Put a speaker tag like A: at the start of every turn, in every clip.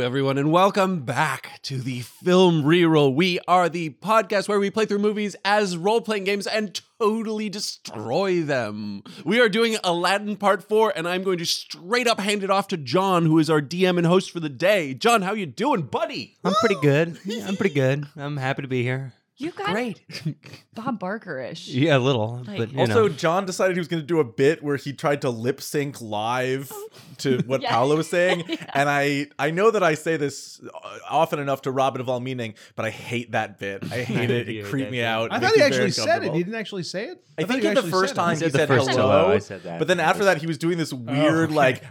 A: everyone, and welcome back to the Film Reroll. We are the podcast where we play through movies as role playing games and totally destroy them. We are doing Aladdin Part 4, and I'm going to straight up hand it off to John, who is our DM and host for the day. John, how you doing, buddy?
B: I'm pretty good. Yeah, I'm pretty good. I'm happy to be here.
C: You got
B: Great.
C: Bob Barker-ish.
B: Yeah, a little,
C: Like-
B: but you know.
D: Also, John decided he was going to do a bit where he tried to lip sync live to what
C: Yeah.
D: Paolo was saying, and I I know that I say this uh, often enough to Robin of all meaning, but I hate that bit. I hate it. It
B: hate
D: creeped
B: that
D: me
B: bit.
D: out.
E: I
D: It
E: thought
D: makes
E: he
D: me very
E: actually said it.
D: uncomfortable.
E: He didn't actually say it.
D: I think
E: he
D: in the
E: actually
D: first
E: said it.
D: time he
B: the
D: said
B: first
D: hello,
B: hello, I said that.
D: but then after that he was doing this weird
E: okay.
D: like,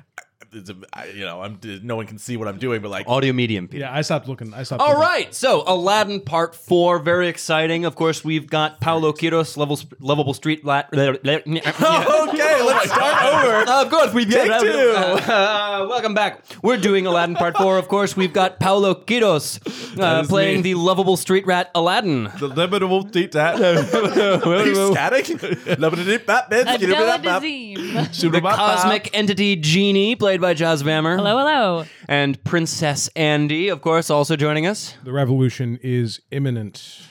D: it's a, I, you know, I'm no one can see what I'm doing, but like
B: Audio medium people.
E: Yeah, I stopped looking. I stopped.
B: All
E: looking.
B: right, so Aladdin Part Four, very exciting. Of course, we've got Paolo Quiros, level, lovable street lat.
D: okay, let's start over.
B: Uh, of course, we've got
D: Take two.
B: Uh, welcome back. We're doing Aladdin Part Four. Of course, we've got Paolo Quiros uh,
D: is
B: playing
D: me.
B: the lovable street rat Aladdin.
D: The limitable deep that. He's static. Limitable that bitch.
C: Adela
D: Limitable that bitch.
C: Dazeem.
B: The cosmic entity Genie, played by Jazz Vammer.
C: hello, hello.
B: And Princess Andy, of course, also joining us.
E: The revolution is imminent.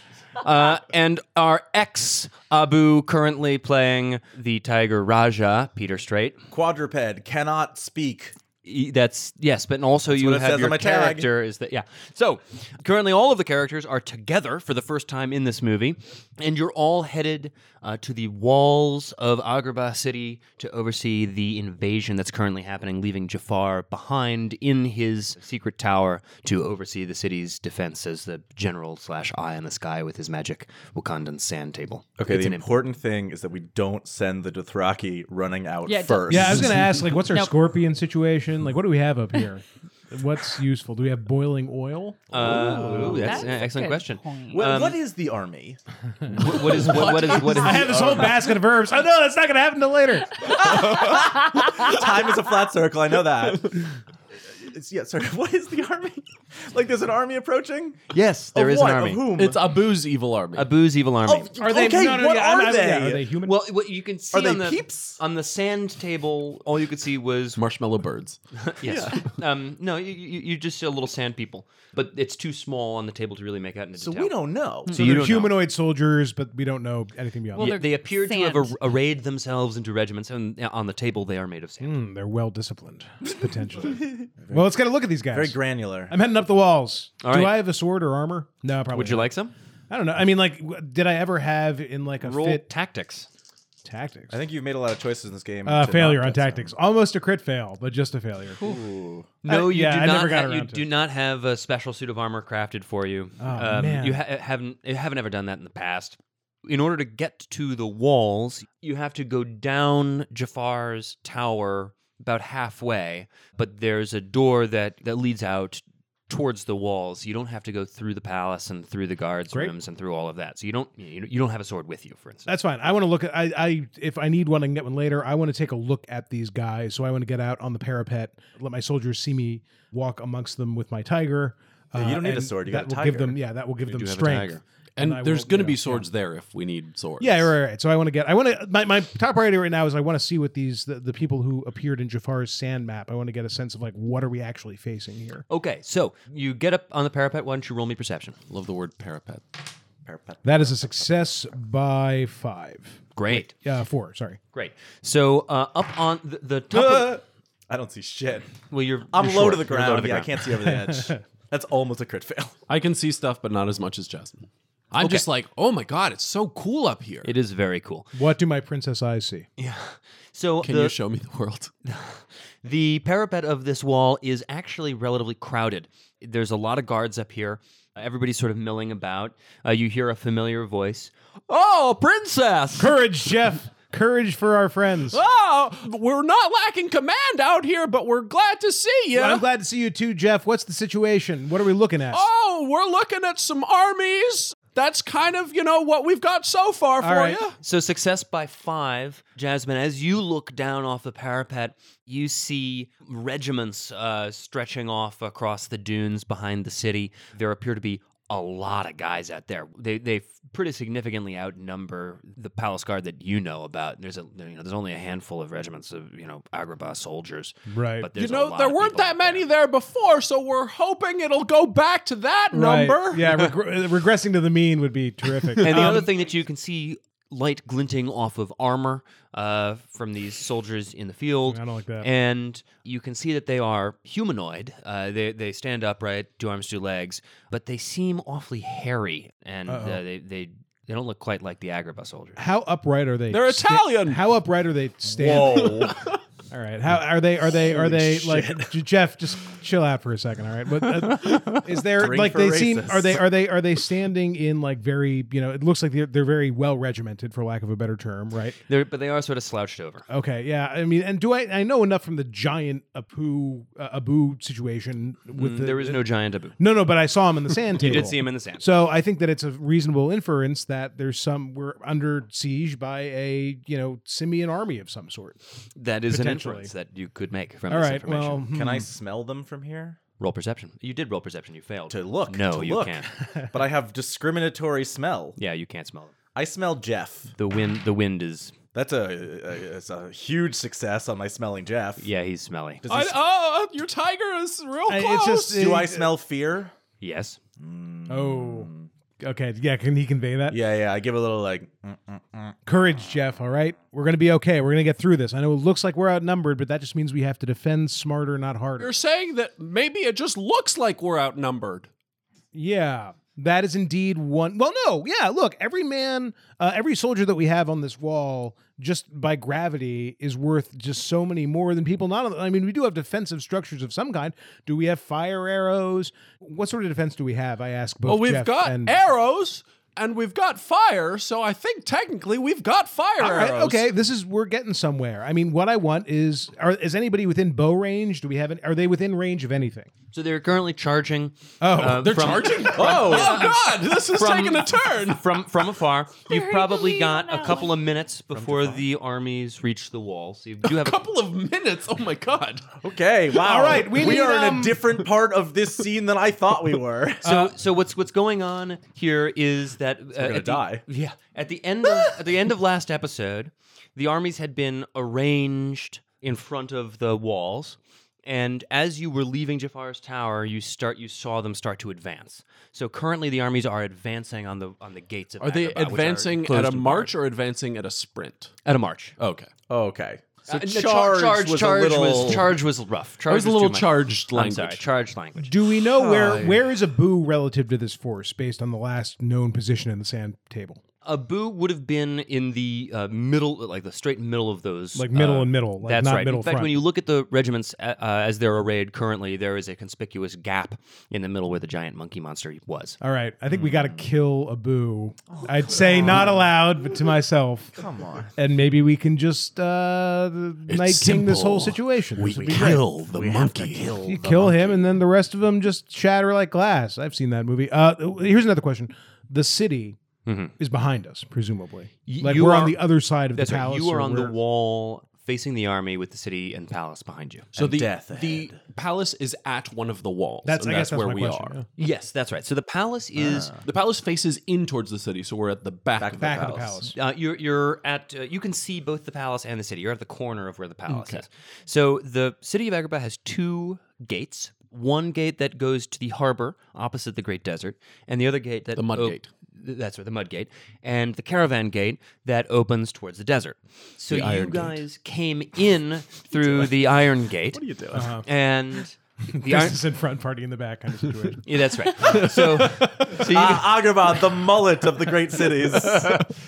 B: Uh, and our ex Abu currently playing the Tiger Raja, Peter Strait.
D: Quadruped cannot speak.
B: E- That's yes, but also you
D: what it says
B: have
D: on
B: your
D: my tag.
B: character is that yeah. So currently, all of the characters are together for the first time in this movie, and you're all headed uh, to the walls of Agrabah city to oversee the invasion that's currently happening, leaving Jafar behind in his secret tower to oversee the city's defense as the general slash eye in the sky with his magic Wakandan sand table.
D: Okay,
B: It's
D: the
B: an imp-
D: important thing is that we don't send the Dothraki running out
C: Yeah, don't-
D: first.
E: Yeah, I was gonna ask, like, what's our
C: Nope.
E: scorpion situation? Like, what do we have up here? What's useful? Do we have boiling oil?
B: Uh, ooh, that's,
C: That's
B: an
C: a
B: excellent
C: good
B: question.
C: point.
D: Well,
B: Um,
D: what is the army?
B: Wh- what is what, what is what is?
E: I have this whole basket of herbs. I know that's not gonna happen until later.
D: Time is a flat circle. I know that. It's, yeah, sorry. What is the army? Like, there's an army approaching.
B: Yes, there
D: of
B: is
D: what?
B: an army.
D: Of whom?
E: Oh,
A: It's Abu's evil army.
B: Abu's evil army.
D: Oh, Okay, what
E: yeah, I'm-
D: are
E: I'm-
D: they?
E: yeah, are they human?
B: well, what you can see
D: Are they
B: on the
D: peeps?
B: on the sand table, all you could see was
A: Marshmallow birds.
B: yes. Um, no, you, you you just see a little sand people, but it's too small on the table to really make out into
D: so
B: detail.
D: we don't know.
B: So
D: So
B: you
E: they're
B: don't know.
E: humanoid soldiers, but we don't know anything beyond.
C: Well,
B: Yeah, they appear to have
C: sand.
B: ar- arrayed themselves into regiments, and uh, on the table they are made of sand.
E: Hmm, they're well disciplined, potentially. well, let's get a look at these guys.
D: very granular.
E: I'm heading up the walls.
B: All
E: Do
B: right.
E: I have a sword or armor? No, probably.
B: Would you
E: not.
B: like some?
E: I don't know. I mean, like, w- did I ever have in like a
B: Roll
E: fit
B: tactics.
E: tactics?
D: I think you've made a lot of choices in this game.
E: uh,
D: to
E: failure
D: not
E: on
D: get some.
E: tactics. Almost a crit fail, but just a failure.
B: No,
E: I-
B: you
E: yeah,
B: do
E: I
B: not.
E: never got
B: ha- you
E: around to
B: do
E: it.
B: not have a special suit of armor crafted for you. Um,
E: Oh, man.
B: You ha- uh, haven't you haven't ever done that in the past. In order to get to the walls, you have to go down Jafar's tower about halfway, but there's a door that that leads out towards the walls. You don't have to go through the palace and through the guards'
E: Great. Uh,
B: rooms and through all of that. So you don't you you don't have a sword with you, for instance.
E: That's fine. I want to look at. I, I if I need one, I can get one later. I want to take a look at these guys. So I want to get out on the parapet, let my soldiers see me walk amongst them with my tiger. uh,
D: Yeah, you don't need a
E: and
D: sword, you
E: that
D: got a
E: will give
D: tiger.
E: them. Yeah, that will give them
B: have a
E: strength.
B: tiger.
A: And,
E: I
A: there's
E: will,
A: going to
E: you
A: be
E: know,
A: swords there if we need swords.
E: Yeah, right, right, right. So I want to get. I want to. My, my top priority right now is I want to see what these the, the people who appeared in Jafar's sand map. I want to get a sense of like what are we actually facing here.
B: Okay, so you get up on the parapet. Why don't you roll me perception?
A: Love the word parapet.
E: That is a success by five.
B: Great,
E: Yeah, four. Sorry.
B: great. So uh, up on the, the top. of-
D: I don't see shit.
B: Well, you're.
D: I'm
B: you're
D: low
B: short.
D: to the
B: Uh. You're low
D: ground.
B: to the
D: yeah,
B: ground.
D: I can't see over the edge. That's almost a crit fail.
A: I can see stuff, but not as much as Jasmine. I'm just like, oh my god, it's so cool up here.
B: It is very cool.
E: What do my princess eyes see?
B: So
A: can you
B: the,
A: show me the world?
B: the parapet of this wall is actually relatively crowded. There's a lot of guards up here. Everybody's sort of milling about. Uh, you hear a familiar voice. Oh, princess!
E: Courage, Jeff. Courage for our friends.
A: Oh, we're not lacking command out here, but we're glad to see you.
E: Well, I'm glad to see you too, Jeff. What's the situation? What are we looking at?
A: oh, we're looking at some armies. That's kind of, you know, what we've got so far for
E: right.
A: you.
B: So success by five, Jasmine. As you look down off the parapet, you see regiments uh, stretching off across the dunes behind the city. There appear to be
F: a lot of guys out there. They they pretty significantly outnumber the palace guard that you know about. There's a you know there's only a handful of regiments of you know Agrabah soldiers,
E: Right.
F: But
A: You
F: there's a
A: know,
F: lot
A: there
F: of
A: weren't
F: people
A: that
F: out there.
A: many there. before, so we're hoping it'll go back to that
E: Right.
A: number.
E: Yeah, regre- regressing to the mean would be terrific.
F: And the
E: Um,
F: other thing that you can see light glinting off of armor uh, from these soldiers in the field.
E: I don't like that.
F: And you can see that they are humanoid. Uh, they, they stand upright, two arms, two legs, but they seem awfully hairy and uh,
E: Uh-oh.
F: they, they, they don't look quite like the Agrabah soldiers.
E: how upright are they?
A: They're
E: sta-
A: Italian.
E: how upright are they standing?
D: Whoa.
E: All right. How are they? Are they? Are they like J- Jeff? Just chill out for a second. All right. But uh, is there
D: Drink
E: like
D: for
E: they seem?
D: racists.
E: Are they? Are they? Are they standing in like very? You know, it looks like they're they're very well regimented, for lack of a better term, right?
F: They're, but they are sort of slouched over.
E: Okay, yeah. I mean, and do I? I know enough from the giant Apu uh, Abu situation with
F: Mm,
E: the,
F: there is no giant Abu.
E: no, no. But I saw him in the sand
F: You
E: table.
F: did see him in the sand.
E: So I think that it's a reasonable inference that there's some we're under siege by a you know simian army of some sort.
F: that is an
E: potentially.
F: inference that you could make from
E: All
F: this
E: right.
F: information.
E: Well,
D: Can
E: hmm.
D: I smell them from here?
F: roll perception. You did roll perception. You failed.
D: To look.
F: No,
D: to
F: you
D: look.
F: can't.
D: but I have discriminatory smell.
F: Yeah, you can't smell them.
D: I smell Jeff.
F: The wind, the wind is.
D: That's a, a, it's a huge success on my smelling Jeff.
F: Yeah, he's smelly.
D: Does he
A: I,
D: s-
A: oh, your tiger is real
E: I-
A: close.
E: it's just-
D: do I smell fear?
F: Yes.
E: Oh, okay. Yeah, can he convey that?
D: Yeah, yeah. I give a little like. mm, mm, mm.
E: Courage, Jeff. All right, we're gonna be okay. We're gonna get through this. I know it looks like we're outnumbered, but that just means we have to defend smarter, not harder.
A: You're saying that maybe it just looks like we're outnumbered.
E: Yeah. That is indeed one. Well, no, yeah. Look, every man, uh, every soldier that we have on this wall, just by gravity, is worth just so many more than people. Not, on- I mean, we do have defensive structures of some kind. Do we have fire arrows? What sort of defense do we have? I ask both.
A: Well, we've
E: Jeff
A: got
E: and-
A: arrows and we've got fire, so I think technically we've got fire
E: All right,
A: arrows.
E: okay, this is we're getting somewhere. I mean, what I want is, are, is anybody within bow range? Do we have? An, are they within range of anything?
F: So they're currently charging. uh,
E: Oh,
F: they're
A: Charging?
D: Oh,
A: Oh God! This is taking a turn.
F: From from afar, you've
C: Where do
F: probably
C: we
F: got a
C: know?
F: couple of minutes before the armies reach the wall. So you do
A: A
F: have. a,
A: couple of minutes. Oh my God!
D: okay. Wow.
E: All right, we need,
D: are in
E: um,
D: a different part of this scene than I thought we were.
F: so
A: Uh,
F: so what's what's going on here is that uh,
D: gonna
F: at the-
D: die.
F: yeah, at the end of at the end of last episode, the armies had been arranged in front of the walls. And as you were leaving Jafar's tower, you start you saw them start to advance. So currently, the armies are advancing on the on the gates of.
A: Are they
F: Agrabah, which
A: advancing
F: closed
A: at a
F: and barred.
A: march or advancing at a sprint?
F: At a march.
A: Okay.
D: Oh, Okay. So
F: Uh, no, char-
D: charge, was
F: charge
D: a little.
F: was charge was rough. Charge
A: I was a
F: too
A: little
F: much.
A: charged
F: I'm
A: language.
F: sorry, charged language.
E: Do we know where where is Abu relative to this force based on the last known position in the sand table?
F: Abu would have been in the uh, middle, like the straight middle of those,
E: Like middle
F: uh,
E: and middle, like
F: that's
E: not
F: right.
E: middle
F: in fact,
E: front.
F: when you look at the regiments uh, uh, as they're arrayed currently, there is a conspicuous gap in the middle where the giant monkey monster was.
E: All right, I think we
F: Hmm.
E: got to kill Abu. I'd say not aloud, but to myself. Oh, Come on. And maybe we can just uh, night king this whole situation. We
A: kill the monkey.
E: you kill him, and then the rest of them just shatter like glass. I've seen that movie. Uh, here's another question: The city is behind us, presumably.
F: Mm-hmm. Y-
E: like
F: you
E: we're on
F: are-
E: the other side of
F: That's
E: the
F: right.
E: palace.
F: You are
E: or
F: on the
E: we're-
F: wall facing the army with the city and palace behind you.
A: So the
D: death
A: the palace is at one of the walls.
E: That's
A: and
E: I guess that's
A: where
E: my
A: we
E: question,
A: are.
E: yeah.
F: Yes, that's right. So the palace is
A: The palace faces in towards the city, so we're at the back, of the
E: Back
A: palace.
E: of the palace.
F: Uh, you're you're at uh, you can see both the palace and the city. You're at the corner of where the palace is. So the city of Agrabah has two gates. One gate that goes to the harbor opposite the Great Desert, and the other gate that
A: The Mud
F: op-
A: Gate.
F: th- That's right, the mud gate, and the caravan gate that opens towards the desert. So
A: The Iron
F: you
A: Gate.
F: guys came in through the Iron Gate. What are you doing? And the Iron.
E: This is in front, party in the back kind of situation.
F: Yeah, that's right. So, so you,
D: Ah, Agrabah, the mullet of the great cities.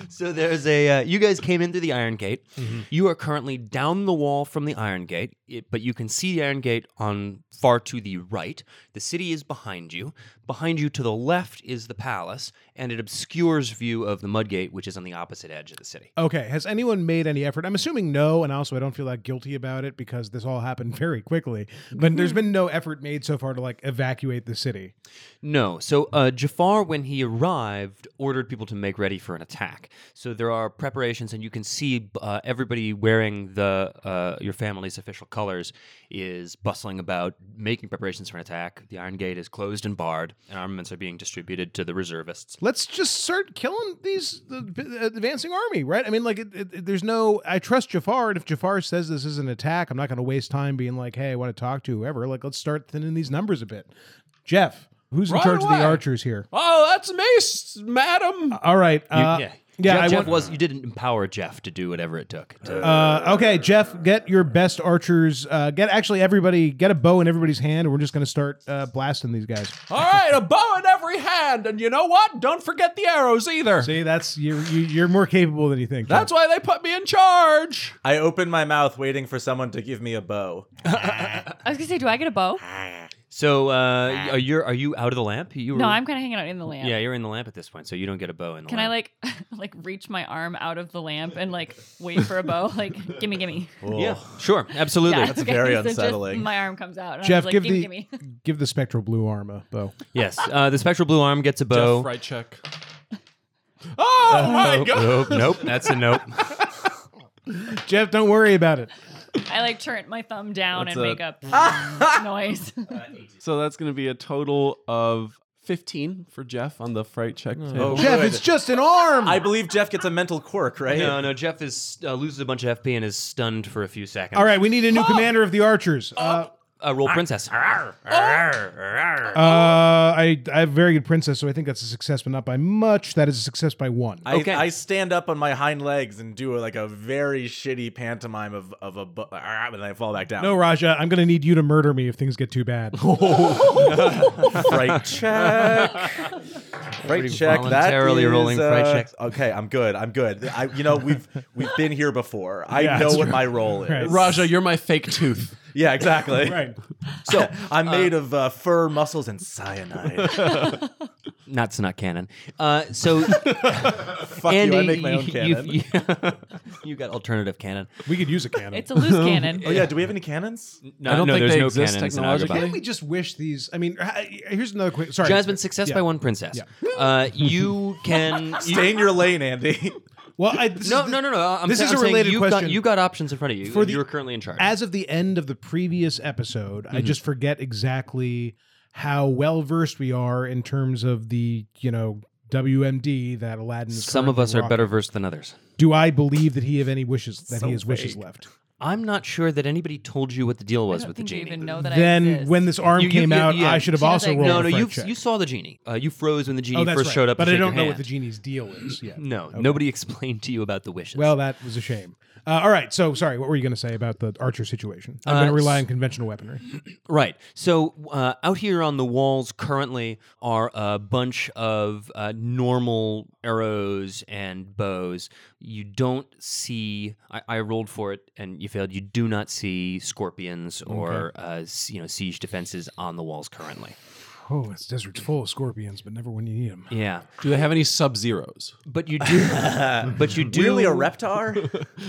F: So there's a. Uh, you guys came in through the Iron Gate. You are currently down the wall from the Iron Gate, it, but you can see the Iron Gate on far to the right. The city is behind you. Behind you to the left is the palace, and it obscures view of the Mud Gate, which is on the opposite edge of the city.
E: Okay. Has anyone made any
F: Mm-hmm.
E: effort? I'm assuming no, and also I don't feel that guilty about it because this all happened very quickly. But there's been no effort made so far to like evacuate the city.
F: No. So uh, Jafar, when he arrived, ordered people to make ready for an attack. So there are preparations, and you can see uh, everybody wearing the uh, your family's official colors is bustling about, making preparations for an attack. The Iron Gate is closed and barred, and armaments are being distributed to the reservists.
E: Let's just start killing these the the advancing army, right? I mean, like, it, it, there's no. I trust Jafar, and if Jafar says this is an attack, I'm not going to waste time being like, "Hey, I want to talk to whoever." Like, let's start thinning these numbers a bit. Jeff, who's
A: Right
E: in charge of
A: away.
E: the archers here?
A: Oh, that's me, s- madam.
E: All right. Uh,
F: yeah.
E: yeah,
F: Jeff,
E: I
F: Jeff
E: want-
F: was. You didn't empower Jeff to do whatever it took. To,
E: Uh, okay, Jeff, get your best archers. Uh, get actually everybody. Get a bow in everybody's hand, and we're just going to start uh, blasting these guys.
A: All right, a bow in every hand, and you know what? Don't forget the arrows either.
E: See, that's you. you you're more capable than you think. Jeff.
A: That's why they put me in charge.
D: I open my mouth waiting for someone to give me a bow.
C: I was gonna say, do I get a bow?
F: so uh, are you are you out of the lamp? You
C: No,
F: were-
C: I'm kind of hanging out in the lamp.
F: Yeah, you're in the lamp at this point, so you don't get a bow in the
C: Can I
F: lamp.
C: like like reach my arm out of the lamp and like wait for a bow? Like, gimme, gimme.
F: Yeah, sure, absolutely.
C: Yeah,
D: That's very
C: so just
D: unsettling.
C: my arm comes out. And
E: Jeff,
C: I'm like,
E: give
C: gimme,
E: the
C: gimme.
E: give the spectral blue arm a bow.
F: Yes, uh, the spectral blue arm gets a bow.
A: Jeff, right check. Oh my
F: Nope,
A: god!
F: nope, nope, that's a nope.
E: Jeff, don't worry about it.
C: I like turn my thumb down
A: That's
C: and
A: a-
C: make up noise.
A: So that's going to be a total of 15 for Jeff on the fright check.
D: Oh,
E: Jeff,
D: good.
E: it's just an arm.
D: I believe Jeff gets a mental quirk, right?
F: No, no, Jeff is uh, loses a bunch of FP and is stunned for a few seconds.
E: All right, we need a
F: Oh.
E: new commander of the archers. Uh,
F: uh, roll princess.
E: uh, I I have very good princess, so I think that's a success, but not by much. That is a success by one.
D: I,
F: Okay.
D: I stand up on my hind legs and do like a very shitty pantomime of, of a bu- ah, and then I fall back down.
E: no, Raja, I'm going to need you to murder me if things get too bad.
D: fright check. Fright check. That
F: voluntarily
D: is,
F: rolling fright
D: uh,
F: checks.
D: Okay, I'm good. I'm good. I, you know, we've we've been here before. I
E: Yeah,
D: know
E: that's
D: what
E: true.
D: my role is.
E: Right.
A: Raja, you're my fake tooth.
D: Yeah, exactly.
E: right.
D: So I'm made of uh, fur, muscles, and cyanide. Fuck
F: Oh! Not not canon. Uh, so
D: you.
F: Andy,
D: I make my own
F: you-
D: cannon.
F: you- you got alternative canon.
E: We could use a cannon.
C: It's a loose cannon.
D: oh yeah, do we have any cannons?
F: No,
A: I don't
F: no,
A: think
F: there's
A: they
F: no
A: exist
F: cannons in
A: technologically.
F: Agrabah.
E: Can't we just wish these? I mean, h- here's another quick. Sorry,
F: Jasmine, success
E: Yeah.
F: by one princess. Uh, you can. you-
D: Stay in your lane, Andy.
E: Well, I, this
F: no,
E: is the-
F: no, no, no. I'm
E: this
F: sa-
E: is
F: I'm
E: a
F: saying
E: related
F: you've
E: question.
F: Got, you got options in front of you.
E: For the-
F: you're currently in charge.
E: As of the end of the previous episode,
F: Mm-hmm.
E: I just forget exactly how well versed we are in terms of the you know WMD that Aladdin. Is
F: Some of
E: currently
F: us are
E: rocking.
F: better versed than others.
E: Do I believe that he have any wishes that
D: So
E: he has wishes
D: vague.
E: left?
F: I'm not sure that anybody told you what the deal
C: I
F: was
C: don't
F: with the
C: think you
F: genie.
C: even know that
E: Then
C: I exist.
E: when this arm
F: You- you-
E: came
F: you-
E: out,
F: yeah.
E: I should have
C: She was
E: also
C: like,
E: rolled.
F: no,
E: a
B: Oh,
F: no,
E: fright
F: you
E: check.
F: you saw the genie. Uh, you froze when the genie
E: oh, that's
F: first
E: right.
F: showed up.
E: but
F: to
E: I
F: shake
E: don't
F: your
E: know what the
F: hand. Mm.
E: genie's deal is. Yeah.
F: No, nobody explained to you about the wishes.
E: Well, that was a shame. Uh, all right, so sorry. What were you going to say about the archer situation? I'm
F: Uh,
E: going to rely on conventional weaponry.
F: right. So uh, out here on the walls currently are a bunch of uh, normal arrows and bows. You don't see. I, I rolled for it and you failed. You do not see scorpions or uh, s- you know siege defenses on the walls currently.
E: Oh, this desert's full of scorpions, but never when you need them.
F: Yeah,
A: Do they have any sub zeros?
F: but you do. but you do
D: Really, a reptar?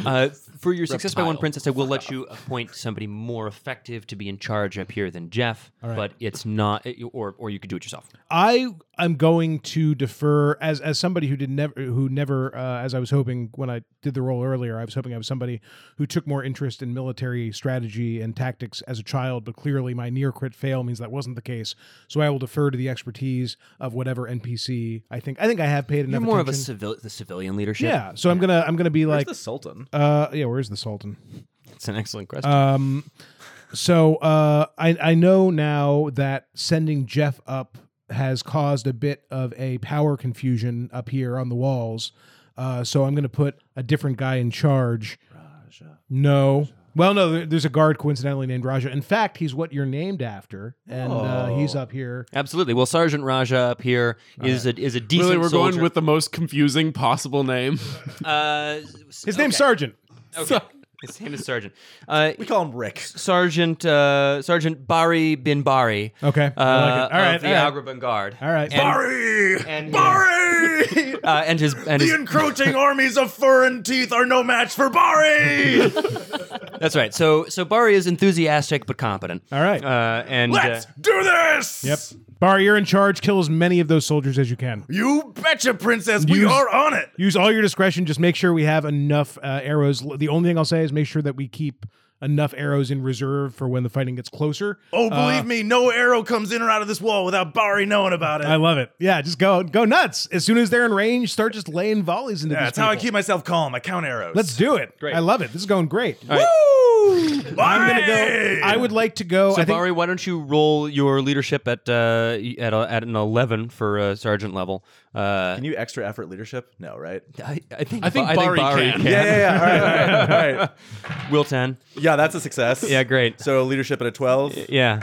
F: Uh, for your success by one
A: Reptile.
F: princess, I will let you appoint somebody more effective to be in charge up here than Jeff. But it's not, or or you could do it yourself.
E: I am going to defer as as somebody who did never who never uh, as I was hoping when I did the role earlier. I was hoping I was somebody who took more interest in military strategy and tactics as a child, but clearly my near crit fail means that wasn't the case. So I will defer to the expertise of whatever NPC I think. I think I have paid
F: You're
E: enough.
F: more of a
E: attention.
F: civil, the civilian leadership.
E: yeah. So I'm gonna I'm gonna be like.
D: the Sultan.
E: Uh yeah, where's the Sultan?
F: it's an excellent question.
E: Um, so uh, I I know now that sending Jeff up has caused a bit of a power confusion up here on the walls. Uh, so I'm going to put a different guy in charge. No. Well, no, there- there's a guard coincidentally named Raja. In fact, he's what you're named after, and uh,
F: Oh.
E: he's up here.
F: Absolutely. Well, Sergeant Raja up here is a is a decent.
A: Really, we're
F: soldier.
A: going with the most confusing possible name.
F: uh, s-
E: His
F: okay.
E: name's Sergeant.
F: Okay. His name is Sergeant. Uh,
D: We call him Rick.
F: Sergeant uh, Sergeant Bari Bin Bari.
E: Okay, I like it. All right,
F: of the
E: all right.
F: Agraban Guard.
E: All right.
F: Uh, And-
D: Barry!
E: uh,
F: and-
D: Barry!
F: Uh, and his and his
D: encroaching armies of fur and teeth are no match for Barry!
F: That's right. So so Bari is enthusiastic but competent.
E: All right.
F: Uh, and
D: Let's
F: uh,
D: do this.
E: Yep. Bar, you're in charge. Kill as many of those soldiers as you can.
D: You betcha, princess. We
E: You-
D: are on it.
E: Use all your discretion. Just make sure we have enough uh, arrows. The only thing I'll say is make sure that we keep enough arrows in reserve for when the fighting gets closer.
D: Oh, believe me, no arrow comes in or out of this wall without Bari knowing about it.
E: I love it. Yeah, just go go nuts. As soon as they're in range, start just laying volleys into
D: Yeah,
E: these
D: that's how I
E: people.
D: keep myself calm. I count arrows.
E: Let's do it.
F: Great.
E: I love it. This is going great.
D: Woo!
E: I'm gonna go. I would like to go.
F: so
E: I think
F: Bari, why don't you roll your leadership at uh, at a, at an eleven for uh, sergeant level? Uh,
D: Can you extra effort leadership? No, right?
F: I, I think
A: I think
F: Ba-
A: Bari can.
D: Yeah, yeah, yeah. All right, all right, all right.
F: Will ten.
D: Yeah, that's a success.
F: Yeah, great.
D: So leadership at a 12.
F: Yeah.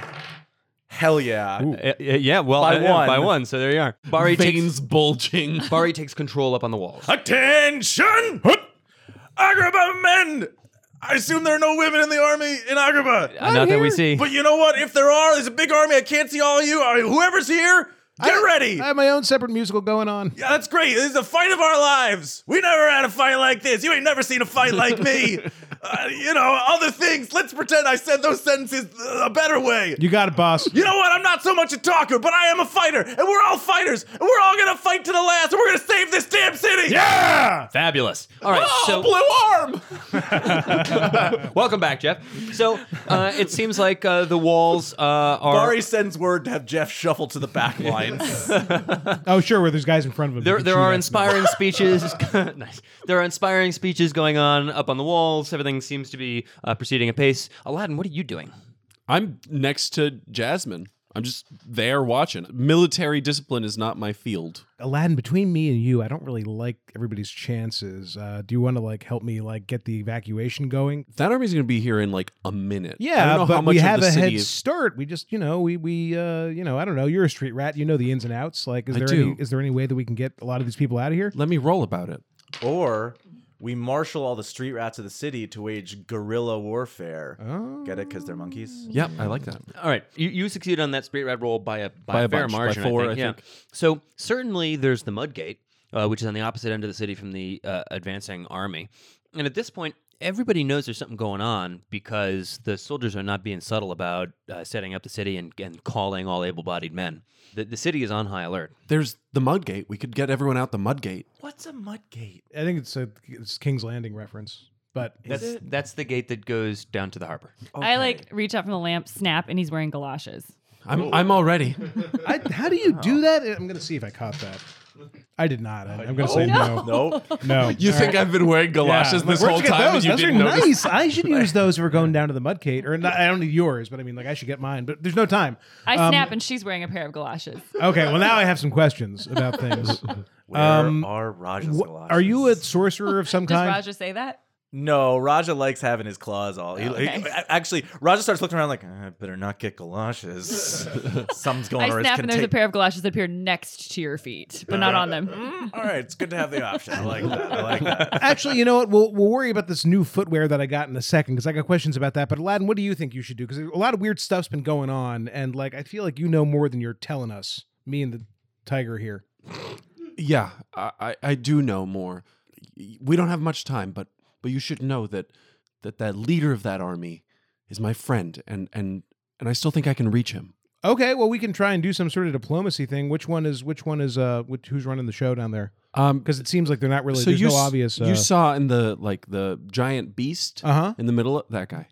D: Hell yeah.
F: Uh, yeah, well,
D: By
F: uh, yeah,
D: one.
F: by one. So there you are. Bari takes,
A: Veins bulging.
F: Bari takes control up on the walls.
D: Attention! Hup! Agrabah men! I assume there are no women in the army in Agrabah.
F: Uh, Not that we see.
D: But you know what? If there are, there's a big army. I can't see all of you. All right, whoever's here, get ready.
E: I have my own separate musical going on.
D: yeah, that's great. This is the fight of our lives. We never had a fight like this. You ain't never seen a fight like me. Uh, you know, other things. Let's pretend I said those sentences uh, a better way.
E: You got it, boss.
D: You know what? I'm not so much a talker, but I am a fighter, and we're all fighters, and we're all gonna fight to the last, and we're gonna save this damn city.
E: Yeah.
F: Fabulous. All right,
A: Oh, blue
F: so
A: arm!
F: welcome back, Jeff. So uh, it seems like uh, the walls uh, are.
D: Bari sends word to have Jeff shuffle to the back lines.
E: Oh, sure. Where there's guys in front of him.
F: there,
E: You can
F: there
E: shoot at
F: are
E: them.
F: inspiring speeches. nice. There are inspiring speeches going on up on the walls. Everything seems to be uh, proceeding apace. Aladdin, what are you doing?
A: I'm next to Jasmine. I'm just there watching. Military discipline is not my field.
E: Aladdin, between me and you, I don't really like everybody's chances. Uh, do you want to like help me like get the evacuation going?
A: That army's going to be here in like a minute. I
E: Yeah,
A: don't know
E: but
A: how much
E: we
A: of
E: have
A: the
E: a
A: city
E: head
A: is.
E: start. We just, you know, we we uh, you know, I don't know. You're a street rat. You know the ins and outs. Like, is
A: I
E: there
A: do.
E: any is there any way that we can get a lot of these people out of here?
A: Let me roll about it.
D: or we marshal all the street rats of the city to wage guerrilla warfare.
E: Oh.
D: Get it? Because they're monkeys.
A: Yep, I like that.
F: All right, you, you succeeded on that street red roll by a by,
A: By
F: a,
A: a
F: fair
A: bunch, by
F: margin.
A: four,
F: I think.
A: I
F: yeah.
A: think.
F: So certainly there's the Mudgate, uh, which is on the opposite end of the city from the uh, advancing army, and at this point. Everybody knows there's something going on because the soldiers are not being subtle about uh, setting up the city and, and calling all able-bodied men. The, the city is on high alert.
A: There's the Mudgate. We could get everyone out the Mudgate.
D: What's a mudgate?
E: I think it's a it's King's Landing reference. But
F: That's that's the gate that goes down to the harbor.
C: I like reach up from the lamp, snap, and he's wearing galoshes.
A: I'm I'm all ready.
E: I, how do you do that? I'm gonna see if I caught that. I did not. I, am gonna say no.
D: No.
E: No.
A: You think I've been wearing galoshes this whole time and
E: Those?
A: you
E: those
A: didn't
E: are
A: notice?
E: nice. I should use those if we're going down to the Mudgate. Or not, I don't need yours, but I mean, like, I should get mine. But there's no time.
C: I
E: Um,
C: snap, and she's wearing a pair of galoshes.
E: Okay. Well, now I have some questions about things.
D: Where
E: Um,
D: are Raja's
E: Wh-
D: galoshes?
E: are you a sorcerer of some
C: Does
E: kind?
C: Raja say that?
D: No, Raja likes having his claws all. He,
C: Okay.
D: he- actually, Raja starts looking around like, "Uh, I better not get galoshes. Something's going
C: I
D: on. or it's
C: snap,
D: gonna
C: and there's a
D: take-
C: pair of galoshes that appear next to your feet, but not on them.
D: All right, it's good to have the option. I like that. I like that.
E: Actually, you know what? We'll, we'll worry about this new footwear that I got in a second because I got questions about that. But Aladdin, what do you think you should do? Because a lot of weird stuff's been going on, and like I feel like you know more than you're telling us. Me and the tiger here.
A: Yeah, I, I I do know more. We don't have much time, but but you should know that that that leader of that army is my friend, and and and I still think I can reach him.
E: Okay, well, we can try and do some sort of diplomacy thing. Which one is which one is uh which, who's running the show down there?
A: Um,
E: Because it seems like they're not really.
A: so
E: there's
A: you
E: no
A: s-
E: obvious.
A: you
E: Uh
A: saw in the like the giant beast
E: huh.
A: in the middle of that guy.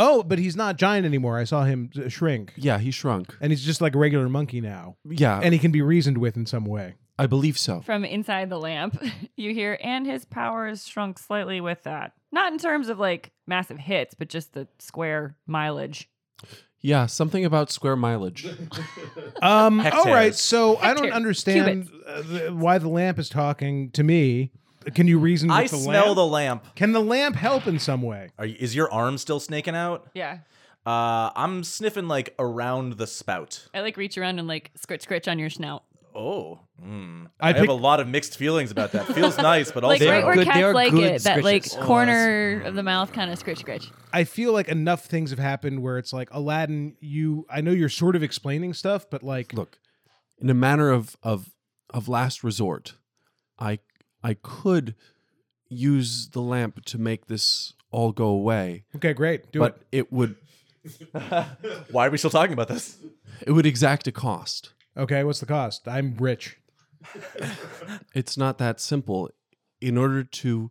E: Oh, but he's not giant anymore. I saw him uh, shrink,
A: Yeah, he shrunk.
E: and he's just like a regular monkey now,
A: Yeah,
E: and he can be reasoned with in some way.
A: I believe so.
C: From inside the lamp, you hear, and his power is shrunk slightly with that. Not in terms of like massive hits, but just the square mileage.
A: Yeah, something about square mileage.
E: Um, all right,
D: Hectares.
E: so I don't
C: Hectares.
E: understand uh, the, why the lamp is talking to me. Can you reason with
D: I
E: the
D: smell
E: lamp?
D: the lamp.
E: Can the lamp help in some way?
D: Are you, is your arm still snaking out?
C: Yeah.
D: Uh, I'm sniffing like around the spout.
C: I like reach around and like scritch scritch on your snout.
D: Oh, mm.
E: I
D: I, have
E: pick-
D: a lot of mixed feelings about that. Feels nice, but
C: Like
D: also
C: right where
F: good- they are
C: cats like
F: good
C: it, that like
F: scritches.
C: corner of the mouth kind of scritch scritch.
E: I feel like enough things have happened where it's like Aladdin. You, I know you're sort of explaining stuff, but like,
A: Look, in a manner of of of last resort, I I could use the lamp to make this all go away.
E: Okay, great. Do
A: But
E: it.
A: it would
D: Why are we still talking about this?
A: it would exact a cost.
E: Okay, what's the cost? I'm rich.
A: It's not that simple. In order to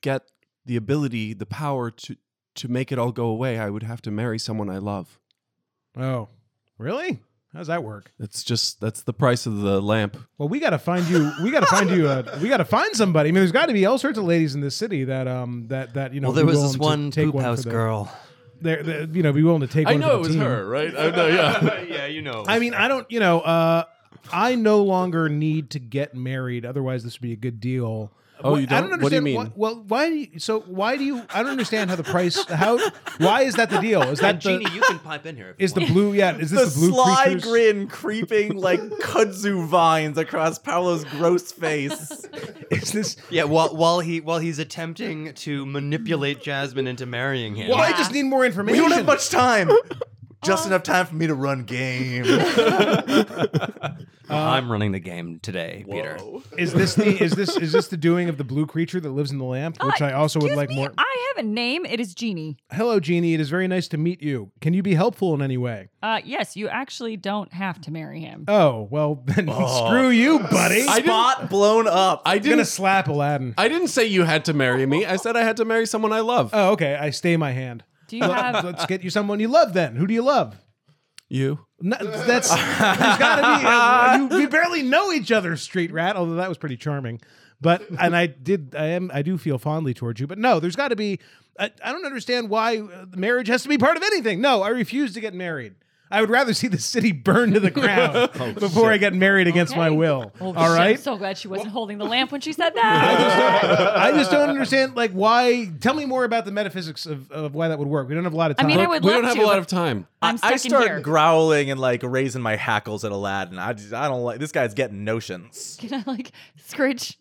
A: get the ability, the power to to make it all go away, I would have to marry someone I love.
E: Oh, really? How does that work?
A: That's just that's the price of the lamp.
E: Well, we gotta find you. We gotta find you. A, we gotta find somebody. I mean, there's got to be all sorts of ladies in this city that um that that you know.
B: Well, there
E: be
B: was
E: willing
B: this
E: to
B: one
E: take
B: poop
E: one for
B: house
E: the-
B: girl.
E: They're, they're, you know, be willing to take.
A: I
E: one
A: know
E: for
A: it
E: the
A: was
E: team.
A: her, right? I know, yeah.
B: yeah, you know.
E: I mean, I don't. You know, uh, I no longer need to get married. Otherwise, this would be a good deal.
A: Oh, you
E: I don't
A: don't? What do you
E: understand.
A: mean?
E: Why, well, why? Do you, so why do you? I don't understand how the price. How? Why is that the deal? Is that the?
B: Jeannie, you can pipe in here. If
E: Is
B: you
E: the blue? Yeah. Is
D: The
E: this the, blue
D: sly
E: creatures?
D: grin creeping like kudzu vines across Paolo's gross face.
E: Is this?
B: Yeah, while while he while he's attempting to manipulate Jasmine into marrying him.
E: Well, I
C: Yeah.
E: just need more
D: We
E: information.
D: don't have much time. Just enough time for me to run game.
B: I'm running the game today, Peter.
E: Is this the? Is this? Is this the doing of the blue creature that lives in the lamp? Which
C: Uh,
E: I also would
C: excuse
E: like
C: me,
E: more.
C: I have a name. It is Genie.
E: Hello, Jeannie. It is very nice to meet you. Can you be helpful in any way?
C: Uh, yes, you actually don't have to marry him.
E: Oh, well, then screw you, buddy. I'm
D: Spot blown up.
A: I
E: going to
A: didn't
E: slap Aladdin.
A: I didn't say you had to marry me. I said I had to marry someone I love.
E: Oh, okay. I stay my hand.
C: Do you have?
E: Let's get you someone you love then. Who do you love?
A: you.
E: No, that's there's got to be. uh, you, we barely know each other, street rat. Although that was pretty charming, but and I did, I am, I do feel fondly towards you. But no, there's got to be. I, I don't understand why uh, marriage has to be part of anything. No, I refuse to get married. I would rather see the city burn to the ground before I get married against my
C: Okay.
E: will.
C: Oh,
E: All
C: shit, I'm
E: right.
C: so glad she wasn't holding the lamp when she said
E: I
C: that.
E: just- I just don't understand, like, why? Tell me more about the metaphysics of, of why that would work. We don't have a lot of
C: I
E: time.
C: mean, I would
A: we
C: love
A: don't have
C: to.
A: a lot
C: but
A: of time.
C: I'm
D: I
C: stuck
D: start
C: in here.
D: growling and like raising my hackles at Aladdin. I just, I don't like this guy's getting notions.
C: Can I like scritch,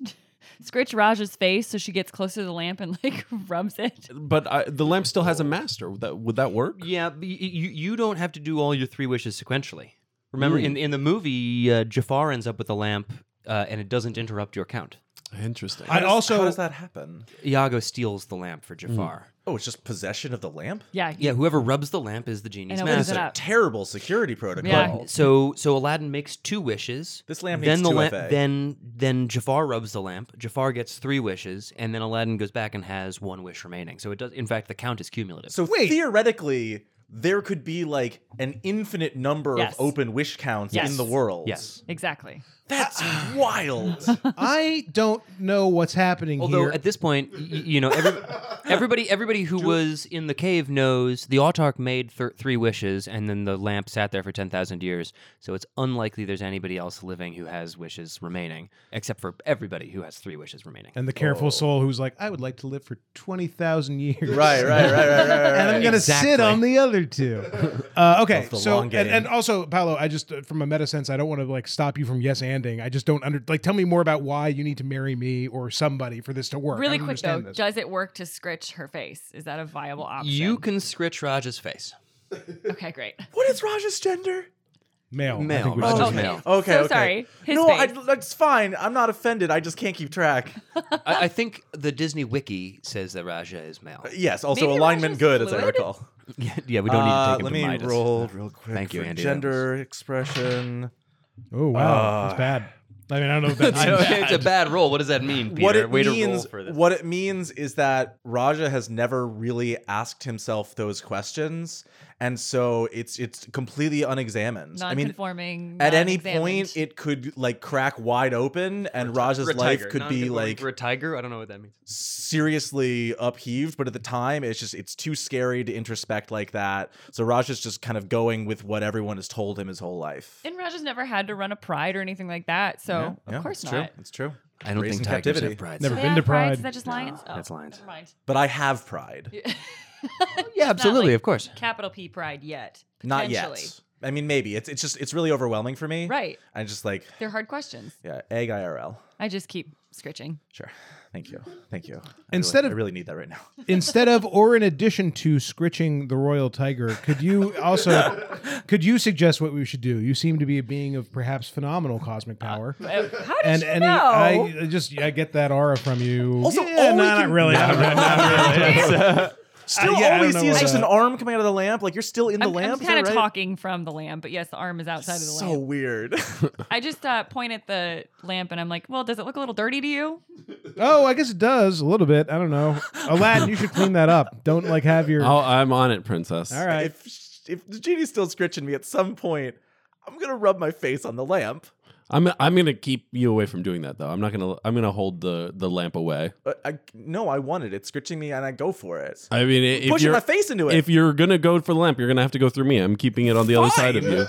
C: scritch Raja's face so she gets closer to the lamp and like rubs it?
A: But I, the lamp still has a master. Would that, would that work?
B: Yeah, but y- you you don't have to do all your three wishes sequentially. Remember, in in the movie, uh, Jafar ends up with a lamp, uh, and it doesn't interrupt your count.
A: Interesting.
E: I also
D: how does that happen?
B: Iago steals the lamp
E: Hmm.
B: for Jafar.
D: Oh, it's just possession of the lamp.
C: Yeah.
B: Yeah, whoever rubs the lamp is the genie's
C: And opens it
B: master.
C: up.
D: Terrible security protocol.
C: Yeah.
B: But- so so Aladdin makes two wishes.
D: This lamp
B: then
D: needs
B: the
D: two
B: lamp
D: FA.
B: then then Jafar rubs the lamp. Jafar gets three wishes, and then Aladdin goes back and has one wish remaining. So it does. In fact, the count is cumulative.
D: So
E: Wait.
D: theoretically, there could be like an infinite number
C: Yes.
D: of open wish counts
C: Yes.
D: in the world.
B: yes.
C: Exactly.
D: That's wild.
E: I don't know what's happening
B: Although
E: here.
B: at this point, y- y- you know every, everybody everybody who was in the cave knows the autark made thir- three wishes, and then the lamp sat there for ten thousand years. So it's unlikely there's anybody else living who has wishes remaining, except for everybody who has three wishes remaining.
E: and the careful
D: Oh.
E: soul who's like, I would like to live for twenty thousand years.
D: right, right, right, right, right, right.
E: And I'm
D: right.
E: gonna sit
B: Exactly.
E: on the other two. Uh, okay,
D: Of the
E: so
D: long
E: and,
D: game.
E: and also, Paolo, I just uh, from a meta sense, I don't want to like stop you from yes anding. I just don't under like. Tell me more about why you need to marry me or somebody for this to work. I
C: Really
E: don't
C: quick though,
E: understand this.
C: does it work to scritch her face? Is that a viable option?
B: You can scritch Raj's face.
C: Okay, great.
D: What is Raj's gender?
E: male, I
B: Male,
E: think we
B: right.
E: should-
B: Okay. male.
D: Okay,
C: So
D: okay.
C: sorry. His
D: no, I,
C: face.
D: that's fine. I'm not offended. I just can't keep track.
B: I, I think the Disney Wiki says that Raja is male.
D: Yes. Also,
C: Maybe
D: alignment
C: Raj's
D: good, as I
C: fluid?
D: recall.
B: Yeah, yeah we don't
D: Uh,
B: need to take
D: let
B: him
D: me
B: to Midas.
D: roll real quick.
B: Thank you,
D: for
B: Andy. That
D: Gender expression.
E: Oh wow,
D: Uh,
E: that's bad. I mean, I don't know if that's
B: I know, it's a bad roll. What does that mean, Peter?
D: What it
B: Way to roll
D: means.
B: for this.
D: What it means is that Raja has never really asked himself those questions, and so it's it's completely unexamined. I mean,
C: Non-conforming.
D: at any
C: non-examined.
D: point, it could like crack wide open, and Raja's
B: For a
D: life
B: tiger.
D: could be
B: Non-conforming
D: like
B: for a tiger. I don't know what that means.
D: seriously upheaved but at the time it's just it's too scary to introspect like that so raj is just kind of going with what everyone has told him his whole life
C: And Raja's never had to run a pride or anything like that, so of
D: Yeah,
C: course
D: it's
C: not.
D: true it's true
B: I don't
D: Raised
B: think
D: in
B: tigers
D: captivity.
B: have prides.
C: Do
E: Never
C: they
E: been
C: have
E: to
C: prides?
E: Pride.
C: Is that just lions? Oh,
B: that's lions.
C: Never mind.
D: but i have pride
B: Yeah,
C: It's not
B: absolutely,
C: like
B: of course.
C: Capital P pride yet?
D: not
C: potentially.
D: yet I mean, maybe it's it's just it's really overwhelming for me.
C: Right.
D: I'm just like,
C: They're hard questions.
D: yeah, egg IRL.
C: I just keep scritching.
D: Sure. Thank you. Thank you. I really-
E: Instead of-
D: I really need that right now.
E: Instead of or in addition to scritching the royal tiger, could you also could you suggest what we should do? You seem to be a being of perhaps phenomenal cosmic power.
C: Uh, How did
E: and
C: you
E: any
C: know?
E: I I just I get that aura from you.
D: Also,
E: yeah,
D: all
E: no,
D: we
E: not
D: can-
E: really. Not really, not really.
D: Still,
E: I- yeah, I
D: all we
E: don't know
D: see is
E: what
D: just
E: that-
D: an arm coming out of the lamp. Like you're still in the
C: I'm,
D: lamp. is
C: kind of
D: that right?
C: talking from the lamp, but yes, the arm is outside of the
D: So
C: lamp.
D: weird.
C: I just uh, point at the lamp and I'm like, well, does it look a little dirty to you?
E: Oh, I guess it does a little bit. I don't know. Aladdin, you should clean that up. Don't like have your.
A: Oh, I'm on it, princess.
E: all right.
D: if if the genie's still scritching me at some point, I'm gonna rub my face on the lamp.
A: I'm I'm gonna keep you away from doing that though. I'm not gonna I'm gonna hold the the lamp away.
D: But Uh, I no, I wanted it scritching me, and I go for it.
A: I mean, i- if
D: Pushing
A: you're
D: my face into it.
A: if you're gonna go for the lamp, you're gonna have to go through me. I'm keeping it on the other side of you.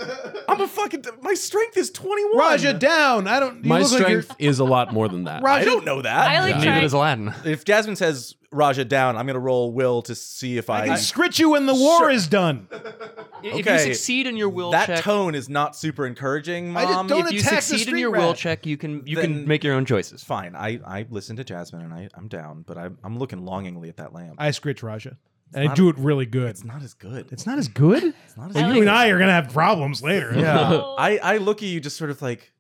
D: I'm a fucking. My strength is 21.
E: Raja down. I don't. You
A: My
E: look like you're-
A: strength is a lot more than that.
E: Right.
D: I don't know that.
C: I like
B: Neither
C: try.
B: does Aladdin.
D: if Jasmine says Raja down, I'm gonna roll will to see if I.
E: I can scritch you when the war
D: Sure.
E: is done.
B: If you
D: Okay.
B: succeed in your will
D: that
B: check,
D: tone is not super encouraging,
E: I
D: Mom.
E: just don't
B: if you
E: attack the
B: succeed in
E: street
B: your
E: rat.
B: will check, you can you can
D: Then-
B: make your own choices.
D: Fine, I I listen to Jasmine and I I'm down, but I'm I'm looking longingly at that lamp.
E: I scritch Raja, and I do it really good.
D: it's not as good.
E: It's not as good.
D: not as
E: Well,
D: good.
E: you and I are gonna have problems later.
D: Yeah. I, I look at you just sort of like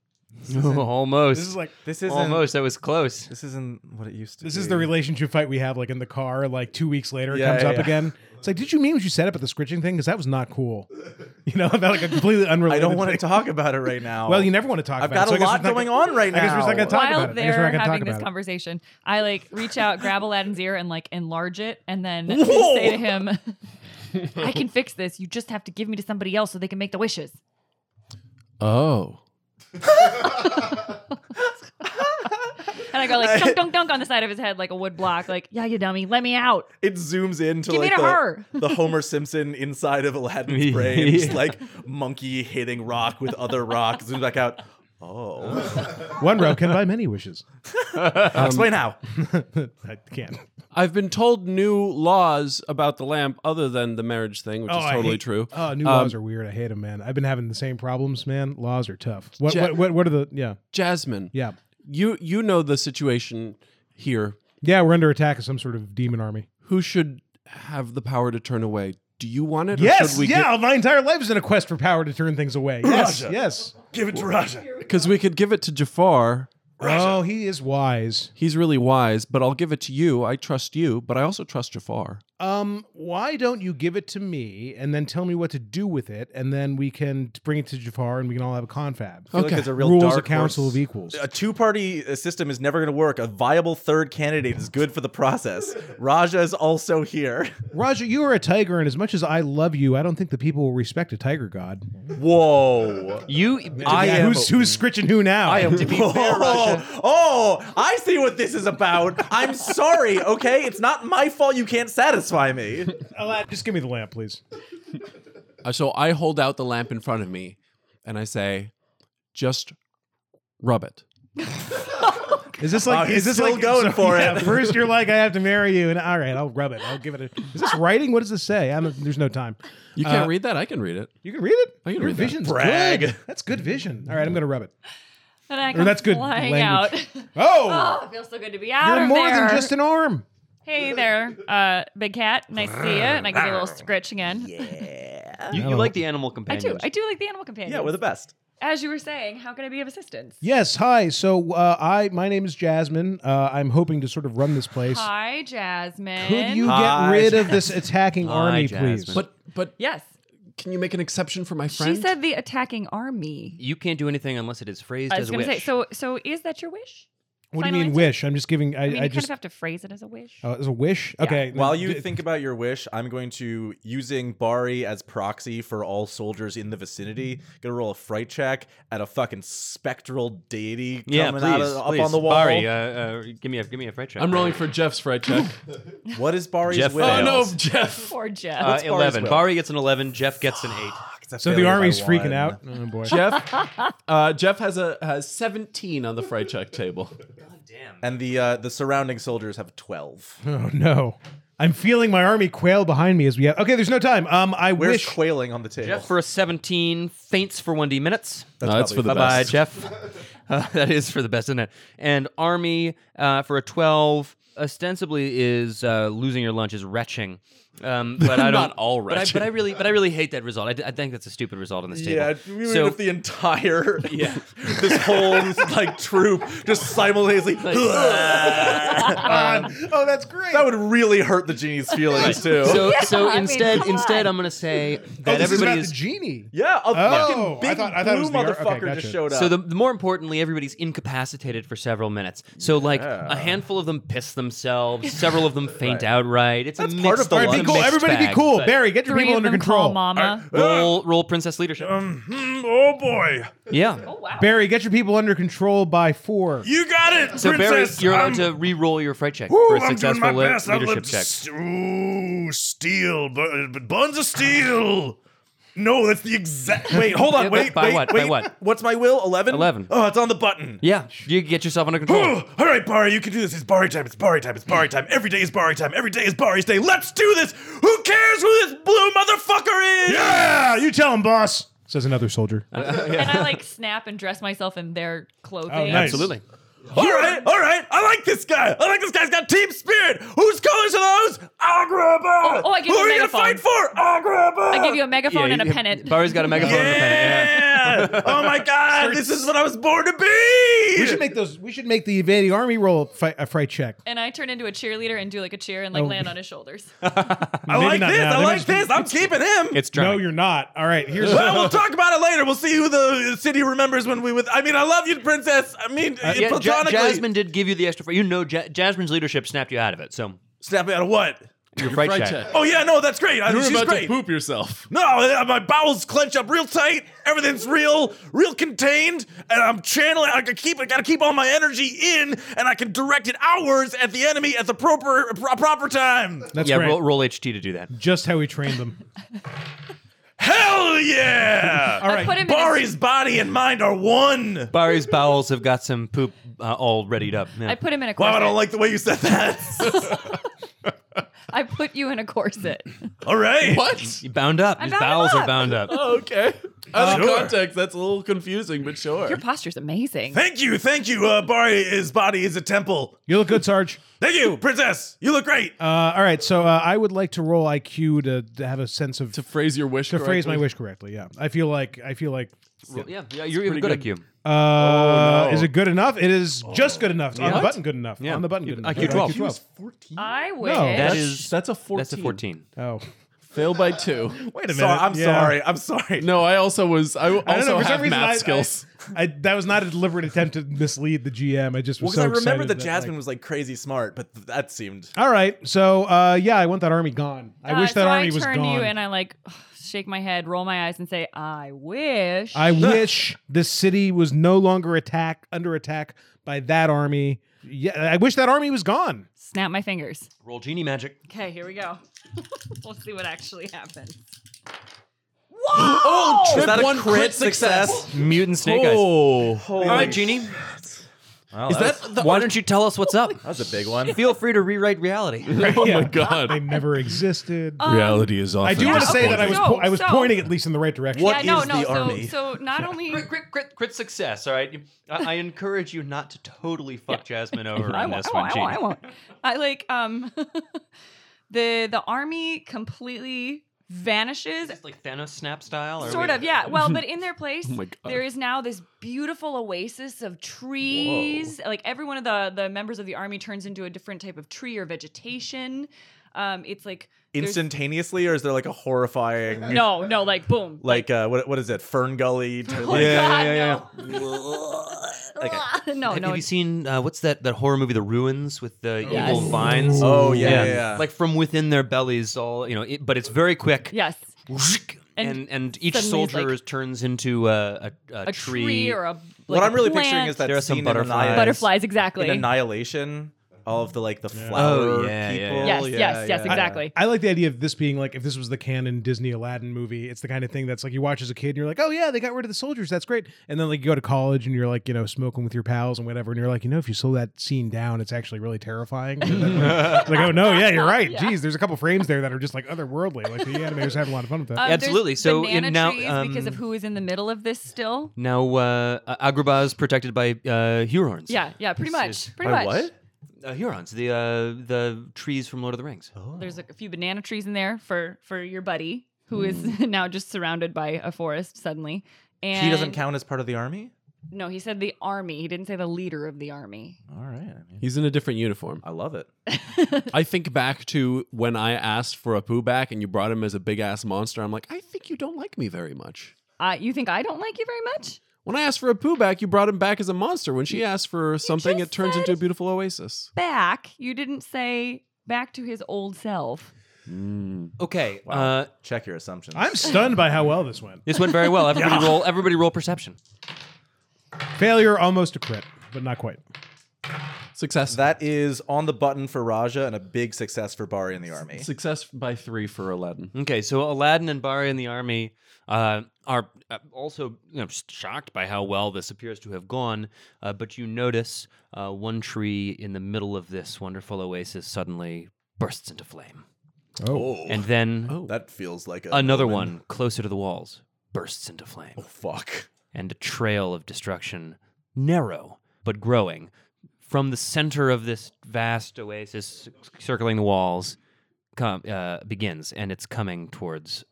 B: almost.
E: This is like
D: this isn't
B: almost. That was close.
D: this isn't what it used to
E: this
D: be.
E: is the relationship fight we have like in the car. Like two weeks later, it
D: Yeah,
E: comes
D: yeah,
E: up
D: yeah.
E: again. It's like, did you mean what you said up at the scritching thing? Because that was not cool. You know, about like a completely
D: I
E: unrelated.
D: don't want to
E: thing.
D: talk about it right now.
E: Well, you never want to talk.
D: I've got
E: about it, so
D: a
E: I guess
D: lot
E: we're not
D: going
E: gonna-
D: on right now.
E: I guess we're just not gonna talk
C: While
E: about it. I guess we're
C: they're
E: not gonna talk
C: having this
E: about it.
C: conversation, I like reach out, grab Aladdin's ear, and like enlarge it, and then
D: Whoa!
C: say to him, "I can fix this. You just have to give me to somebody else so they can make the wishes."
A: Oh.
C: And I go like dunk, dunk, dunk on the side of his head like a wood block. Like, yeah, you dummy, let me out.
D: It zooms in to
C: Give me
D: like
C: to
D: the,
C: her.
D: the Homer Simpson inside of Aladdin's brain, just like monkey hitting rock with other rock. Zooms back out. Oh,
E: One row can buy many wishes. Um,
D: explain how.
E: I can't.
A: I've been told new laws about the lamp other than the marriage thing, which is
E: I
A: totally
E: hate-
A: true.
E: Oh, new
D: Um,
E: laws are weird. I hate them, man. I've been having the same problems, man. Laws are tough. What?
A: Ja-
E: what, what? What are the? Yeah,
A: Jasmine,
E: yeah,
A: you you know the situation here.
E: yeah. We're under attack of some sort of demon army.
A: Who should have the power to turn away? Do you want it? or
E: Yes,
A: should we
E: yeah. my entire life is in a quest for power to turn things away. Yes, yes.
D: Give it to Raja.
A: Because we could give it to Jafar.
E: Oh, he is wise.
A: He's really wise, but I'll give it to you. I trust you, but I also trust Jafar.
E: Um, why don't you give it to me and then tell me what to do with it, and then we can t- bring it to Jafar and we can all have a confab.
D: I feel like it's a real
E: Rules
D: dark
E: a council
D: horse.
E: of equals.
D: A two-party uh, system is never going to work. A viable third candidate is good for the process. Raja is also here.
E: Raja, you are a tiger, and as much as I love you, I don't think the people will respect a tiger god.
D: Whoa!
B: You,
D: I
E: Yeah,
D: am-
E: who's who's scritching who now? I am.
D: Oh, oh, I see what this is about. I'm sorry, okay? It's not my fault you can't satisfy me.
E: Oh, just give me the lamp, please.
A: Uh, So I hold out the lamp in front of me and I say, just rub it.
E: Is this like?
D: Oh, he's
E: is this
D: still
E: like
D: going for
E: yeah,
D: it.
E: First, you're like, I have to marry you, and all right, I'll rub it. I'll give it. a... Is this writing? What does this say? I'm. there's no time.
A: You can't read that? I can read it.
E: You can read it.
A: I can
E: Your
A: read that.
E: vision's
D: Brag.
E: good. That's good vision. All right, I'm gonna rub it.
C: And I
E: Or
C: come
E: that's good
C: flying
E: language.
C: out.
E: Oh,
C: Oh, it feels so good to be out
E: you're
C: of
E: more
C: there.
E: than just an arm.
C: hey there, uh, big cat. Nice to see you. And I give you a little scritch again. Uh,
B: you, you like the animal
C: I
B: companions.
C: do. I do like the animal companion.
D: Yeah, we're the best.
C: As you were saying, how can I be of assistance?
E: Yes, hi. So uh, I, my name is Jasmine. Uh, I'm hoping to sort of run this place.
C: Hi, Jasmine.
E: Could you
D: Hi,
E: get rid of this attacking army, please?
B: Jasmine.
A: But but
C: Yes.
A: can you make an exception for my friend?
C: She said the attacking army.
B: You can't do anything unless it is phrased
C: I
B: as
C: was
B: a
C: going
B: wish.
C: to say, so so is that your wish?
E: What do you
C: Final
E: mean
C: answer?
E: wish? I'm just giving. I, I,
C: I mean, you
E: just
C: kind of have to phrase it as a wish.
E: oh, it's a wish. Okay.
D: While you
E: d-
D: think about your wish, I'm going to using Bari as proxy for all soldiers in the vicinity.
E: Mm-hmm.
D: Gonna roll a fright check at a fucking spectral deity
B: yeah,
D: coming
B: please,
D: out of, up
B: please.
D: on the wall.
B: Bari, uh, uh, give me a give me a fright check.
A: I'm rolling for Jeff's fright check.
D: What is Bari's
B: Jeff
D: will?
A: oh no,
B: Fails.
A: Jeff.
C: Poor Jeff.
B: Uh,
D: Bari's
B: eleven.
D: will?
B: Bari gets an eleven. Jeff gets an eight.
D: It's a
E: so the
D: failure by
E: army's
D: one.
E: freaking out. Oh boy.
A: Jeff uh, Jeff has a has 17 on the fright check table.
D: And the uh, the surrounding soldiers have twelve.
E: Oh no. I'm feeling my army quail behind me as we have. Okay, there's no time. Um, I
D: Where's
E: wish.
D: quailing on the table?
F: Jeff for a 17, faints for 1D minutes.
A: No, that's for the
F: Bye bye,
A: best.
F: Jeff. Uh, that is for the best, isn't it? And Army uh, for a 12 ostensibly is uh, losing your lunch is retching. Um, but I don't
A: Not all
F: but I- But I,
A: retching.
F: really, but I really hate that result. I, d- I think that's a stupid result on this table.
D: Yeah, we would
F: So-
D: if the entire yeah this whole like troop just simultaneously.
E: oh, that's great.
D: that would really hurt the genie's feelings too.
F: So,
C: Yeah,
F: so
C: I mean,
F: instead,
C: come on.
F: instead, I'm going to say
E: oh,
F: that
E: this is
F: everybody
E: about
F: is.
E: the genie.
D: yeah, a
E: I
D: fucking big
E: thought- I thought it
D: blue
E: was the ar- okay,
D: motherfucker
E: gotcha.
D: just showed up.
F: So the, the more importantly, everybody's incapacitated for several minutes. So like a handful of them piss themselves, several of them faint outright. It's
D: That's
F: a
D: part
F: mixed,
D: of the
E: All right,
D: It's
E: be
D: a
E: cool.
F: mixed
E: Everybody, be
F: bag,
E: cool.
F: but
E: Barry, get your
C: Three
E: people
C: of
E: under
C: them call
E: control.
C: mama.
F: Roll, roll princess leadership.
D: Mm, oh boy,
F: yeah.
C: wow.
E: Barry, get your people under control by four.
D: you got it,
F: So Barry,
D: princess.
F: you're allowed
D: I'm-
F: to re-roll your fright check
D: Ooh,
F: for a
D: I'm doing my
F: successful le-
D: best. I
F: leadership
D: love
F: check.
D: s- Ooh, steel, bu- bu- buns of steel. No, that's the exact. Wait, hold
F: Yeah,
D: on.
F: but
D: Wait,
F: by
D: wait,
F: what? By
D: wait.
F: what?
D: What's my will? Eleven.
F: 11.
D: Oh, it's on the button.
F: Yeah, you get yourself under control.
D: Oh, all right, Barry, you can do this. It's Barry time. It's Barry time. It's Barry time. Every day is Barry time. Every day is Barry's day. Let's do this. Who cares who this blue motherfucker is?
E: Yeah, you tell him, boss. Says another soldier.
C: And I like snap and dress myself in their clothing.
E: Oh, nice.
F: Absolutely.
D: All right, all right. I like this guy. I like this guy's got team spirit. Whose colors are those? Agrabah.
C: oh, I give
D: Who
C: you a
D: are you gonna
C: megaphone.
D: fight for? Agrabah.
C: I give you a megaphone
F: Yeah,
C: and a
F: you-
C: pennant.
F: Barry's got a megaphone and a pennant. yeah.
D: Yeah. oh my God. This is what I was born to be.
E: We should make those. We should make the invading army roll fi- a fright check.
C: and I turn into a cheerleader and do like a cheer and like
E: Oh.
C: land on his shoulders.
D: I like
E: not
D: this.
E: now.
D: I
E: They
D: like
E: just-
D: this. I'm keeping him.
F: It's
E: No,
F: drunk.
E: you're not. All right, here's.
D: well, we'll talk about it later. We'll see who the city remembers when we with. I mean, I love you, princess. I mean,
F: yeah, Ja-
D: platonically.
F: Jasmine did give you the extra. fr- You know, Ja- Jasmine's leadership snapped you out of it. So
D: Snap me out of what?
F: your fright,
A: Fright
F: check.
A: check.
D: Oh yeah, no, that's great. I,
A: You were
D: she's
A: about
D: great.
A: to poop yourself.
D: No, uh, my bowels clench up real tight. Everything's real, real contained, and I'm channeling. I can keep. I gotta keep all my energy in, and I can direct it outwards at the enemy at the proper pro- proper time.
E: That's
F: Yeah,
E: great.
F: roll, roll HT to do that.
E: Just how we trained them.
D: Hell yeah!
E: All right.
C: Put him in
D: Bari's
C: his,
D: body and mind are one.
F: Barry's bowels have got some poop uh, all readied up. Yeah.
C: I put him in a
D: Wow,
C: corset.
D: I don't like the way you said that.
C: I put you in a corset.
D: All right.
A: What?
F: You bound up. His
C: bound
F: bowels
C: up.
F: are bound up.
A: Oh, okay. Out of
D: Sure.
A: context, that's a little confusing, but sure.
C: Your posture's amazing.
D: Thank you, thank you. Uh, Bari's body is a temple.
E: You look good, Sarge.
D: Thank you, princess. You look great.
E: Uh, all right, so uh, I would like to roll IQ to, to have a sense of
A: to
E: to,
A: phrase your wish.
E: phrase my
A: correctly.
E: wish correctly. Yeah, I feel like I feel like
F: Yeah, yeah you're even good, at Q.
E: uh, is it good enough? It is just good enough. It's On the
F: What?
E: button, good enough.
F: Yeah.
E: On the button,
F: You-
E: good enough.
F: IQ 12.
A: He was 14.
C: I wish.
E: That
F: That
A: That's-
F: is
A: that's a 14.
F: That's a 14.
E: Oh,
A: Fail by two.
E: wait a minute.
D: So, I'm
E: Yeah.
D: sorry. I'm sorry.
A: No, I also was. I also
E: I don't know. For
A: have
E: some reason,
A: math
E: I,
A: skills.
E: I, I, that was not a deliberate attempt to mislead the GM. I just
D: Well,
E: was
D: because I
E: so
D: remember
E: excited
D: that
E: that,
D: Jasmine
E: like-
D: was like crazy smart, but th- that seemed.
E: all right, so uh, yeah, I want that army gone. I wish
C: Uh,
E: that
C: so
E: army
C: I
E: was
C: turn
E: gone.
C: you and I like shake my head, roll my eyes, and say, "I wish."
E: I wish this city was no longer attack under attack by that army. Yeah, I wish that army was gone.
C: Snap my fingers.
F: Roll genie magic.
C: Okay, here we go. we'll see what actually happens.
A: Oh,
D: Is
A: trip
D: that a
A: one
D: crit
A: crit success.
D: success?
F: Mutant snake eyes.
A: Oh,
F: All right, genie.
A: is that the?
F: Why don't you tell us what's up?
D: That's a big one.
F: Feel free to rewrite reality.
A: Oh
E: Yeah.
A: my
E: They
A: god!
E: never existed.
A: Reality is off.
E: I do
C: Uh, Yeah,
E: want to say
C: okay,
E: that I was
C: so-
E: po- I was
C: so-
E: pointing at least in the right direction.
D: What
C: yeah, no,
D: is
C: no.
D: the
C: so,
D: army?
C: so not only
F: Crit, crit, crit success. All right. You- I, I encourage you not to totally fuck Jasmine over
C: I
F: on
C: won't.
F: this
C: I
F: one,
C: won't. I won't. I
F: Genie.
C: won't. I like um, the the army completely vanishes.
F: It's like Thanos snap style. or
C: Sort
F: we-
C: of, yeah. Well, but in their place,
A: my God.
C: there is now this beautiful oasis of trees. Like every one of the the members of the army turns into a different type of tree or vegetation. Um, it's like there's-
D: Instantaneously, or is there like a horrifying,
C: No, no, like boom. Oh
D: like uh, what what is it, Fern Gully? To, like,
F: Yeah,
C: God,
F: yeah, yeah,
C: no. no,
F: Have,
C: no.
F: have you seen uh, what's that that horror movie, The Ruins, with the
C: Yes.
F: evil vines?
D: Oh yeah, yeah. yeah.
F: Like from within their bellies, all you know. It, but it's very quick.
C: yes. And
F: And, and each
C: suddenly it's
F: soldier
C: like-
F: is, turns into a, a, a,
C: A tree, or a like
D: what
C: a
D: I'm really
C: plant.
D: picturing is that
F: There are some
D: scene in
F: butterflies.
D: Annihilation-
C: butterflies exactly.
D: in Annihilation
G: all of the like the
F: Oh,
G: flower
B: yeah, yeah,
G: people.
C: Yes,
G: Yeah,
C: yes, yes,
G: yeah.
C: exactly.
E: I like the idea of this being like if this was the canon Disney Aladdin movie, it's the kind of thing that's like you watch as a kid and you're like, oh yeah, they got rid of the soldiers, that's great. And then like you go to college and you're like, you know, smoking with your pals and whatever, and you're like, you know, if you slow that scene down, it's actually really terrifying. It's like, oh no, yeah, you're right. Geez, there's a couple frames there that are just like otherworldly. Like the animators having a lot of fun with that.
C: Um, there's
B: Absolutely. So,
C: banana
B: in- now,
C: trees because of
B: um,
C: who is in the middle of this still.
B: Now, uh, Agrabah is protected by uh, Hurons.
C: Yeah, yeah, pretty
B: This
C: much, pretty much.
B: Uh, Hurons, the uh, the trees from Lord of the Rings.
C: There's a few banana trees in there for for your buddy who is now just surrounded by a forest suddenly. And
G: Hmm. She doesn't count as part of the army.
C: No, he said the army. He didn't say the leader of the army.
G: All right, I mean,
A: He's in a different uniform.
G: I love it.
A: I think back to when I asked for a poo back and you brought him as a big ass monster. I'm like, I think you don't like me very much.
C: Uh, you think I don't like you very much?
A: When I asked for a poo back, you brought him back as a monster. When she asked for something,
C: just
A: it turns
C: said-
A: into a beautiful oasis.
C: Back. You didn't say back to his old self.
B: Okay. Uh,
G: Check your assumptions.
E: I'm stunned by how well this went.
B: this went very well. Everybody roll. Everybody roll perception.
E: Failure almost a crit, but not quite.
A: Success.
G: That is on the button for Raja and a big success for Bari in the army.
A: Success by three for Aladdin.
B: Okay, so Aladdin and Bari in the army uh, are uh, also you know, just shocked by how well this appears to have gone. Uh, but you notice uh, one tree in the middle of this wonderful oasis suddenly bursts into flame,
E: Oh,
B: and then
G: That feels like a
B: another one closer to the walls bursts into flame,
G: Fuck.
B: and a trail of destruction, narrow but growing, from the center of this vast oasis c- circling the walls, com- uh, begins, and it's coming towards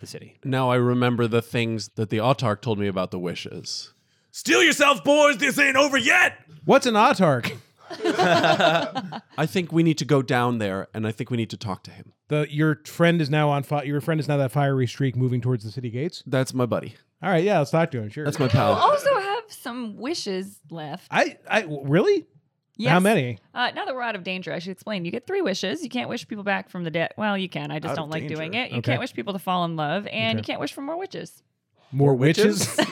B: the city.
A: Now I remember the things that the Autark told me about the wishes.
D: Steal yourself, boys. This ain't over yet.
E: what's an autark?
A: I think we need to go down there and I think we need to talk to him.
E: The your friend is now on fire. Your friend is now that fiery streak moving towards the city gates.
A: That's my buddy.
E: All right, yeah, let's talk to him. Sure.
A: That's my
E: Oh.
A: pal.
C: Also have some wishes left.
E: I I really
C: Yes.
E: how many?
C: Uh, now that we're out of danger, I should explain. You get three wishes. You can't wish people back from the dead. Well, you can. I just
G: Out
C: don't
G: of
C: like
G: danger.
C: doing it. You
E: Okay.
C: can't wish people to fall in love, and you can't wish for more witches.
E: More witches?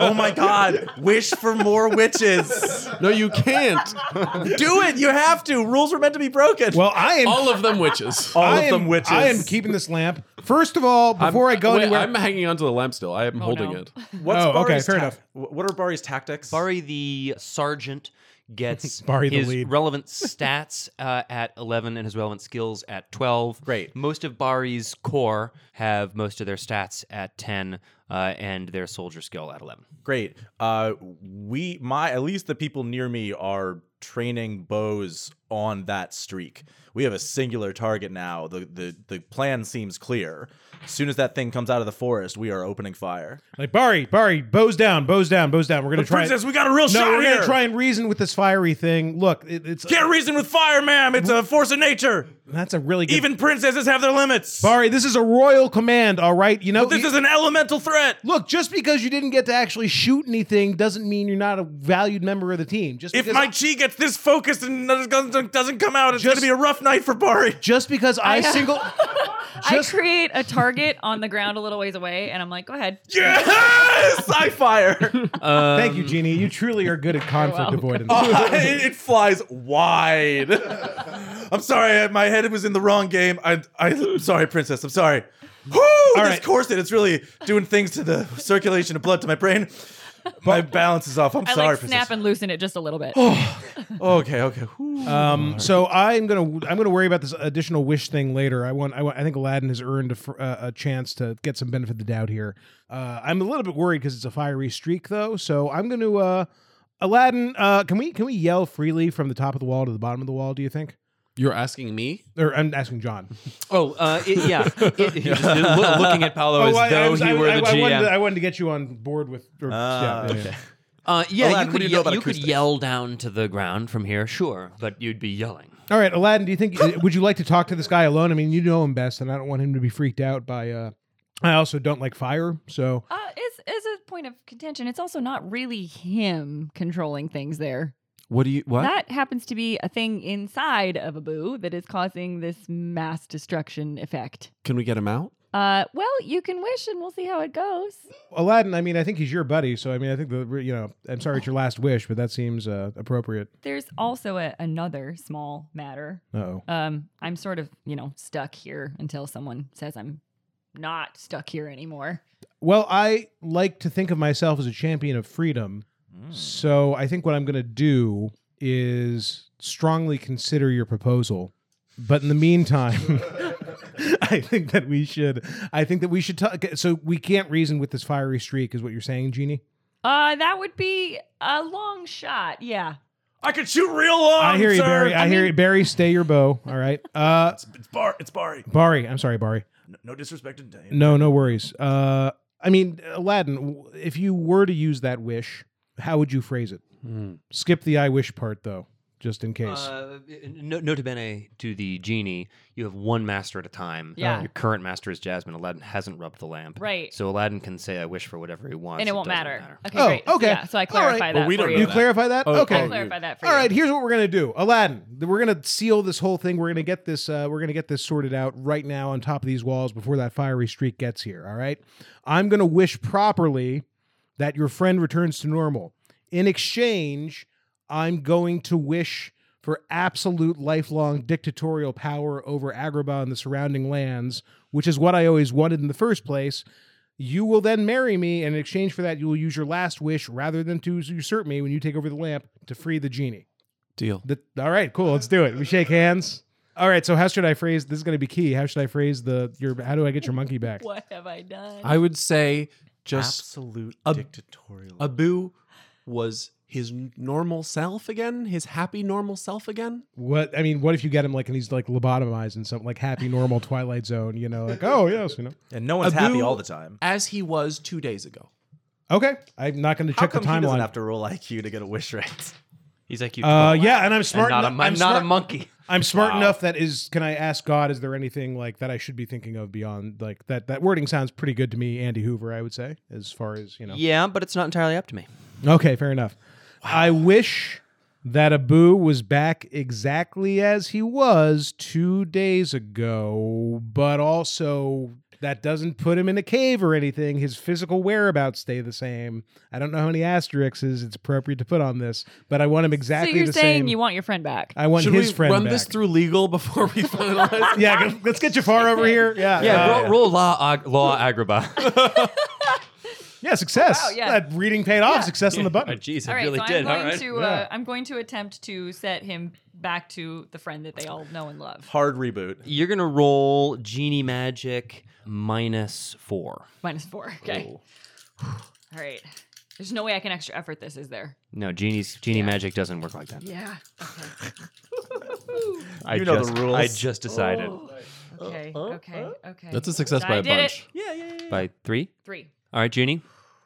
G: Oh my god. Wish for more witches.
A: No, you can't.
G: Do it. You have to. Rules were meant to be broken.
E: well, I am.
A: All of them witches.
G: All
E: I
G: of them
E: am-
G: witches.
E: I am keeping this lamp. First of all, before i go
A: Wait,
E: anywhere,
A: I'm hanging onto the lamp still. I am holding
C: no.
A: it.
G: What's
E: Oh, okay,
G: Bari's
E: fair
G: tac-
E: enough.
G: wh- What are Bari's tactics?
B: Bari the sergeant gets
E: Bari the
B: his
E: lead.
B: relevant stats uh, at 11 and his relevant skills at 12.
A: Great.
B: Most of Bari's core have most of their stats at 10 uh, and their soldier skill at 11.
G: Great. Uh, we, my, at least the people near me are training bows on that streak. We have a singular target now. The, the, the plan seems clear. As soon as that thing comes out of the forest, we are opening fire.
E: like Bari, Bari, bows down, bows down, bows down. We're gonna try.
D: Princess, we got a real
E: no,
D: shot
E: we're
D: here.
E: gonna try and reason with this fiery thing. Look, it, it's
D: Can't reason with fire, ma'am. It's a force of nature.
E: that's a really good.
D: Even princesses have their limits.
E: Bari, this is a royal command. All right, you know.
D: This
E: you-
D: is an elemental threat.
E: Look, just because you didn't get to actually shoot anything doesn't mean you're not a valued member of the team. Just
D: If
E: because,
D: my chi gets this focused and doesn't doesn't come out, it's
E: Just-
D: gonna be a rough night for Bari.
E: just because I,
C: I-
E: single, just
C: I create a target on the ground a little ways away, and I'm like, go ahead.
D: Yes, I fire.
E: thank you, Jeannie. You truly are good at conflict avoidance.
D: Oh, it, it flies wide. I'm sorry, I- my head was in the wrong game. I, I, am sorry, princess. I'm sorry. Whoo! this
E: right.
D: corset, it's really doing things to the circulation of blood to my brain. My balance is off. I'm
C: I
D: sorry,
C: like snap
D: princess.
C: and loosen it just a little bit.
D: Okay, okay. Whew.
B: Oh,
E: Um, so I'm gonna I'm gonna worry about this additional wish thing later. I want I, want, I think Aladdin has earned a, fr- uh, a chance to get some benefit of the doubt here. Uh, I'm a little bit worried because it's a fiery streak though. So I'm gonna uh, Aladdin. Uh, can we can we yell freely from the top of the wall to the bottom of the wall? Do you think?
A: You're asking me?
E: Or I'm asking John.
B: Oh, uh, it- yeah. It- he was just loo- looking at Paolo as
E: Oh, I,
B: though
E: was-
B: he
E: I-
B: were
E: I-
B: the
E: I
B: GM.
E: wanted, to, I wanted to get you on board with. Or,
G: Ah,
E: yeah, yeah, yeah.
B: uh, yeah, you,
G: Aladdin, what
B: could,
G: do you know
B: ye-
G: about
B: you could
G: acoustics?
B: yell down to the ground from here, sure, but you'd be yelling.
E: All right, Aladdin. Do you think uh, would you like to talk to this guy alone? I mean, you know him best, and I don't want him to be freaked out by. Uh, I also don't like fire, so
C: Uh,
D: Oh.
C: as, as a point of contention, it's also not really him controlling things there.
A: What do you what?
C: That happens to be a thing inside of Abu that is causing this mass destruction effect.
A: Can we get him out?
F: Uh, well, you can wish, and we'll see how it goes.
E: Aladdin, I mean, I think he's your buddy, so I mean, I think the you know, I'm sorry it's your last wish, but that seems uh, appropriate.
C: There's also a, another small matter.
E: Oh,
C: Um, I'm sort of, you know, stuck here until someone says I'm not stuck here anymore.
E: well, I like to think of myself as a champion of freedom, so I think what I'm going to do is strongly consider your proposal, but in the meantime. I think that we should. I think that we should talk. So we can't reason with this fiery streak, is what you're saying, Jeannie.
C: Uh, that would be a long shot. Yeah.
D: I can shoot real long.
E: I hear you,
D: Um, sir.
E: Barry. I, hear you, Barry. Stay your bow. All right. Uh,
D: It's Bar. It's Barry.
E: Barry. I'm sorry, Barry.
D: No, no disrespect to Dane.
E: No, no worries. Uh, I mean, Aladdin, w- if you were to use that wish, how would you phrase it?
D: Hmm.
E: Skip the I wish part, though, just in case.
B: Uh, no, nota bene to the genie, you have one master at a time.
C: Yeah.
B: Your current master is Jasmine. Aladdin hasn't rubbed the lamp.
C: Right.
B: So Aladdin can say, I wish for whatever he wants.
C: and it won't
B: doesn't
C: matter. Okay,
E: Oh,
C: great.
E: okay.
C: Yeah, so I
E: All right.
C: clarify that
D: But we
C: for
D: don't
C: you.
E: you
D: know that.
E: clarify that?
D: Oh,
E: okay.
C: I'll clarify that for
E: All
C: you.
E: right, here's what we're gonna do, Aladdin. th- We're gonna seal this whole thing. We're gonna get this. Uh, we're gonna get this sorted out right now on top of these walls before that fiery streak gets here. All right. I'm gonna wish properly that your friend returns to normal. In exchange, I'm going to wish for absolute lifelong dictatorial power over Agrabah and the surrounding lands, which is what I always wanted in the first place. You will then marry me, and in exchange for that, you will use your last wish rather than to usurp me when you take over the lamp to free the genie.
A: Deal.
E: The, all right, cool. Let's do it. We shake hands. All right. So how should I phrase? This is going to be key. How should I phrase the your? How do I get your monkey back?
C: What have I done?
A: I would say just
G: Absolute
A: a-
G: dictatorial.
A: Abu was his n- normal self again, his happy normal self again.
E: What I mean? What if you get him like and he's like lobotomized in something like happy normal Twilight Zone? You know, like oh yes, you know.
G: and no one's
A: Abu-
G: happy all the time.
A: As he was two days ago.
E: Okay, I'm not going to
G: How
E: check the
G: come he doesn't
E: timeline.
G: have to roll IQ to get a wish right?
B: He's like, you.
E: uh, yeah, and I'm smart.
B: not, a,
E: enough,
B: mon-
E: I'm
B: not
E: smart,
B: a monkey.
E: I'm smart enough that is. Can I ask God? Is there anything like that I should be thinking of beyond like that? That wording sounds pretty good to me, Andy Hoover. I would say, as far as you know.
B: Yeah, but it's not entirely up to me.
E: Okay, fair enough. I wish that Abu was back exactly as he was two days ago, but also that doesn't put him in a cave or anything. His physical whereabouts stay the same. I don't know how many asterisks it's appropriate to put on this, but I want him exactly
C: so you're
E: the
C: saying
E: same.
C: you want your friend back?
E: I want
A: Should
E: his
A: we
E: friend
A: run
E: back.
A: this through legal before we finalize?
E: Yeah, go- let's get Jafar over here. Yeah,
B: Yeah,
E: uh,
B: roll, roll law, ag- law agrabah.
E: yeah, success.
C: Oh, Wow, yeah.
E: That reading paid off. Success on the button.
B: Oh, Jeez,
C: All
B: I
C: right,
B: really
C: so
B: did.
C: I'm going
B: All right.
C: to uh, I'm going to attempt to set him back to the friend that they all know and love.
G: Hard reboot.
B: You're going to roll genie magic minus four.
C: Minus four. Okay. All right. There's no way I can extra effort this, is there?
B: No, genie's genie magic doesn't work like that.
C: Yeah.
B: I
G: You know the
B: just,
G: rules.
B: I just decided
C: Okay. Okay. Okay.
A: That's a success
C: I
A: by a
C: did
A: bunch.
C: It.
B: by three.
C: Three.
B: All right, genie,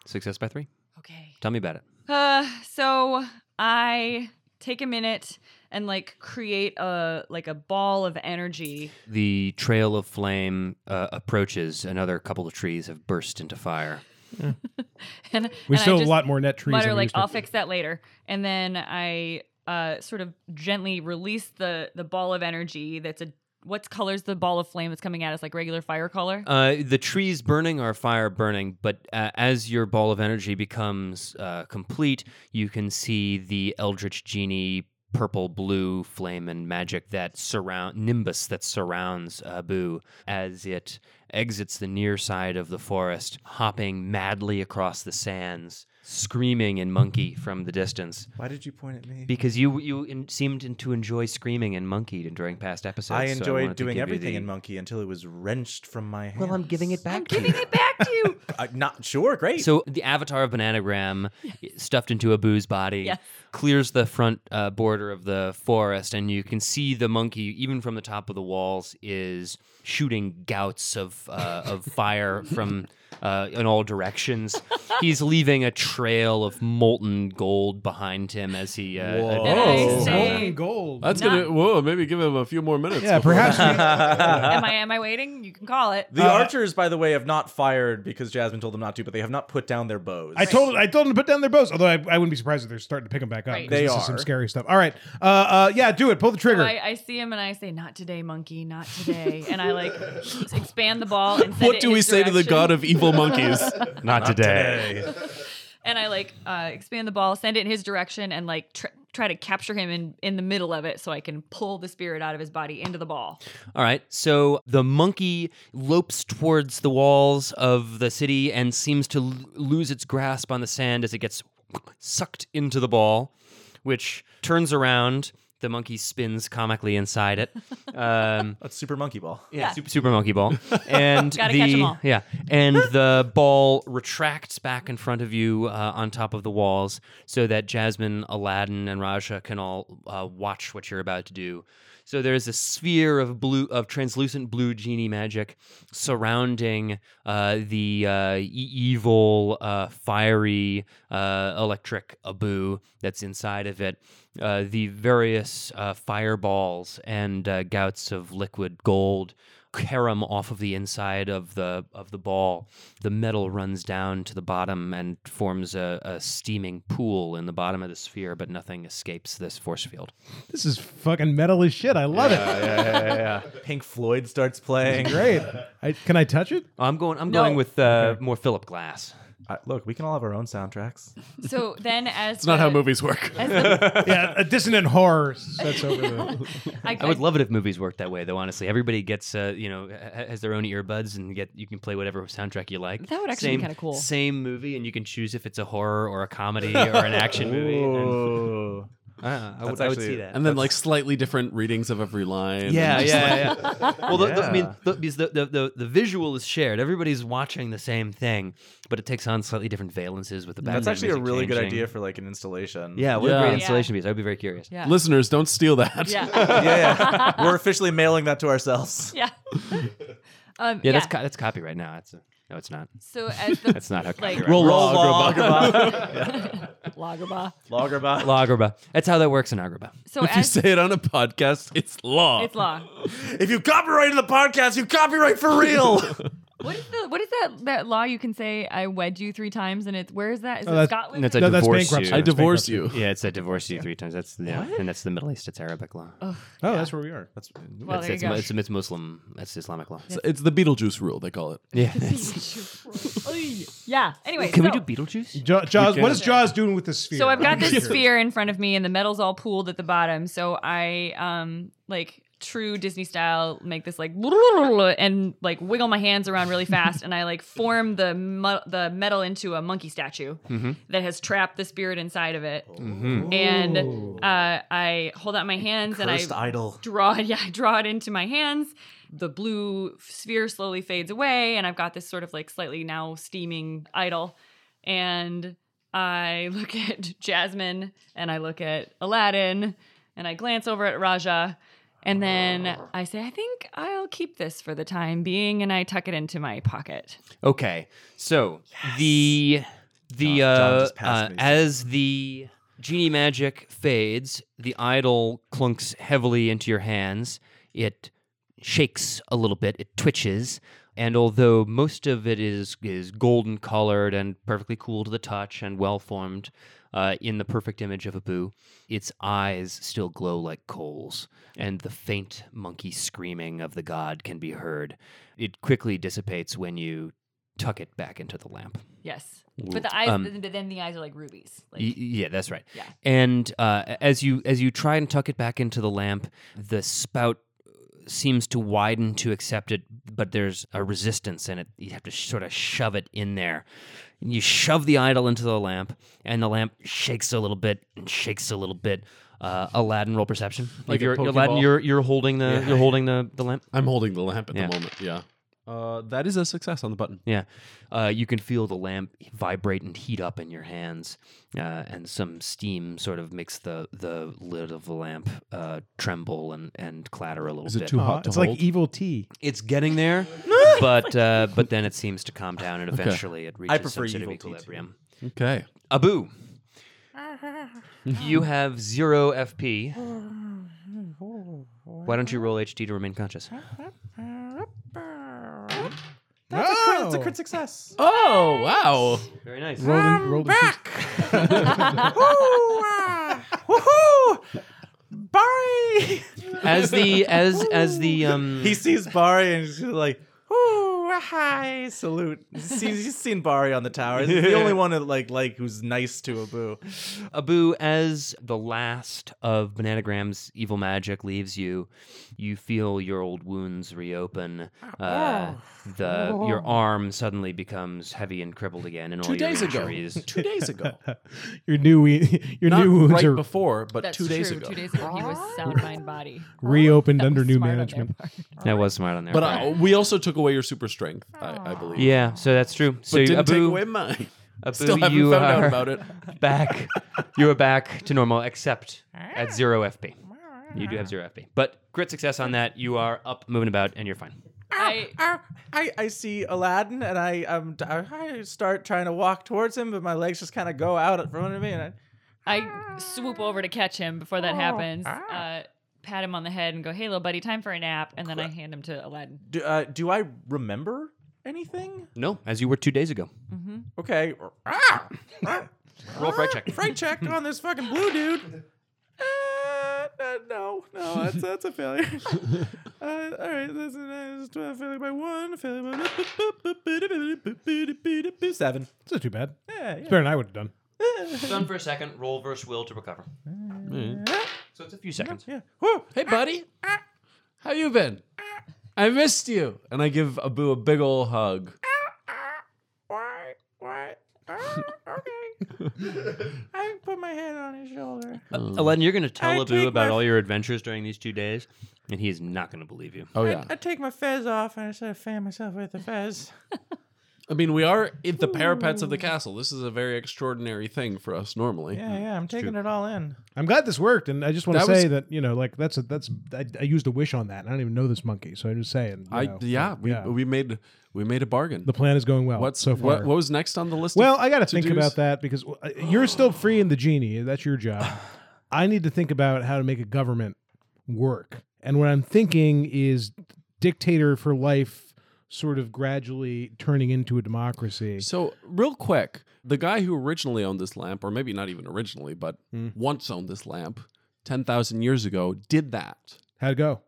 B: success by three.
C: Okay.
B: Tell me about it.
C: Uh, so I take a minute and like create a like a ball of energy.
B: The trail of flame uh, approaches. Another couple of trees have burst into fire.
C: And and
E: We
C: I
E: still have
C: just
E: a lot more net trees.
C: mutter
E: than we
C: like
E: used to.
C: I'll fix that later, and then I uh sort of gently release the the ball of energy that's a what's colors the ball of flame that's coming at us like regular fire color.
B: Uh, the trees burning are fire burning, but uh, as your ball of energy becomes uh, complete, you can see the eldritch genie purple blue flame and magic that surround nimbus that surrounds abu as it exits the near side of the forest hopping madly across the sands screaming in monkey from the distance
G: Why did you point at me?
B: because you you in, seemed in- to enjoy screaming in monkey during past episodes
G: I
B: so
G: enjoyed
B: wanted to give
G: doing
B: you
G: everything
B: the-
G: in Monkey until it was wrenched from my hand.
B: well i'm giving it back to you
C: Giving it back to you.
G: Uh, not sure. Great.
B: So the avatar of Bananagram, stuffed into Abu's body,
C: Yes.
B: clears the front uh, border of the forest, and you can see the monkey, even from the top of the walls, is shooting gouts of uh, of fire from uh, in all directions. He's leaving a trail of molten gold behind him as he. Uh,
G: Whoa.
C: And
B: advances
C: I
B: along.
C: say,
E: gold.
A: That's
C: Not-
A: gonna whoa, maybe give him a few more minutes.
E: yeah,
A: before-
E: perhaps. we-
C: am I am I waiting? You can call it.
B: uh,
G: the archers, by the way, have not fired because Jasmine told them not to, but they have not put down their bows.
E: I told I told them to put down their bows. Although I, I wouldn't be surprised if they're starting to pick them back up.
C: Right.
E: 'cause
G: They
E: this is
G: are.
E: some scary stuff. All right, uh, uh, yeah, do it. Pull the
C: So
E: trigger.
C: I, I see him and I say, "Not today, monkey. Not today." and I like expand the ball and send
A: What
C: it
A: do
C: in
A: we
C: his
A: say to the
C: direction.
A: god of e-, evil monkeys?
B: Not today.
C: and I like uh, expand the ball, send it in his direction, and like tr- try to capture him in in the middle of it, so I can pull the spirit out of his body into the ball.
B: All right. So the monkey lopes towards the walls of the city and seems to l- lose its grasp on the sand as it gets sucked into the ball, which turns around. The monkey spins comically inside it. Um,
G: That's Super Monkey Ball.
B: yeah, Super, super monkey ball. And
C: Gotta
B: the
C: catch 'em all.
B: yeah, and the ball retracts back in front of you uh, on top of the walls, so that Jasmine, Aladdin, and Raja can all uh, watch what you're about to do. So there's a sphere of blue, of translucent blue genie magic surrounding uh, the uh, e- evil, uh, fiery, uh, electric Abu that's inside of it. Uh, the various uh, fireballs and uh, gouts of liquid gold carom off of the inside of the of the ball. The metal runs down to the bottom and forms a, a steaming pool in the bottom of the sphere, but nothing escapes this force field.
E: This is fucking metal as shit. I love it.
G: Pink Floyd starts playing.
E: Great. I, can I touch it?
B: I'm going. I'm
C: No.
B: going with uh, more Philip Glass.
G: Uh, look, we can all have our own soundtracks.
C: So then, as
A: It's not how movies work.
E: yeah, a dissonant horror sets over the.
C: I,
B: I would love it if movies worked that way, though. Honestly, everybody gets uh, you know ha- has their own earbuds and get you can play whatever soundtrack you like.
C: That would actually be
B: Same-
C: kinda cool.
B: Same movie, and you can choose if it's a horror or a comedy or an action movie. And,
G: Ooh.
B: uh, I, would,
G: That's
B: I would
G: actually-
B: see that.
A: And then like slightly different readings of every line. and
B: Yeah,
A: just,
B: yeah,
A: like,
B: yeah. Well, the, the- I mean, the, because the, the, the, the visual is shared. Everybody's watching the same thing, but it takes on slightly different valences with the background.
G: That's actually a
B: music
G: really good
B: changing.
G: idea for like an installation.
B: Yeah, what
A: Yeah.
B: a great
A: Yeah.
B: installation piece. I'd be very curious.
C: yeah,
A: Listeners, don't steal that.
C: yeah,
G: yeah, yeah. We're officially mailing that to ourselves.
C: yeah. Um,
B: Yeah, that's co- that's copyright now. That's a, no, it's not.
C: so as the
B: That's not how
C: Like-
B: copyright.
A: Roll,
G: Roll
A: log.
G: Lagerba.
C: Lagerba.
G: Lagerba.
B: Lagerba. That's how that works in Agrabah.
C: So
A: If you
C: as
A: say it on a podcast, it's law.
C: it's law.
G: If you copyrighted the podcast, you copyright for real.
C: What is the what is that that law you can say I wed you three times and it's where is that? Is
E: Oh,
C: it
E: that's-
C: Scotland?
B: That's a
E: No, that's
B: divorce.
E: bankruptcy.
B: you.
A: I
E: It's
A: divorce you.
E: bankruptcy.
B: yeah, it's a divorce you three times. That's yeah, and that's the Middle East. It's Arabic law.
E: Oh, that's where we are.
G: That's
C: well,
B: it's,
C: there you
B: it's,
C: go.
B: it's, it's Muslim. That's Islamic law.
A: It's- It's the Beetlejuice rule, they call it.
B: Yeah.
C: yeah. Anyway,
B: Can we
C: so-
B: do Beetlejuice?
E: Ja- Jaws,
A: can-
E: what is Jaws doing with the sphere?
C: So I've got this sphere in front of me, and the metal's all pooled at the bottom. So I, um, like true Disney style, make this like and like wiggle my hands around really fast, and I like form the mu- the metal into a monkey statue that has trapped the spirit inside of it. And uh, I hold out my hands and I
G: idol.
C: draw yeah I draw it into my hands the blue sphere slowly fades away and i've got this sort of like slightly now steaming idol and i look at jasmine and i look at aladdin and i glance over at raja and then i say i think i'll keep this for the time being and i tuck it into my pocket
B: Okay, so the the
G: John- John
B: uh,
G: just passed
B: uh,
G: me.
B: as the genie magic fades, the idol clunks heavily into your hands. It shakes a little bit. It twitches, and although most of it is is golden colored and perfectly cool to the touch and well formed. Uh, in the perfect image of Abu, its eyes still glow like coals, and the faint monkey screaming of the god can be heard. It quickly dissipates when you tuck it back into the lamp.
C: yes but the eyes
B: Um,
C: but then the eyes are like rubies like
B: Y- yeah, that's right.
C: Yeah.
B: And uh, as you as you try and tuck it back into the lamp, the spout uh, seems to widen to accept it, but there's a resistance in it. You have to sh- sort of shove it in there. You shove the idol into the lamp, and the lamp shakes a little bit and shakes a little bit. Uh, Aladdin, roll perception.
A: Like
B: If
A: a
B: you're
A: Pokeball.
B: Aladdin, you're you're holding the you're holding the, the lamp.
A: I'm holding the lamp at
B: Yeah.
A: the moment. Yeah. Uh, that is a success on the button.
B: Yeah. Uh, you can feel the lamp vibrate and heat up in your hands, uh, and some steam sort of makes the, the lid of the lamp uh, tremble and, and clatter a little
A: Is it
B: bit.
A: too hot to
E: it's
A: hold?
E: like evil tea.
B: it's getting there, but uh, but then it seems to calm down, and eventually it reaches some
G: prefer
B: sort of
G: evil tea too.
B: equilibrium.
A: okay.
B: Abu, you have zero FP. Why don't you roll HD to remain conscious?
G: That's,
E: Oh.
G: a crit, that's a crit success. Oh,
A: Oh wow.
B: Very nice.
E: Rolling, rolling.
G: woohoo! Bari!
B: As um, the as as the um
G: He sees Bari and he's just like, ooh, Wahi! Salute. See- He's seen Bari on the tower. He's the only one that like like who's nice to Abu.
B: Abu, as the last of Bananagram's evil magic leaves you, you feel your old wounds reopen. Uh, the your arm suddenly becomes heavy and crippled again, and all
A: Oh. Two
B: your
A: days ago.
B: injuries.
A: Two days ago.
E: Your new we- your
A: Not
E: new wounds
A: right
E: are
A: before, but
C: That's
A: two days
C: true.
A: ago.
C: Two days ago, he was sound mind body.
E: reopened
F: That
E: under
F: was
E: new
F: smart on their
E: management.
F: part.
B: That was smart on there.
A: But uh, we also took away your super strength, I, I believe.
B: yeah, so that's true. So
A: But didn't
B: Abu,
A: take away mine.
B: Abu,
A: Still haven't
B: you
A: found
F: uh,
B: are
A: out about it.
B: back. you are back to normal, except at zero FP. You do have zero FP, but great success on that. You are up, moving about, and you're fine.
C: I,
G: "Ah, I, I see Aladdin and I um I start trying to walk towards him, but my legs just kind of go out from under me. And I,
C: I swoop over to catch him before
F: Oh,
C: that happens.
F: ah.
C: Uh, pat him on the head and go, "Hey, little buddy, time for a nap." And then I hand him to Aladdin.
G: do uh, do I remember anything?
B: No, as you were two days ago.
G: Okay. Ah!
B: Roll fright check.
G: Fright check on this fucking blue dude. Uh, uh, no, no, that's that's a failure. uh, all right, that's a, that's a failure by one. a Failure by seven.
E: It's not too bad.
G: Yeah,
E: It's
G: yeah.
E: better than I would have done.
B: Stun for a second. Roll versus will to recover.
G: Uh,
B: So it's a few seconds.
G: Whew.
A: Hey, buddy. How you been? I missed you. And I give Abu a big ol' hug.
G: Why? Why? Ah, okay. I put my hand on his shoulder.
A: Oh,
B: Aladdin, you're going to tell
G: I
B: Abu
G: take
B: about
G: my-
B: all your adventures during these two days, and he is not going to believe you.
A: Oh, yeah.
G: I, I take my fez off and I sort of fan myself with the fez.
A: I mean, we are at the parapets of the castle. This is a very extraordinary thing for us normally.
G: Yeah, yeah, I'm taking it all in.
E: I'm glad this worked, and I just want to
A: That was-
E: say that you know, like that's a, that's I, I used a wish on that. and I don't even know this monkey, so I'm just saying. you
A: I
E: know,
A: yeah, we
E: yeah.
A: we made we made a bargain.
E: the plan is going well.
A: What's
E: so far?
A: What, what was next on the list?
E: well,
A: of
E: I got to think
A: to-dos?
E: about that because uh, you're still free in the genie. That's your job. I need to think about how to make a government work, and what I'm thinking is dictator for life, sort of gradually turning into a democracy.
A: So, real quick, the guy who originally owned this lamp, or maybe not even originally, but once owned this lamp, ten thousand years ago, did that.
E: How'd it go?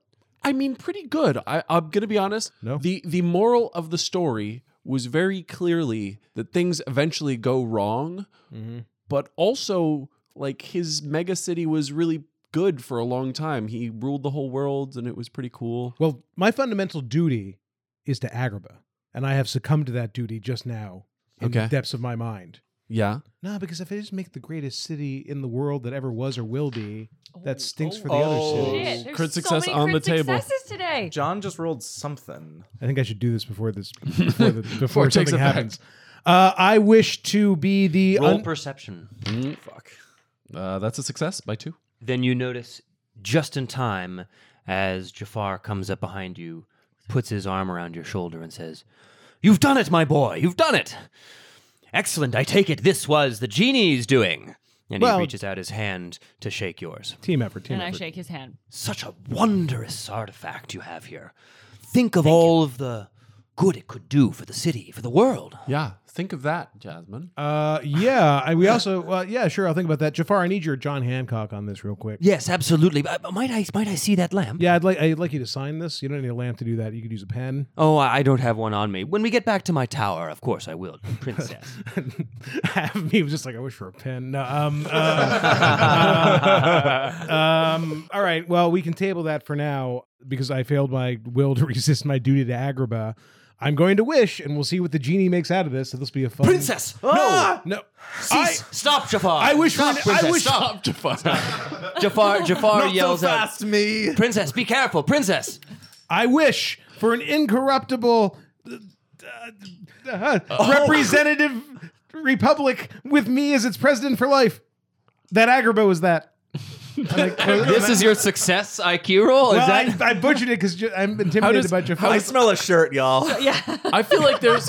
A: I mean, pretty good. I, I'm gonna be honest.
E: No.
A: The the moral of the story was very clearly that things eventually go wrong, but also like his mega city was really good for a long time. He ruled the whole world, and it was pretty cool.
E: Well, my fundamental duty is to Agrabah, and I have succumbed to that duty just now in the
A: Okay.
E: depths of my mind.
A: Yeah.
E: No, because if I just make the greatest city in the world that ever was or will be, that stinks for the
G: oh,
E: other cities.
G: shit,
A: there's Crit so success many on crit the table. successes
F: today.
G: John just rolled something.
E: I think I should do this before this before, the, before,
A: it takes
E: something
A: effect.
E: happens. Uh, I wish to be the
B: Roll
E: un-
B: perception.
A: Fuck. Uh, that's a success by two.
B: Then you notice just in time as Jafar comes up behind you, puts his arm around your shoulder, and says, You've done it, my boy! You've done it! Excellent, I take it this was the genie's doing. And
E: Well-
B: he reaches out his hand to shake yours.
E: team effort. Team
C: and I
E: effort.
C: shake his hand.
B: Such a wondrous artifact you have here. Think of all of the good it could do for the city, for the world.
A: Yeah. Think of that, Jasmine.
E: Uh, yeah, I, we also well, yeah, sure. I'll think about that. Jafar, I need your John Hancock on this real quick.
B: Yes, absolutely. Uh, Might I, might I see that lamp?
E: Yeah, I'd like I'd like you to sign this. You don't need a lamp to do that. You could use a pen.
B: Oh, I I don't have one on me. When we get back to my tower, of course I will, princess.
E: half of me was just like, I wish for a pen. No, um, uh, um, all right. Well, we can table that for now because I failed my will to resist my duty to Agrabah. I'm going to wish, and we'll see what the genie makes out of this. So this will be a fun
B: Princess! No!
E: No,
B: Cease! Stop, Jafar!
E: I wish
B: Stop,
E: we- I
B: princess,
E: wish-
B: Stop!
A: Jafar.
B: Jafar, Jafar yells out,
G: me.
B: Princess, be careful! Princess!
E: I wish for an incorruptible uh, uh,
B: Oh.
E: representative republic with me as its president for life. That Agrabah was that. I like-
B: This is your success IQ roll? Is
E: Well,
B: that...
E: I, I butchered it because I'm intimidated by Jafar.
G: I smell a shirt, y'all.
A: I feel like there's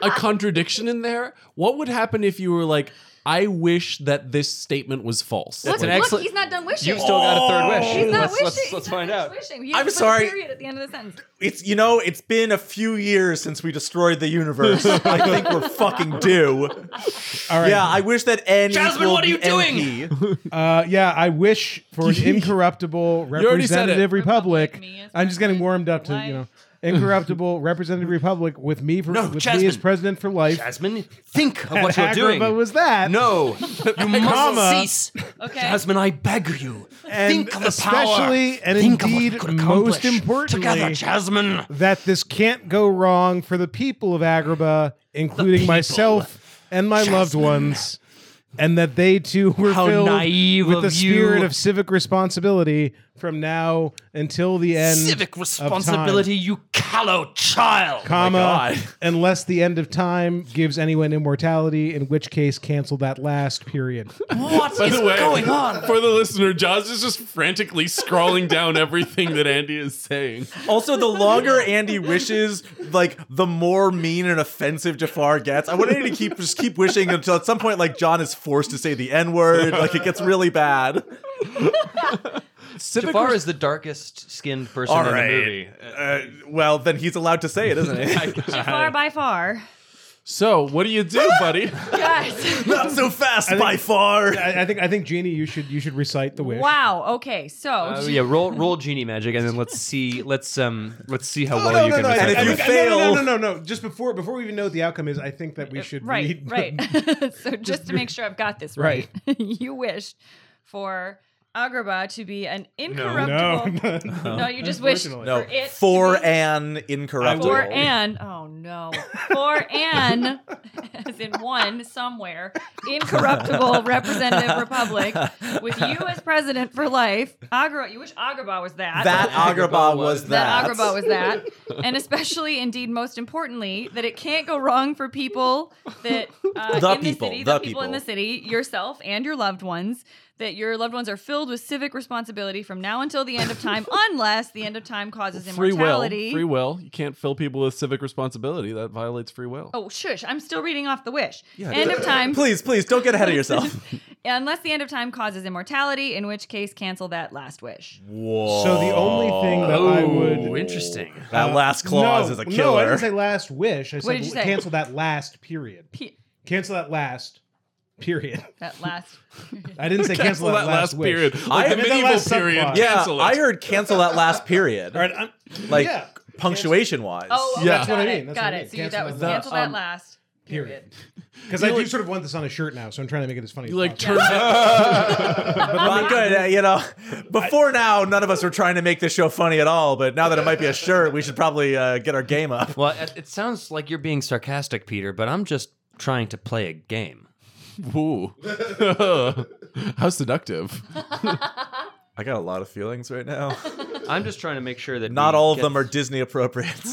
A: a contradiction in there. What would happen if you were like, I wish that this statement was false?
F: Look,
B: an
F: look,
B: excellent-
F: he's not done wishing.
B: You've still got a third wish.
F: Oh. He's not
B: let's,
F: wishing.
B: let's-
F: He's
B: let's
F: not
B: find
F: finished
B: out.
F: Wishing. He
G: I'm
F: put a
G: sorry.
F: Period at the end of the sentence.
G: It's you know, it's been a few years since we destroyed the universe. I think we're fucking due.
E: All right.
G: Yeah, I wish that N.
B: Jasmine,
G: equaled
B: what are you
G: NP.
E: Uh, yeah, I wish for an incorruptible
A: already said it.
E: representative republic.
C: Republic, me as
E: I'm just getting
C: president,
E: warmed up to you know.
C: life.
E: incorruptible representative republic with me for
B: No,
E: with me
B: Jasmine.
E: as president for life.
B: Jasmine, think of
E: And
B: what you're doing.
E: Agrippa was that.
B: No, you
E: Comma.
B: must cease,
C: Okay.
B: Jasmine. I beg you,
E: And
B: think of the
E: especially
B: power.
E: and
B: think of what
E: indeed
B: we could
E: most
B: accomplish
E: importantly-
B: together, Jasmine.
E: That this can't go wrong for the people of Agrabah, including
B: people.
E: myself and my loved
B: Jasmine.
E: ones, and that they too were
B: How
E: filled
B: naive
E: with
B: of
E: the spirit
B: you.
E: of civic responsibility from now until the end.
B: Civic
E: of
B: responsibility, you callow child.
E: time, comma,
G: God.
E: unless the end of time gives anyone immortality, in which case cancel that last period.
B: What is
A: the way,
B: going on?
A: For the listener, Jaws is just frantically scrawling down everything that Andy is saying.
G: Also, the longer Andy wishes, like the more mean and offensive Jafar gets. I want Andy to keep just keep wishing until at some point, like John is forced to say the N word. Like it gets really bad.
B: Civic Jafar is the darkest skinned person
G: All
B: in
G: right.
B: the movie.
G: Uh, well, then he's allowed to say it, isn't he?
C: far by far.
A: So, what do you do, buddy?
C: Guys.
G: Not so fast by far.
E: I, I think I think Jeannie, you should you should recite the wish.
C: Wow. Okay. So
B: Uh, yeah, roll roll genie magic, and then let's see let's um let's see how well
E: no,
B: you
E: no,
B: can.
E: no,
B: recite
E: I-
G: And if
E: I
B: that.
G: you
E: think-
G: fail-
E: no, no, no, no, no. Just before before we even know what the outcome is, I think that we should
C: Uh, right,
E: read.
C: right. so just to make sure I've got this right,
E: Right.
C: you wished for Agrabah to be an
E: No,
C: incorruptible.
E: no,
C: No, you just wished for
E: Unfortunately.
G: No,
C: it to
G: for
C: be-
G: an incorruptible.
C: for an oh no for an as in one somewhere incorruptible representative republic with you as president for life. Agra, you wish Agrabah was that.
G: That Agrabah was
C: that
G: that.
C: Agrabah was that, and especially, indeed, most importantly, that it can't go wrong for people that uh,
G: The
C: in
G: people,
C: the city,
G: the
C: the, people in the
G: people.
C: city, yourself and your loved ones, that your loved ones are filled with civic responsibility from now until the end of time, unless the end of time causes
A: Free will.
C: immortality.
A: Free will. You can't fill people with civic responsibility. That violates free will.
C: Oh, shush! I'm still reading off the wish. end of time.
G: Please, please don't get ahead of yourself.
C: Unless the end of time causes immortality, in which case cancel that last wish.
E: So the only thing that I
B: Oh,
E: would
B: interesting.
G: That last clause
E: uh, no,
G: is a
E: No, I
G: killer.
E: didn't say last wish. I said
C: did you say?
E: cancel that last period.
C: P-
E: Cancel that last period.
C: that last.
E: I didn't say cancel, that, last, wish.
A: period.
G: I
A: Like the
G: meant that
A: medieval
E: last
A: period.
E: subclause.
G: yeah,
A: Cancel it.
G: I heard cancel that last period.
E: All right, I'm,
G: Like
E: yeah,
G: punctuation wise.
C: Oh, oh,
A: Yeah.
C: got
A: That's
E: what I
C: it,
E: mean, that's
C: got
E: what I
C: it.
E: mean.
C: So you, that
E: Cancel
C: was
E: that.
C: cancel that last.
E: period.
C: Period.
E: because I do sort of want this on a shirt now, so I'm trying to make it as funny.
A: You
E: as
A: like
E: possible.
A: turn it-
G: Well, I'm good. uh, you know, before now, none of us were trying to make this show funny at all. But now that it might be a shirt, we should probably uh, get our game up.
B: Well, it, it sounds like you're being sarcastic, Peter, but I'm just trying to play a game.
A: Ooh. How seductive.
G: I got a lot of feelings right now.
B: I'm just trying to make sure that
G: Not
B: we
G: all of
B: get-
G: them are Disney appropriate.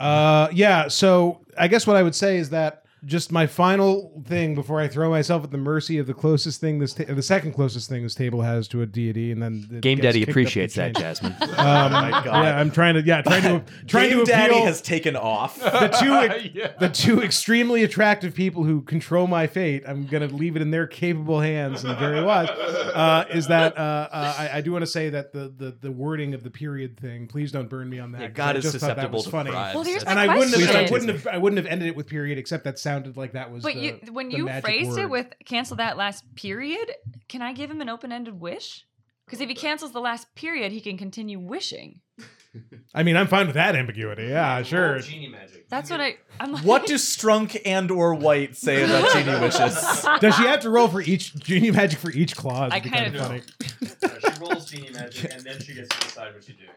E: Uh, yeah. So I guess what I would say is that just my final thing before I throw myself at the mercy of the closest thing this ta- the second closest thing this table has to a deity, and then it
B: Game
E: gets
B: Daddy
E: kicked up
B: appreciates
E: the
B: that,
E: chain.
B: Jasmine.
E: Um,
G: God.
E: Yeah, I'm trying to yeah trying to trying to
G: Game Daddy
E: appeal
G: has taken off.
E: the two the two extremely attractive people who control my fate. I'm gonna leave it in their capable hands and very wise. Uh, is that uh, uh, I, I do want to say that the, the the wording of the period thing. Please don't burn me on that.
B: Yeah,
E: 'cause
B: God
E: I
B: is
E: just thought that
B: susceptible
E: was
B: to
E: funny.
B: bribes.
F: Well, here's
B: That's-
E: And Um, I
F: My
E: wouldn't have, and I
F: question-
E: wouldn't have I wouldn't have ended it with period except that sounded like that was.
C: But
E: the,
C: you, when
E: the
C: you
E: magic
C: phrased it
E: word.
C: with cancel that last period, can I give him an open-ended wish? Because if he cancels the last period, he can continue wishing.
E: I mean, I'm fine with that ambiguity. Yeah, sure.
C: That's what I. I'm like,
G: What do Strunk and or White say about Genie wishes?
E: Does she have to roll for each genie magic for each clause?
C: I
E: It'd be
C: kind
E: kinda
C: of-
E: funny.
H: she rolls genie magic, and then she gets to decide what she's doing.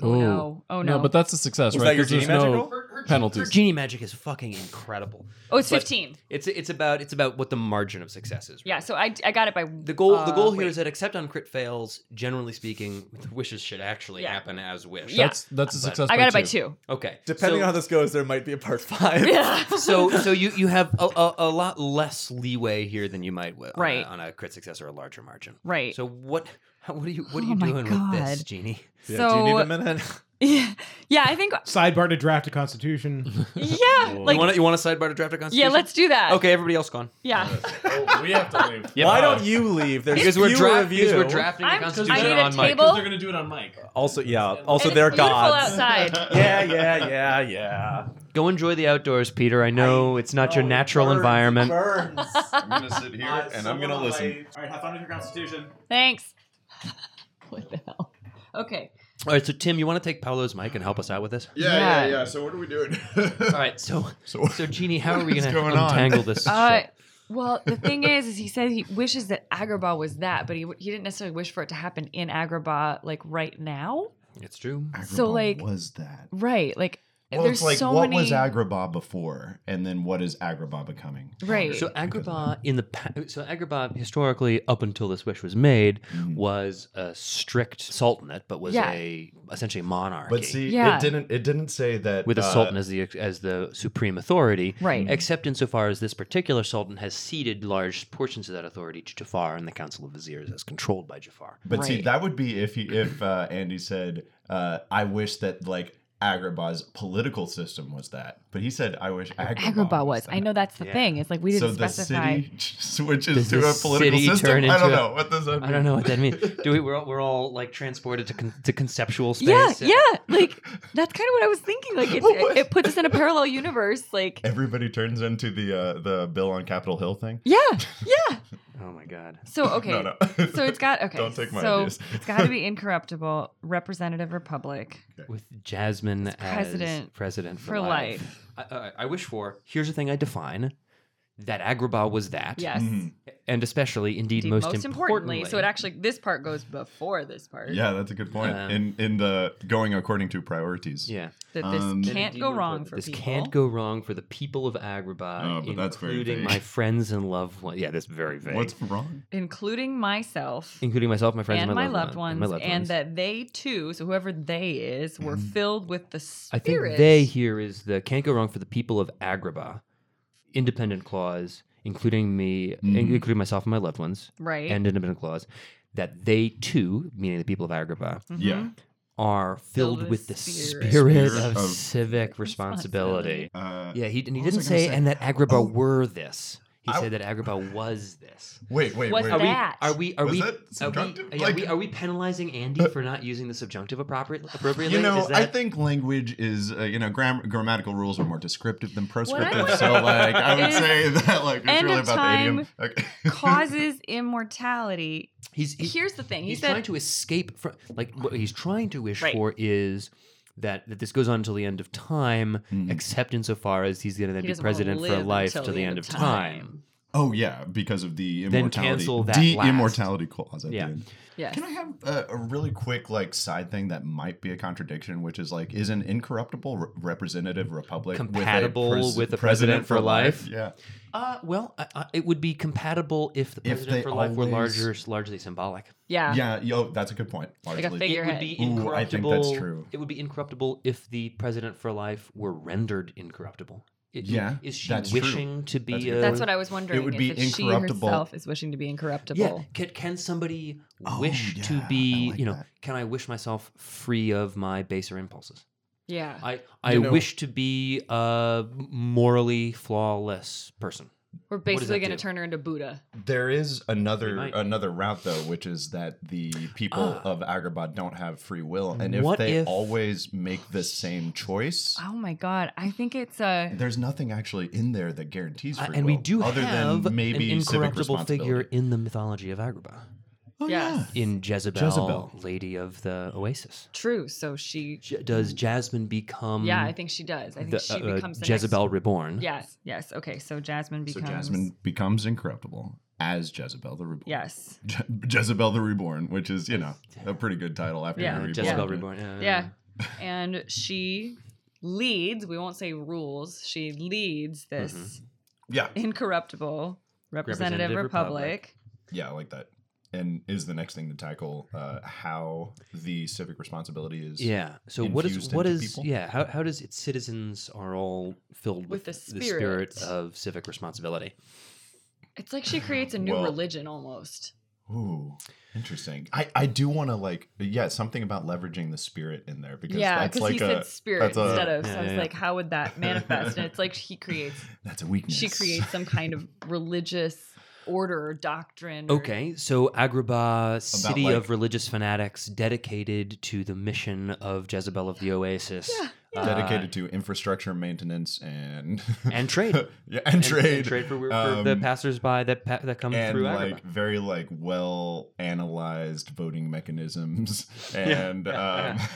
C: Oh no! Oh no!
A: No, but that's a success,
G: Was
A: right?
G: that your
A: 'Cause there's
G: genie magic
A: no
G: roll?
A: penalties.
B: Genie magic is fucking incredible.
C: oh, it's fifteen.
B: It's it's about it's about what the margin of success is.
C: Yeah. So I, I got it by
B: The goal the
C: uh,
B: goal here
C: wait.
B: is that except on crit fails, generally speaking, the wishes should actually
C: Yeah.
B: happen as wish.
C: Yeah.
A: That's that's a success.
C: I got it by two.
B: Okay.
G: Depending
B: So-
G: on how this goes, there might be a part five.
C: Yeah.
B: so so you you have a, a, a lot less leeway here than you might wi- on a-
C: Right.
B: on a, crit success or a larger margin.
C: Right.
B: So what how- what are you what are
C: Oh
B: you
C: my
B: doing with this,
C: God.
B: Jeannie?
G: Yeah,
C: so
G: do you need a minute?
C: yeah, I think
E: Sidebar to draft a constitution.
C: yeah, like
B: you want you want to sidebar to draft a
C: yeah.
B: constitution?
C: Let's do that.
B: Okay, everybody else gone.
C: Yeah.
H: Oh, we have to leave.
G: Why don't you leave? There's
B: Because we're,
G: fewer
B: dra-
G: of you.
B: because we're drafting
C: I'm-
B: the constitution
C: I need a
B: on Mike.
C: table.
H: They're gonna do it on Mike.
G: Also, yeah. Also,
C: And
G: they're
C: it's beautiful
G: gods.
C: outside.
G: Yeah, yeah, yeah, yeah.
B: Go enjoy the outdoors, Peter. I know it's not your natural environment.
G: Burns.
H: I'm gonna sit here and I'm gonna listen.
G: All right, have fun with your constitution.
C: Thanks. what the hell? Okay.
B: All right, so Tim, you want to take Paolo's mic and help us out with this?
I: Yeah, yeah,
C: Yeah.
I: yeah. So what are we doing?
B: All right, so
I: So-
B: so Jeannie, how are we
I: What is
B: gonna
I: going on?
B: untangle this?
C: Uh,
B: shit?
C: well, the thing is, is he said he wishes that Agrabah was that, but he he didn't necessarily wish for it to happen in Agrabah, like right now.
B: It's true.
C: So,
I: Agrabah
C: like-
I: was that?
C: Right, like
I: Well,
C: there's
I: it's like
C: so
I: what
C: many.
I: was Agrabah before, and then what is Agrabah becoming?
C: right,
B: So Agrabah in the pa- so Agrabah historically up until this wish was made
I: Mm-hmm.
B: was a strict sultanate, but was
C: Yeah.
B: a essentially a monarchy.
I: But see,
C: Yeah.
I: it didn't. It didn't say that
B: with a
I: uh,
B: sultan as the as the supreme authority,
C: Right.
B: Except insofar as this particular sultan has ceded large portions of that authority to Jafar, and the council of viziers as controlled by Jafar.
I: But see,
C: Right.
I: that would be if he, if uh, Andy said, uh, "I wish that like Agrabah's political system was that," but he said, "I wish Agrabah,
C: Agrabah was. I
I: that."
C: know that's the
B: Yeah.
C: thing. It's like we didn't
I: So the
C: specify.
I: city switches
B: Does
I: to
B: the
I: a political
B: city
I: system.
B: turn
I: I don't
B: into a-
I: know what does that mean.
B: I don't know what that means. Do we? We're all, we're all like transported to con- to conceptual space.
C: yeah,
B: and-
C: yeah. Like that's kind of what I was thinking. Like it,
I: What?
C: it, it puts us in a parallel universe. Like
I: Everybody turns into the uh, the bill on Capitol Hill thing.
C: yeah, yeah.
B: Oh my god.
C: So okay,
I: No, no.
C: so it's got okay.
I: Don't take my
C: so
I: ideas.
C: it's got to be incorruptible, representative republic.
B: With Jasmine as
C: president
B: president for,
C: for
B: life. I, I, I wish for. Here's the thing I define. That Agrabah was that.
C: Yes.
I: Mm-hmm. Mm.
B: And especially, indeed,
C: Indeed,
B: most,
C: importantly, so it actually this part goes before this part.
I: Yeah, that's a good point.
B: Um,
I: in in the going according to priorities.
B: Yeah.
C: That this
I: Um,
B: Then
C: can't
B: indeed
C: go
B: we're
C: wrong
B: good.
C: for
B: this
C: people.
B: can't go wrong for the people of Agrabah,
I: Oh, but that's very
B: including
I: vague.
B: my friends and loved ones. Yeah, that's very vague.
I: What's wrong?
C: including myself
B: including myself, my friends,
C: and my loved
B: one- and
C: ones, and,
B: my loved ones.
C: that they too, so whoever they is, were filled with the
B: I think
C: spirit.
B: they here is the can't go wrong for the people of Agrabah, independent clause, including me,
I: Mm-hmm.
B: including myself and my loved ones,
C: right.
B: and independent clause, that they too, meaning the people of Agrabah,
C: Mm-hmm.
I: Yeah.
B: are Mm-hmm. filled
C: with
B: with the spirit,
C: spirit.
B: of,
I: Spirit of
B: civic responsibility.
I: Uh,
B: Yeah, he, and he didn't
I: What was I gonna
B: say,
I: say? Oh.
B: and that Agrabah were this. He
I: I-
B: said that Agrabah was this.
I: Wait, wait,
C: What's
I: wait.
B: Are we,
C: That.
B: are we are
I: Was
B: we,
I: that
B: are, we,
I: subjunctive?
B: yeah,
I: Like-
B: we- are we penalizing
G: Uh,
B: Andy for not using the subjunctive appropriate, appropriately?
I: You know,
B: Is
I: I
B: that-
I: think language is, uh, you know, gram- grammatical rules are more descriptive than
C: wanna
I: prescriptive. So, like, I would
C: is
I: say that, like, it's
C: end
I: really
C: of
I: about the idiom. Okay.
C: Causes immortality.
B: he's he-
C: Here's the thing. He
B: he's
C: said
B: trying to escape from like what he's trying to wish
C: Right.
B: for is that that this goes on until the end of time,
G: Mm.
B: except insofar as he's going to then
C: He
B: be
C: doesn't wanna
B: president for
C: live
B: life
C: until
B: till the end of time.
I: Oh yeah, because of the
B: Then
I: immortality,
B: cancel that
I: the
B: last.
I: immortality clause. At
B: Yeah.
I: The end.
C: Yes.
I: Can I have a, a really quick like side thing that might be a contradiction, which is like, is an incorruptible re- representative republic with a
B: Compatible
I: pres-
B: with a president for life?
I: Yeah.
B: Uh, well, I, I, it would be compatible if the
I: If
B: president
I: they
B: for life were
I: always-
B: larger, largely symbolic.
C: Yeah.
I: yeah, yo, that's a good point.
C: a
I: largely.
C: figure-
B: It would be
I: Ooh, I think
B: incorruptible.
I: that's true.
B: It would be incorruptible if the president for life were rendered incorruptible. It-
I: Yeah,
B: is she
I: that's true.
B: wishing to
I: That's
B: be?
I: a good
B: a,
C: That's what I was wondering.
I: would
C: if
I: be
C: it's She
I: incorruptible.
C: herself is wishing to be incorruptible.
B: Yeah, can, can somebody
I: Oh,
B: wish to
I: yeah,
B: be?
I: I like
B: you know,
I: that.
B: can I wish myself free of my baser impulses?
C: Yeah.
B: I I
G: You know-
B: wish to be a morally flawless person.
C: We're
B: does that
C: basically going
B: do?
C: to turn her into Buddha.
I: There is another
B: might.
I: another route though, which is that the people
B: Ah.
I: of Agrabah don't have free will, and if
B: What
I: they
B: if-
I: always make the same choice,
C: Oh my God. I think it's uh, a.
I: there's nothing actually in there that guarantees
B: Uh,
I: free
B: and
I: will,
B: we do
I: other
B: have
I: than maybe
B: an
I: civic
B: incorruptible figure
I: responsibility.
B: in the mythology of Agrabah,
I: Oh,
C: Yes.
I: yeah.
B: in Jezebel,
I: Jezebel.
B: Lady of the Oasis.
C: True. So she.
B: J- does Jasmine
I: Um,
B: become?
C: Mm. Yeah, I think she does. I think
B: the,
C: she
B: uh,
C: becomes the next-
B: Jezebel reborn.
C: Yes. Yes. Okay. So Jasmine
I: So
C: becomes.
I: Jasmine becomes incorruptible as Jezebel the Reborn.
C: Yes.
I: Je- Jezebel the Reborn, which is you know a pretty good title after
C: Yeah.
I: you're reborn.
B: Jezebel
C: Yeah.
B: reborn. Yeah.
C: Yeah. and she leads, we won't say rules, she leads this
I: Mm-hmm. Yeah,
C: incorruptible representative,
B: Representative
C: republic.
B: republic.
I: yeah, I like that. And is the next thing to tackle uh, how the civic responsibility is.
B: Yeah. So what is
I: Infused
B: what
I: into
B: is
I: people?
B: yeah? How how does its citizens are all filled with,
C: With the
B: spirit
C: spirit.
B: of civic responsibility?
C: It's like she creates a new
I: Well-
C: religion almost.
I: Ooh, interesting. I, I do want to like yeah something about leveraging the spirit in there because
C: yeah,
I: that's
C: because
I: like
C: he
I: a
C: said spirit
I: that's a-
C: instead of. so
B: Yeah,
C: I was
B: yeah.
C: like, how would that manifest? and it's like he creates,
I: that's a weakness.
C: she creates some kind of religious order or doctrine. or-
B: Okay. So Agrabah, city
I: like-
B: of religious fanatics, dedicated to the mission of Jezebel of the Oasis.
I: dedicated to infrastructure maintenance and
B: and trade.
I: yeah, and, trade,
B: trade for, for
I: Um,
B: the passersby that pa- that come
I: and
B: through Agrabah.
I: like very like well analyzed voting mechanisms and um,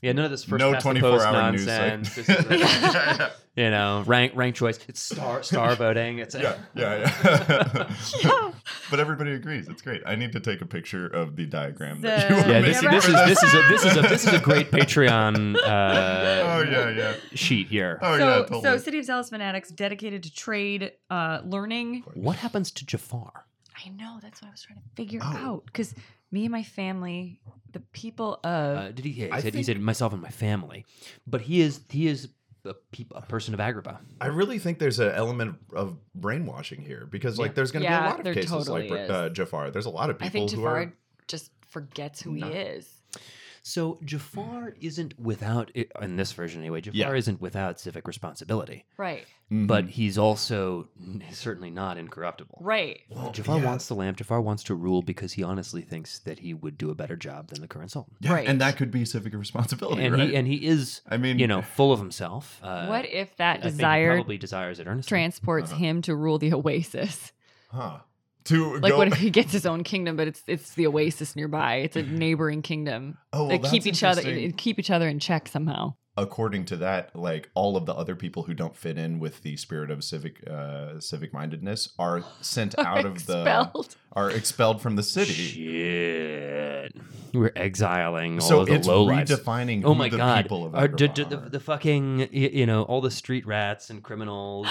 B: Yeah, none of this first
I: no
B: past the
I: 24
B: post
I: hour news
B: nonsense.
I: site.
B: This is like, you know, rank rank choice. It's star star voting. It's
I: yeah, yeah, yeah. but everybody agrees. It's great. I need to take a picture of the diagram that you
C: The-
I: were
B: Yeah, this,
I: making
B: this
I: for
B: is this is a this is a this is a great Patreon uh,
I: Oh yeah, yeah.
B: sheet here.
I: Oh yeah,
C: so,
I: totally.
C: so City of Zealous Fanatics dedicated to trade, uh, learning.
B: What happens to Jafar?
C: I know that's what I was trying to figure
I: Oh.
C: out because me and my family, the people of
B: Uh, did he? yeah, he said, he said myself and my family, but he is he is a, peop a person of Agrabah.
I: I really think there's an element of brainwashing here because like there's going to be
C: Yeah,
I: a lot
C: there
I: of cases
C: totally
I: like
C: is.
I: uh, Jafar. There's a lot of people
C: I think
I: who
C: Jafar
I: are
C: just forgets who he is.
I: Mm.
B: So Jafar isn't without i- in this version anyway. Jafar
I: Yeah. Mm-hmm.
B: isn't without civic responsibility,
C: Right.
B: but he's also n- certainly not incorruptible.
C: Right.
B: Jafar wants the lamp. Jafar wants to rule because he honestly thinks that he would do a better job than the current sultan.
I: Yeah,
C: Right.
I: and that could be civic responsibility,
B: And
I: right?
B: he and he is.
I: I mean-
B: you know, full of himself. Uh,
C: what if that
B: I think he
C: desire
B: probably desires it earnestly.
C: transports
I: Uh-huh.
C: him to rule the oasis?
I: huh? To
C: Like,
I: go,
C: what if he gets his own kingdom, but it's it's the oasis nearby? It's a neighboring kingdom.
I: Oh, well,
C: They keep
I: that's
C: each other
I: interesting.
C: keep each other in check somehow.
I: according to that, like all of the other people who don't fit in with the spirit of civic uh, civic mindedness are sent out of the
C: Expelled.
I: are expelled from the city.
B: Shit. We're exiling all
I: So
B: of Oh, the
I: it's
B: low lives.
I: redefining
B: Oh
I: who
B: my
I: the
B: god.
I: people of
B: Our- d- d-
I: Agrabah
B: the,
I: are.
B: the fucking y- you know, all the street rats and criminals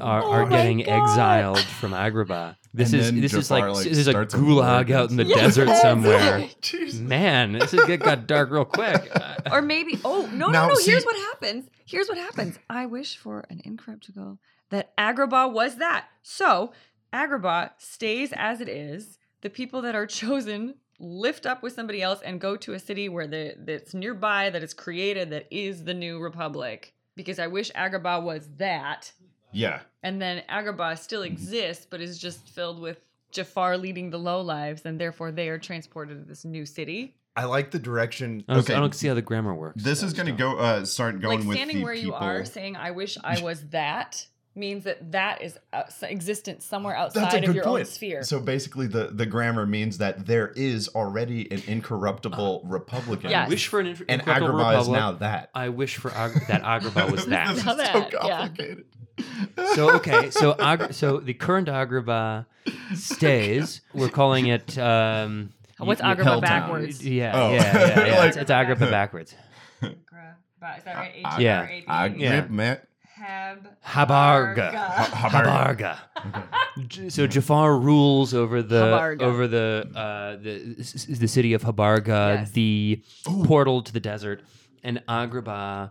B: are,
I: Oh
B: are
I: my
B: getting
C: God.
B: exiled from Agrabah. This
I: And
B: is
I: then
B: this is like,
I: Jafar, like,
B: this is a
I: starts a
B: gulag
I: war
B: out in the
I: against-
B: desert
I: Yes.
B: somewhere.
I: Jeez.
B: Man, this is, it got dark real quick. Uh,
C: Or maybe, oh, no, no,
I: Now,
C: no.
I: see-
C: here's what happens. Here's what happens. I wish for an incorruptible that Agrabah was that. So Agrabah stays as it is. The people that are chosen lift up with somebody else and go to a city where the, that's nearby, that is created, that is the new republic. Because I wish Agrabah was that.
I: Yeah,
C: And then Agrabah still
I: Mm-hmm.
C: exists, but is just filled with Jafar leading the low lives, and therefore they are transported to this new city.
I: I like the direction.
B: I, don't,
I: okay,
B: I don't see how the grammar works.
I: this is going to go uh, start going
C: like
I: with
C: standing
I: the
C: where you
I: people.
C: are saying i wish i was that means that that is outs- existent somewhere
I: That's a
C: outside
I: good
C: of your own
I: point.
C: sphere
I: So basically, the, the grammar means that there is already an incorruptible Republican.
B: I
C: Yes.
B: wish for an inf-
I: and
B: incorruptible
I: Agrabah is
B: republic.
I: now that.
B: I wish for Ag- that Agrabah was that.
I: this is
C: Now
I: so
C: that, yeah.
I: complicated.
B: So okay, so Agra- so the current Agrabah stays. We're calling it. Um,
C: Oh, what's
B: y- y-
C: agrabah
I: Helltown.
C: backwards
B: Yeah,
I: Oh.
B: yeah, yeah. yeah.
I: Like-
B: it's, it's Agrabah backwards.
C: Agrabah, is that right? E
I: I-
B: Yeah.
I: I
C: H-E-R-A-B-A.
B: Yeah.
I: grip, man.
C: Hab-
B: Habarga.
C: Arga.
B: Habarga. J- So Jafar rules over the
C: Habarga.
B: over the uh, the s- s- the city of Habarga,
C: Yes.
B: the portal to the desert, and Agrabah.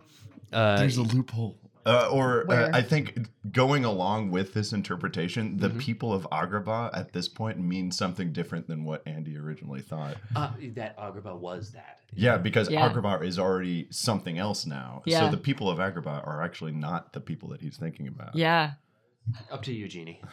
B: Uh,
I: There's a loophole. Uh, or uh,
C: Where?
I: I think going along with this interpretation, the people of Agrabah at this point mean something different than what Andy originally thought.
B: uh, that Agrabah was that.
I: Yeah, because
C: Yeah.
I: Agrabah is already something else now.
C: Yeah.
I: So the people of Agrabah are actually not the people that he's thinking about.
C: yeah
B: Up to you, Genie.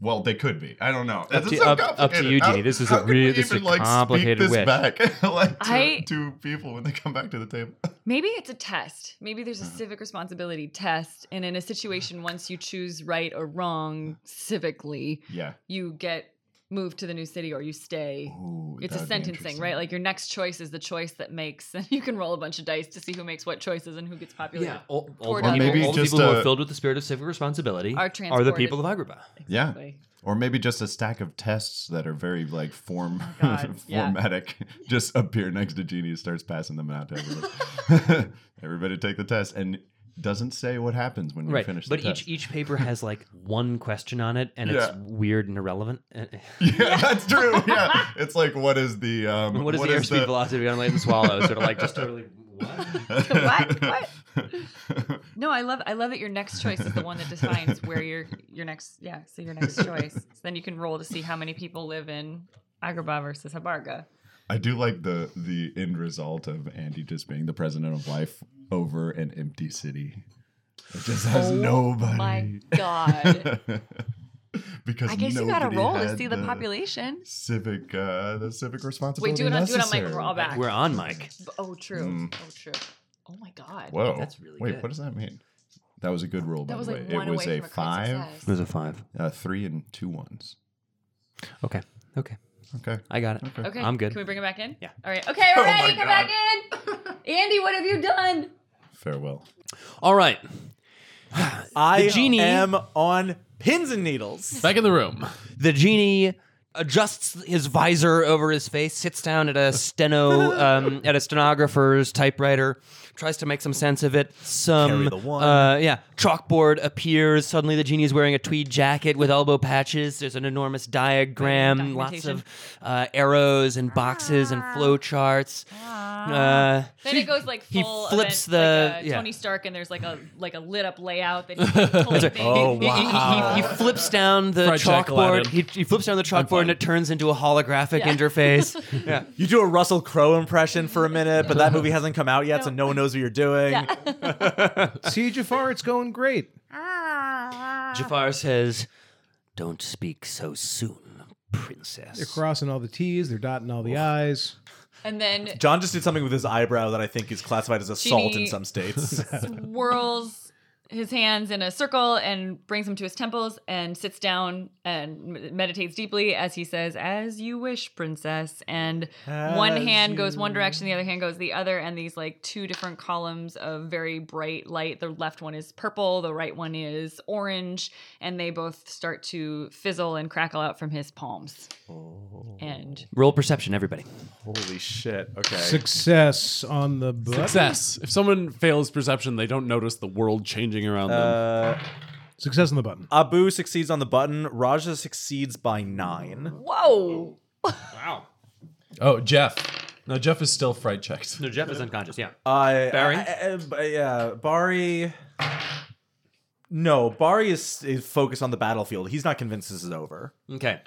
I: Well, they could be. I don't know. This
B: to-
I: is so
B: up- up to
I: complicated.
B: you,
I: How-
B: Jeannie. This is
I: how
B: a
I: can we
B: really- this is a
I: even, like, speak
B: complicated
I: this
B: wish.
I: back like to,
C: I-
I: to people when they come back to the table.
C: maybe it's a test maybe there's
I: Uh-huh.
C: a civic responsibility test and in a situation once you choose right or wrong civically
I: yeah.
C: you get moved to the new city or you stay
I: Ooh,
C: It's a
I: that'd be
C: sentencing,
I: interesting.
C: right? Like your next choice is the choice that makes, and you can roll a bunch of dice to see who makes what choices and who gets populated.
B: Yeah, all, all,
C: Toward
B: the
C: others.
B: people,
I: Maybe
B: all the
I: just,
B: people who are
I: uh,
B: filled with the spirit of civic responsibility
C: Are
B: are the people of
C: transported.
B: Agrabah.
I: Yeah.
C: Exactly.
I: Or maybe just a stack of tests that are very like form
C: Oh God, yeah.
I: formatic. Just appear next to Genie, starts passing them out to everybody. everybody take the test and doesn't say what happens when you
B: Right,
I: finish
B: but
I: the
B: each
I: test.
B: each paper has like one question on it, and it's
I: Yeah.
B: weird and irrelevant. Uh,
I: yeah, that's true. Yeah. It's like what is the um
B: what is the airspeed velocity on Leighton Swallow? Sort of like just totally what?
C: What? What? No, I love I love that your next choice is the one that defines where your your next yeah, so your next choice. So then you can roll to see how many people live in Agrabah versus Habarga.
I: I do like the the end result of Andy just being the president of life over an empty city. It just has nobody.
C: Oh My God.
I: because
C: I guess you got to
I: nobody
C: roll to
I: had
C: see the population.
I: civic uh the civic responsibility.
C: Wait, do it on do it on mic.
I: necessary.
C: We're all back.
B: We're on mic.
C: B- oh, true. Oh, true.
J: Oh my god.
I: Whoa.
B: That's really
I: Wait,
B: good.
I: what does that mean? That was a good roll, by
J: That was
I: the
J: like
I: way.
J: one
I: It was
J: away
I: a
J: from a crit
I: five,
J: success.
B: was a five.
I: uh, three, and two ones.
B: Okay. Okay.
I: Okay.
B: I got it.
C: Okay.
B: I'm good.
C: Can we bring it back in?
B: Yeah.
C: All right. Okay, we're
I: my
C: ready. Come back in. Andy, what have you done?
I: Farewell.
B: All right.
G: I
B: genie-
G: am on pins and needles.
A: Back in the room.
B: The genie adjusts his visor over his face, sits down at a steno, um, at a stenographer's typewriter, tries to make some sense of it. Some
G: Carry the one.
B: Uh, yeah, chalkboard appears. Suddenly, the genie is wearing a tweed jacket with elbow patches. There's an enormous diagram, lots of uh, arrows and boxes and flow charts. Uh,
C: Then it goes like
B: He
C: full.
B: flips
C: event,
B: the-
C: like a
B: yeah.
C: Tony Stark, and there's like a like a lit up layout that he's like, holding
G: Oh,
B: He- he- He, he, flips down the
A: Fried Jack
B: chalkboard.
A: Aladdin.
B: He, he flips down the chalkboard and it turns into a holographic
C: Yeah.
B: interface. yeah.
G: You do a Russell Crowe impression for a minute, but that movie hasn't come out yet, so no one knows what you're doing.
E: See, Jafar, it's going great.
B: Jafar says, "Don't speak so soon, princess."
E: They're crossing all the T's, they're dotting all the I's.
C: And then
G: John just did something with his eyebrow that I think is classified as assault
C: Genie-
G: in some states.
C: swirls his hands in a circle and brings them to his temples and sits down and med- meditates deeply as he says, "As you wish, princess." And one
G: As
C: hand goes one
G: you-
C: direction, the other hand goes the other, and these like two different columns of very bright light. The left one is purple, the right one is orange, and they both start to fizzle and crackle out from his palms.
G: Oh.
C: And
B: Roll perception, everybody.
G: Holy shit. Okay.
E: Success on the button.
A: Success. If someone fails perception, they don't notice the world changing around them.
G: Uh,
E: Success on the button.
G: Abu succeeds on the button. Raja succeeds by nine.
C: whoa,
A: Oh, Jeff. No, Jeff is still fright checked.
B: No, Jeff is unconscious. Yeah.
G: Uh,
B: Barry?
G: I- I- I- yeah, Barry. No, Barry is, is focused on the battlefield. He's not convinced this is over.
B: Okay.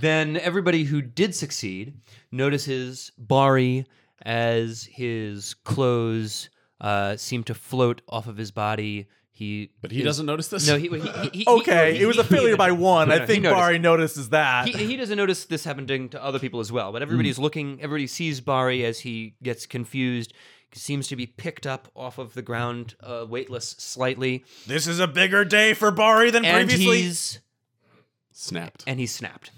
B: Then everybody who did succeed notices Bari as his clothes uh, seem to float off of his body. He
A: But he doesn't notice this?
B: No, he, he, he- he
G: Okay,
B: he-
G: it was a
B: he-
G: failure by one.
B: Yeah,
G: I
B: he
G: think
B: noticed.
G: Barry notices that.
B: he, he doesn't notice this happening to other people as well, but
G: Hmm.
B: everybody's looking, everybody sees Bari as he gets confused, seems to be picked up off of the ground, uh, weightless slightly,
G: this is a bigger day for Barry than
B: and
G: previously.
B: he's,
A: Snapped.
B: and he's snapped.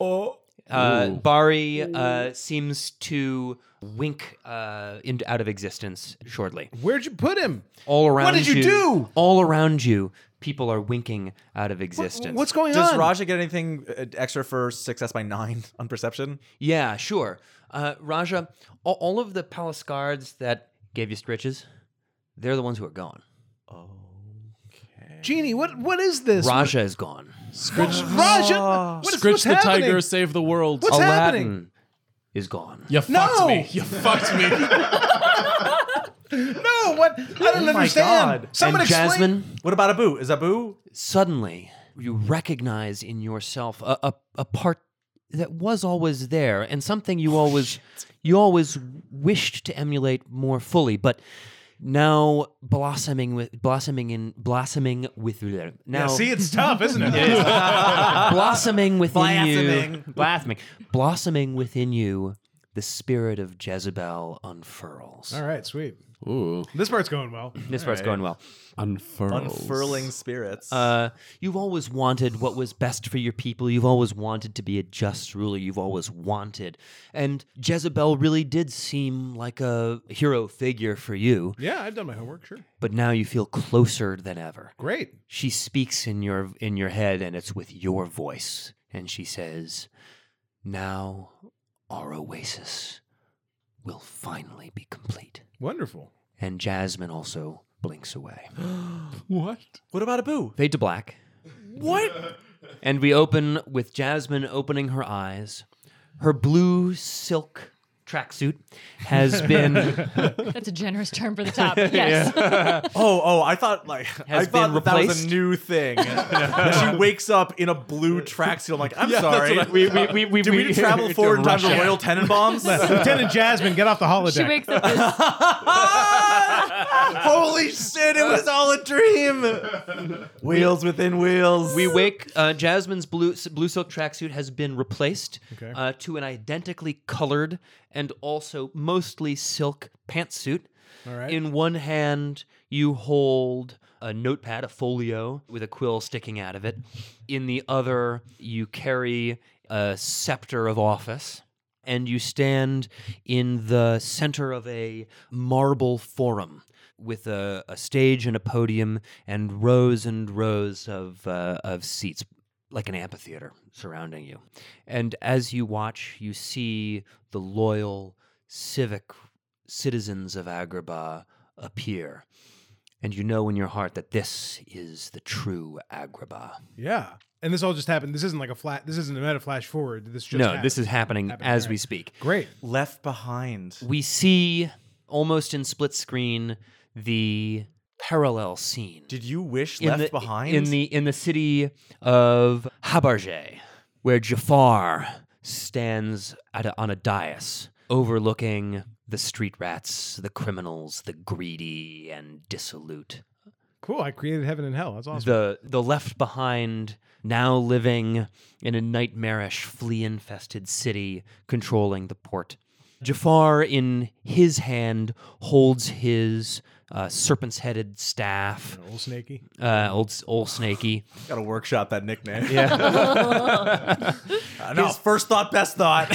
G: oh,
B: Uh,
A: Ooh.
B: Bari uh, seems to wink uh, into out of existence shortly.
E: Where'd you put him?
B: All around
E: did you do?
B: All around you, people are winking out of existence.
E: What's going
G: does
E: on?
G: Raja get anything uh, extra for success by nine on perception?
B: Yeah, sure. Uh, Raja, all, all of the palace guards that gave you stretches, they're the ones who are gone.
E: Genie, what what is this?
B: Raja is gone.
A: Scritch,
E: Raja, what is,
A: Scritch
E: what's
A: the
E: happening?
A: tiger, save the world.
E: What's
B: Aladdin
E: happening?
B: is gone.
A: You
E: No!
A: fucked me. You fucked me.
E: No, Oh, what? I don't understand.
G: God.
E: Someone
B: and
E: explain.
B: Jasmine,
G: What about Abu? Is Abu?
B: suddenly you recognize in yourself a, a, a part that was always there and something you always you always wished to emulate more fully, but now blossoming with blossoming in blossoming with now
E: it's tough, isn't it?
B: blossoming within
G: Blossoming.
B: you. Blossoming. Blossoming within you, the spirit of Jezebel unfurls.
E: All right, sweet.
A: Ooh.
E: This part's going well.
B: This part's going well.
A: Unfurls.
G: Unfurling spirits.
B: Uh, you've always wanted what was best for your people. You've always wanted to be a just ruler. You've always wanted. And Jezebel really did seem like a hero figure for you,
E: Yeah, I've done my homework. Sure.
B: but now you feel closer than ever.
E: Great.
B: She speaks in your in your head and it's with your voice and she says, "Now our oasis will finally be complete."
E: Wonderful.
B: And Jasmine also blinks away.
A: What?
G: what about Abu?
B: Fade to black.
G: What?
B: And we open with Jasmine opening her eyes. Her blue silk tracksuit has been
J: That's a generous term for the
C: top. Yes.
G: Oh, oh! I thought like I thought
B: been
G: that, that was
B: replaced?
G: a new thing. she wakes up in a blue tracksuit. I'm like, I'm sorry.
B: we, we, we, we,
G: Did we, travel forward in time to Royal Tenenbaums?
E: Lieutenant Jasmine, get off the holodeck.
C: she wakes up. This,
G: Holy shit! It was all a dream. Wheels within wheels.
B: We wake. Uh, Jasmine's blue s- blue silk tracksuit has been replaced
E: Okay.
B: uh, to an identically colored and also mostly silk pantsuit
E: All right.
B: In one hand, you hold a notepad, a folio with a quill sticking out of it. In the other, you carry a scepter of office. And you stand in the center of a marble forum with a, a stage and a podium and rows and rows of, uh, of seats, like an amphitheater surrounding you. And as you watch, you see the loyal civic citizens of Agrabah appear. And you know in your heart that this is the true Agrabah.
E: Yeah. And this all just happened. This isn't like a flat. This isn't a meta flash forward. This just
B: no,
E: happened.
B: this is happening
E: Happened.
B: as
E: All
B: we
E: right.
B: speak.
E: Great.
G: Left behind.
B: We see almost in split screen the parallel scene
G: Did you wish
B: in
G: Left
B: the-
G: Behind?
B: in the in the city of Habarge, where Jafar stands at a, on a dais overlooking the street rats, the criminals, the greedy and dissolute.
E: Cool. I created heaven and hell. That's awesome.
B: The the left behind, now living in a nightmarish flea infested city, controlling the port. Jafar, in his hand, holds his uh, serpent's headed staff,
E: Old snaky.
B: uh, old old snaky.
G: Got to workshop that nickname. Yeah. no, first thought, best thought.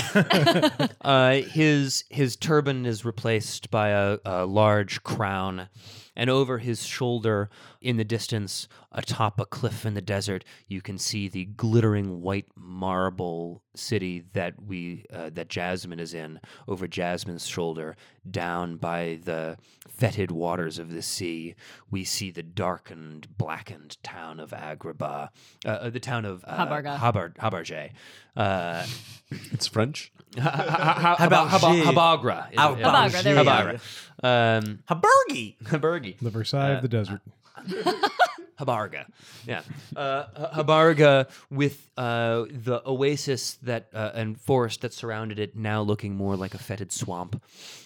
B: Uh, his his turban is replaced by a, a large crown, and over his shoulder, in the distance, atop a cliff in the desert, you can see the glittering white marble city that we uh, that Jasmine is in. Over Jasmine's shoulder, down by the fetid waters of the sea, we see the darkened, blackened town of Agrabah, uh, uh, the town of uh,
C: Habarga.
B: Habar- Habarge. Uh,
A: It's French.
B: Ha- Haba- Haba- Habagra. is-
C: Habagra, there we go.
B: Habagra. Um,
G: Habergi.
B: Habergi.
E: The Versailles of the desert.
B: Habarga. Yeah. Uh, H- Habarga with uh, the oasis that uh, and forest that surrounded it now looking more like a fetid swamp.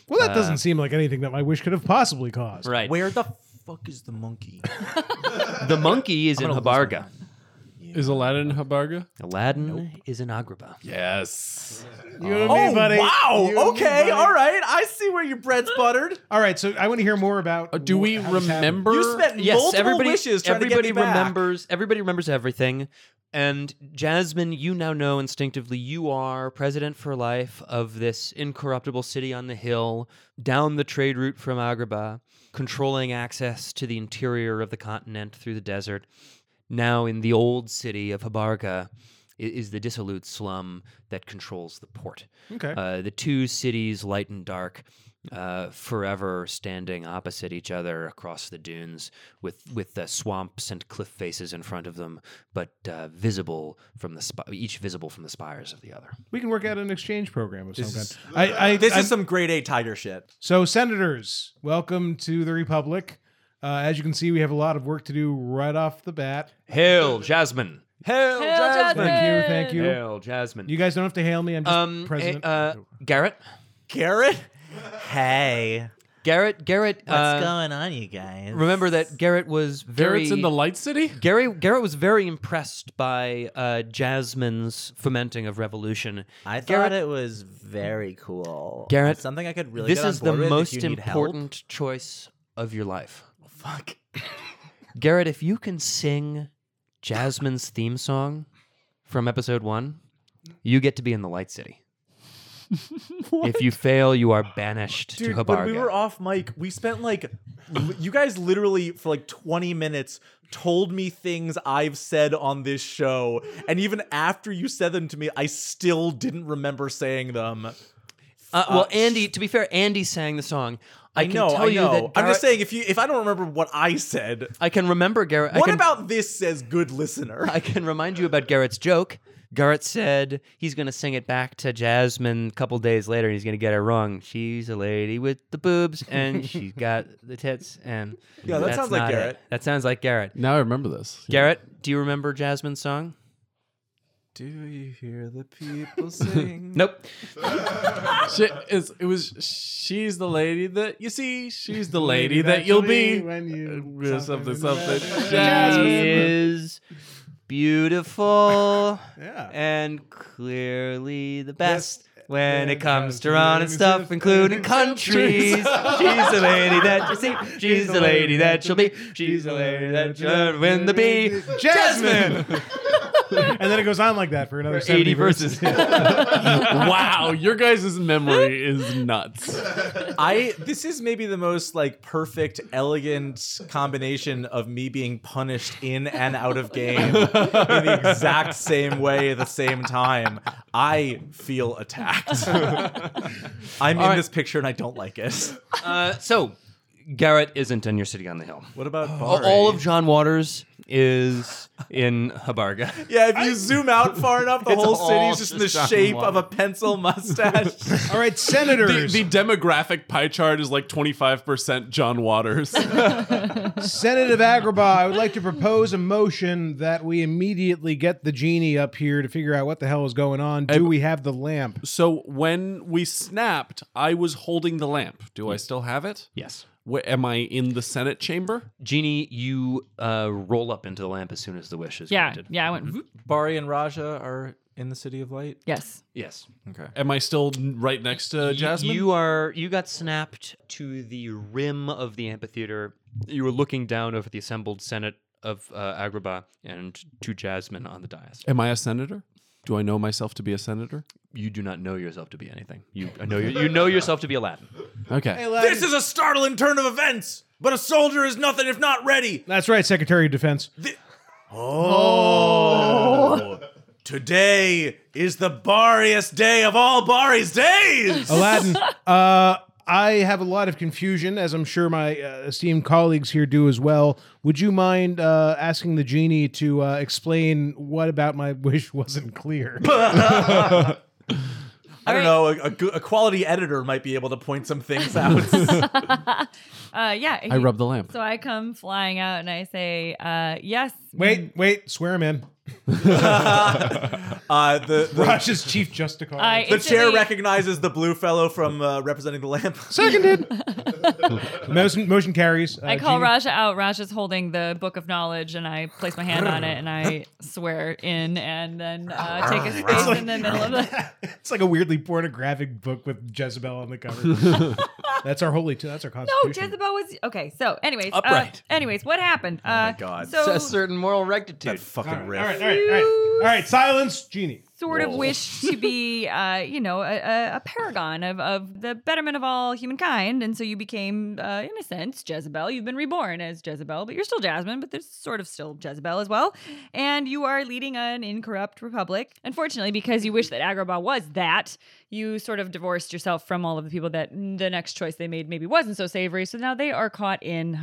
E: Well, that doesn't seem like anything that my wish could have possibly caused.
B: Right.
G: Where the fuck is the monkey?
B: the monkey is in Habarga.
A: Is Aladdin Habarga?
B: Aladdin is in Agrabah.
A: Yes.
E: You know what I mean, buddy?
G: Oh, wow.
E: You know what I mean,
G: okay.
E: buddy?
G: All right. I see where your bread's buttered.
E: All right. So I want to hear more about.
A: Uh, do we
E: how this happened.
A: remember?
G: You spent
B: Yes,
G: multiple
B: everybody.
G: wishes trying
B: everybody
G: to get me back.
B: remembers. Everybody remembers everything. And Jasmine, you now know instinctively you are president for life of this incorruptible city on the hill, down the trade route from Agrabah, controlling access to the interior of the continent through the desert. Now in the old city of Habarga i- is the dissolute slum that controls the port.
E: Okay.
B: Uh, the two cities, light and dark, uh, forever standing opposite each other across the dunes, with with the swamps and cliff faces in front of them, but uh, visible from the sp- each visible from the spires of the other.
E: We can work out an exchange program of some kind. I, I,
G: This
E: I'm-
G: is some grade A tiger shit.
E: So, senators, welcome to the Republic. Uh, as you can see, we have a lot of work to do right off the bat.
B: Hail, Jasmine! Hail,
C: Hail, Jasmine!
E: Thank you, thank you.
B: Hail, Jasmine!
E: You guys don't have to hail me. I'm just
B: um,
E: president.
B: eh, uh, Garrett,
G: Garrett? Hey.
B: Garrett, Garrett. Uh,
G: going on, you guys?
B: remember that Garrett was very
A: Garrett's in the Light City?
B: Gary Garrett was very impressed by uh, Jasmine's fomenting of revolution.
K: I thought
B: Garrett-
K: it was very cool.
B: Garrett,
K: It's something I could really.
B: this
K: get on
B: is the
K: board with if
B: most
K: you need help.
B: important choice of your life. Fuck. Garrett, if you can sing Jasmine's theme song from episode one, you get to be in the Light City. If you fail, you are banished
G: Dude,
B: to
G: when
B: Habarga.
G: we were off mic, we spent like, li- you guys literally for like 20 minutes told me things I've said on this show. And even after you said them to me, I still didn't remember saying them.
B: uh, well,
G: uh,
B: Andy, to be fair, Andy sang the song. I,
G: I
B: can
G: know,
B: tell
G: I
B: you
G: know.
B: that
G: I'm just
B: Garrett-
G: saying, if you if I don't remember what I said,
B: I can remember Garrett. I
G: what
B: can-
G: about this says good listener?
B: I can remind you about Garrett's joke. Garrett said he's going to sing it back to Jasmine a couple days later and he's going to get it wrong. She's a lady with the boobs and she's got the tits and
G: Yeah, that
B: that's
G: sounds like
B: not it.
G: Garrett.
B: That sounds like Garrett.
A: Now I remember this.
B: Garrett, do you remember Jasmine's song?
G: Do you hear the people sing?
B: Nope.
A: She, it's, it was. She's the lady that you see. She's the lady that you'll be.
E: when you
A: Uh, Something, something.
B: She
A: Jasmine.
B: is beautiful
E: Yeah.
B: and clearly the best. When it comes to running stuff, including countries, she's the lady that you see. She's the lady that she'll be. She's the lady that you'll win the bee. Jasmine.
E: and then it goes on like that for another
B: 80
E: 70
B: verses.
A: wow, your guys' memory is nuts.
G: I this is maybe the most like perfect, elegant combination of me being punished in and out of game in the exact same way at the same time. I feel attacked. I'm in
B: right.
G: this picture and I don't like it.
B: Uh, so, Garrett isn't in your city on the hill.
G: What about
B: All-
G: Bari?
B: All of John Waters is in Habarga.
G: Yeah, if you zoom out far enough, the
B: It's
G: whole
B: all
G: city's just in the
B: just
G: shape
B: one.
G: of a pencil mustache.
E: All right,
A: The,
E: senators.
A: the demographic pie chart is like 25% John Waters.
E: Senate of Agrabah, I would like to propose a motion that we immediately get the genie up here to figure out what the hell is going on. Do we have the lamp?
A: so when we snapped, I was holding the lamp. Do I still have it?
B: Yes.
A: Wh- am I in the Senate chamber?
B: Genie, you uh, roll up into the lamp as soon as the wish is
C: Yeah,
B: granted.
C: yeah, I went. "Voop."
G: Bari and Raja are in the city of light.
C: Yes.
B: Yes.
G: Okay.
A: Am I still n- right next to Jasmine?
B: You are you got snapped to the rim of the amphitheater. You were looking down over the assembled Senate of uh, Agrabah and to Jasmine on the dais.
A: am I a senator? Do I know myself to be a senator?
B: You do not know yourself to be anything. You know you, you know yourself to be Aladdin.
A: Okay.
D: This is a startling turn of events, but a soldier is nothing if not ready.
E: That's right, Secretary of Defense.
D: Oh. Today is the Bariest day of all Bari's days.
E: Aladdin, uh, I have a lot of confusion, as I'm sure my uh, esteemed colleagues here do as well. Would you mind uh, asking the genie to uh, explain what about my wish wasn't clear?
G: I don't know. A, a good- a quality editor might be able to point some things out.
C: Uh, yeah.
A: I rub the lamp.
C: So I come flying out and I say, uh, "Yes."
E: wait, wait, swear him in.
G: uh, the the,
E: Russia's Chief Justicar.
C: I
G: the chair
C: instantly-
G: recognizes the blue fellow from uh, representing the lamp.
E: Seconded. motion, motion carries. Uh,
C: I call
E: genie-
C: Raja out. Raja's holding the book of knowledge, and I place my hand on it and I swear in, and then uh, take a space in the middle of the.
E: It's like a weirdly pornographic book with Jezebel on the cover. that's our holy. That's our
C: No,
E: constitution.
C: Jezebel was okay. So, anyways,
G: Upright. Oh
C: Uh, anyways, what happened? Uh,
G: my God.
C: So,
B: certain moral rectitude.
G: that fucking
E: All
G: riff.
E: right, all right, all right, all right. Silence, genie.
C: sort of wished to be, uh, you know, a, a, a paragon of, of the betterment of all humankind, and so you became, uh, in a sense, Jezebel. You've been reborn as Jezebel, but you're still Jasmine, but there's sort of still Jezebel as well. And you are leading an incorrupt republic. Unfortunately, because you wish that Agrabah was that, you sort of divorced yourself from all of the people that mm, the next choice they made maybe wasn't so savory. So now they are caught in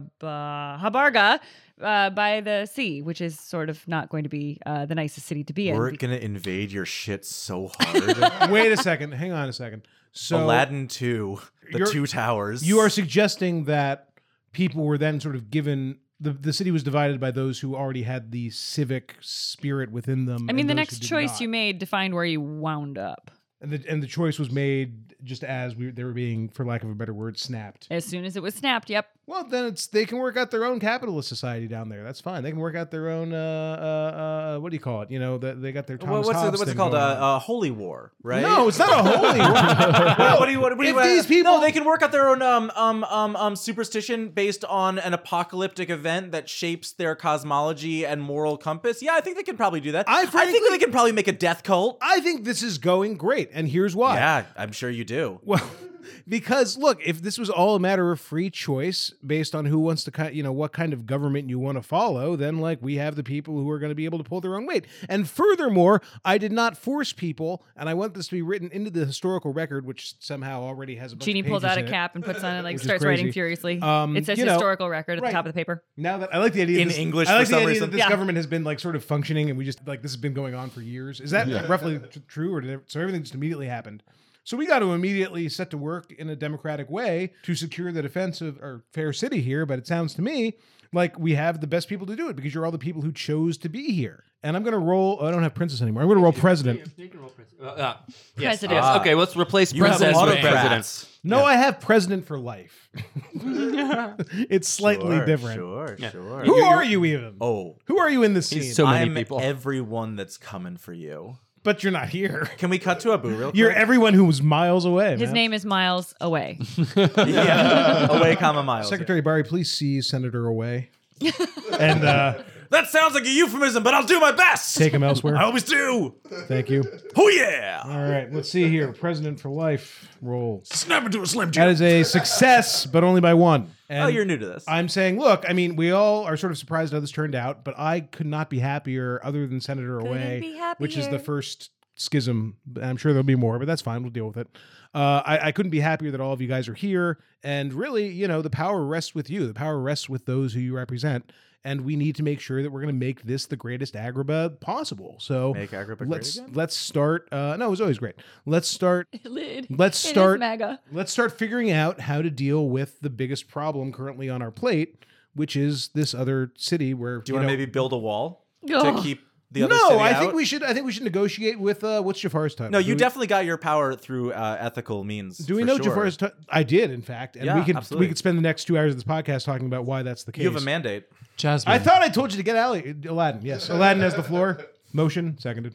C: Hagrabah, Habarga. Uh, by the sea, which is sort of not going to be uh, the nicest city to be in.
G: We're gonna invade your shit so hard.
E: Wait a second. Hang on a second. So
G: Aladdin two, the
E: You're-
G: two towers.
E: you are suggesting that people were then sort of given the the city was divided by those who already had the civic spirit within them.
C: I mean,
E: and
C: the
E: those
C: next
E: who did
C: choice
E: not.
C: you made defined where you wound up.
E: and the, and the choice was made just as we they were being, for lack of a better word, snapped.
C: As soon as it was snapped, yep.
E: Well, then it's they can work out their own capitalist society down there. That's fine. They can work out their own uh, uh, uh, what do you call it? You know, the, they got their
G: Wha-
E: Thomas
G: what's it,
E: Hobbes
G: what's it
E: thing
G: called? Uh,
E: going on.
G: uh, holy war, right?
E: No, it's not a holy. war.
G: Well, what do you? What, do you?
E: if these people-
G: no, they can work out their own um, um um um superstition based on an apocalyptic event that shapes their cosmology and moral compass. Yeah, I think they can probably do that.
E: I
G: think
E: frankly-
G: they can probably make a death cult.
E: I think this is going great, and here's why.
G: Yeah, I'm sure you do.
E: Well, because look, if this was all a matter of free choice based on who wants to, ki- you know, what kind of government you want to follow, then like we have the people who are going to be able to pull their own weight. And furthermore, I did not force people, and I want this to be written into the historical record, which somehow already has a bunch
C: Genie
E: of
C: pulls
E: pages
C: out a
E: in it.
C: cap and puts on it, like
E: Which is
C: starts writing
E: crazy.
C: furiously.
E: Um,
C: it says
E: you know,
C: historical record at
E: right.
C: the top of the paper.
E: Now that I like the idea
G: In
E: this-
G: English
E: I like
G: for
E: the
G: some
E: idea
G: reason.
E: that this
C: Yeah.
E: government has been like sort of functioning, and we just like this has been going on for years. Is that like, roughly t- true, or did it, so everything just immediately happened? So we got to immediately set to work in a democratic way to secure the defense of our fair city here. But it sounds to me like we have the best people to do it because you're all the people who chose to be here. And I'm gonna roll. oh, I don't have princess anymore. I'm gonna roll president.
C: President.
B: Uh, Yes. Ah. Okay, let's replace
G: You have
B: president with
G: autocrats.
B: president.
E: No, I have president for life. it's slightly
G: Sure,
E: different.
G: Sure, sure.
E: Who are you even?
G: Oh,
E: Who are you in this scene?
B: He's so many
G: I'm
B: people.
G: everyone that's coming for you.
E: but you're not here.
G: Can we cut to Abu real quick?
E: You're everyone who was miles away.
C: His
E: man.
C: name is Miles Away.
G: yeah. Away, comma miles.
E: Secretary Barry, please see Senator away. and uh,
G: That sounds like a euphemism, but I'll do my best.
E: Take him elsewhere.
G: I always do.
E: thank you.
G: Oh yeah!
E: All right, let's see here. President for life roll.
G: Snap into a slim
E: That
G: jim.
E: is a success, but only by one.
G: oh, you're new to this.
E: I'm saying, look, I mean, we all are sort of surprised how this turned out, but I could not be happier other than Senator Away,
F: be
E: which is the
F: happier.
E: first schism. And I'm sure there'll be more, but that's fine. We'll deal with it. Uh, I, I couldn't be happier that all of you guys are here. And really, you know, the power rests with you, the power rests with those who you represent. And we need to make sure that we're going to make this the greatest Agrabah possible. So
G: Make Agrabah great
E: let's
G: again?
E: let's start. Uh, no, it was always great. Let's start
F: Lid.
E: Let's
F: It is
E: start-
F: MAGA.
E: Let's start figuring out how to deal with the biggest problem currently on our plate, which is this other city where.
G: do you, want to maybe build a wall to
C: Ugh.
G: keep the other
E: no,
G: city
E: I
G: out?
E: think we should. I think we should negotiate with uh, what's Jafar's title.
G: No,
E: Do
G: you
E: we-
G: definitely got your power through uh, ethical means.
E: Do we
G: for
E: know
G: sure.
E: Jafar's? T- I did, in fact, and we
G: Yeah,
E: could
G: absolutely.
E: we could spend the next two hours of this podcast talking about why that's the case.
G: You have a mandate.
A: Jasmine.
E: I thought I told you to get Ali- Aladdin. Yes, Aladdin has the floor. Motion seconded.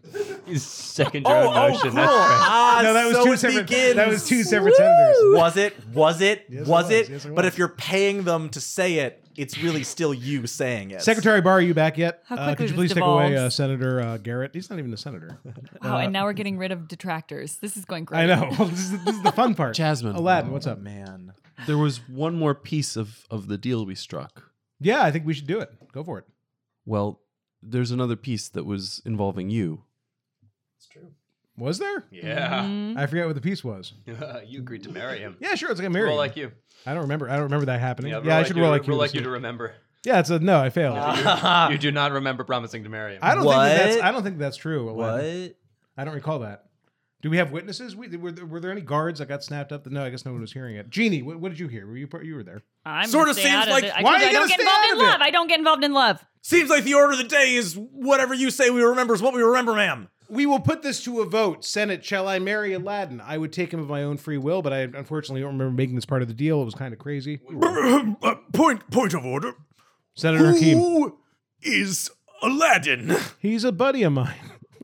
B: Second
G: Oh,
B: round
G: oh,
B: motion.
G: cool. Ah,
E: no, that was
G: so
E: two
G: it
E: separate.
G: begins.
E: That was two separate senators.
G: Was it? Was it?
E: Yes, it
G: was
E: was.
G: it?
E: Yes, it
G: But
E: was.
G: if you're paying them to say it, it's really still you saying it.
E: Secretary Barr, are you back yet?
C: How
E: Uh,
C: quickly
E: could you
C: this
E: please take away
C: devolves.
E: uh, Senator uh, Garrett? He's not even a senator.
C: Wow, and now we're getting rid of detractors. This is going great.
E: uh, I know. this, is, this is the fun part.
A: Jasmine.
E: Aladdin, what's up?
G: man.
A: There was one more piece of, of the deal we struck.
E: Yeah, I think we should do it. Go for it.
A: Well, there's another piece that was involving you.
E: Was there?
B: Yeah.
C: Mm-hmm.
E: I forget what the piece was.
B: Uh, you agreed to marry him.
E: Yeah, sure. It's like a married.
B: Roll like you.
E: I don't remember. I don't remember that happening. Yeah,
B: roll
E: I
B: like
E: should
B: you
E: roll
B: to-
E: like you. to
B: like you
E: see.
B: to remember.
E: Yeah, it's a no. I failed.
B: you do not remember promising to marry him.
E: I don't think that that's.
G: What?
E: I don't think that's true. Aladdin.
G: What?
E: I don't recall that. Do we have witnesses? We, were, there, were there any guards that got snapped up? No, I guess no one was hearing it. Jeannie, what, what did you hear? Were you part- you were there?
C: I'm
G: Sorta
C: gonna stay
G: seems
C: out of
G: like-
C: it. I
E: why
C: told
E: are
C: you
E: you
C: I don't
E: gonna
C: get
E: stay
C: involved
E: out
C: in
E: of it?
C: love. I don't get involved in love.
G: Seems like the order of the day is whatever you say we remember is what we remember, ma'am.
E: We will put this to a vote. Senate, shall I marry Aladdin? I would take him of my own free will, but I unfortunately don't remember making this part of the deal. It was kind of crazy.
D: Uh, point point of order.
E: Senator Hakeem.
D: Who is Aladdin?
E: He's a buddy of mine.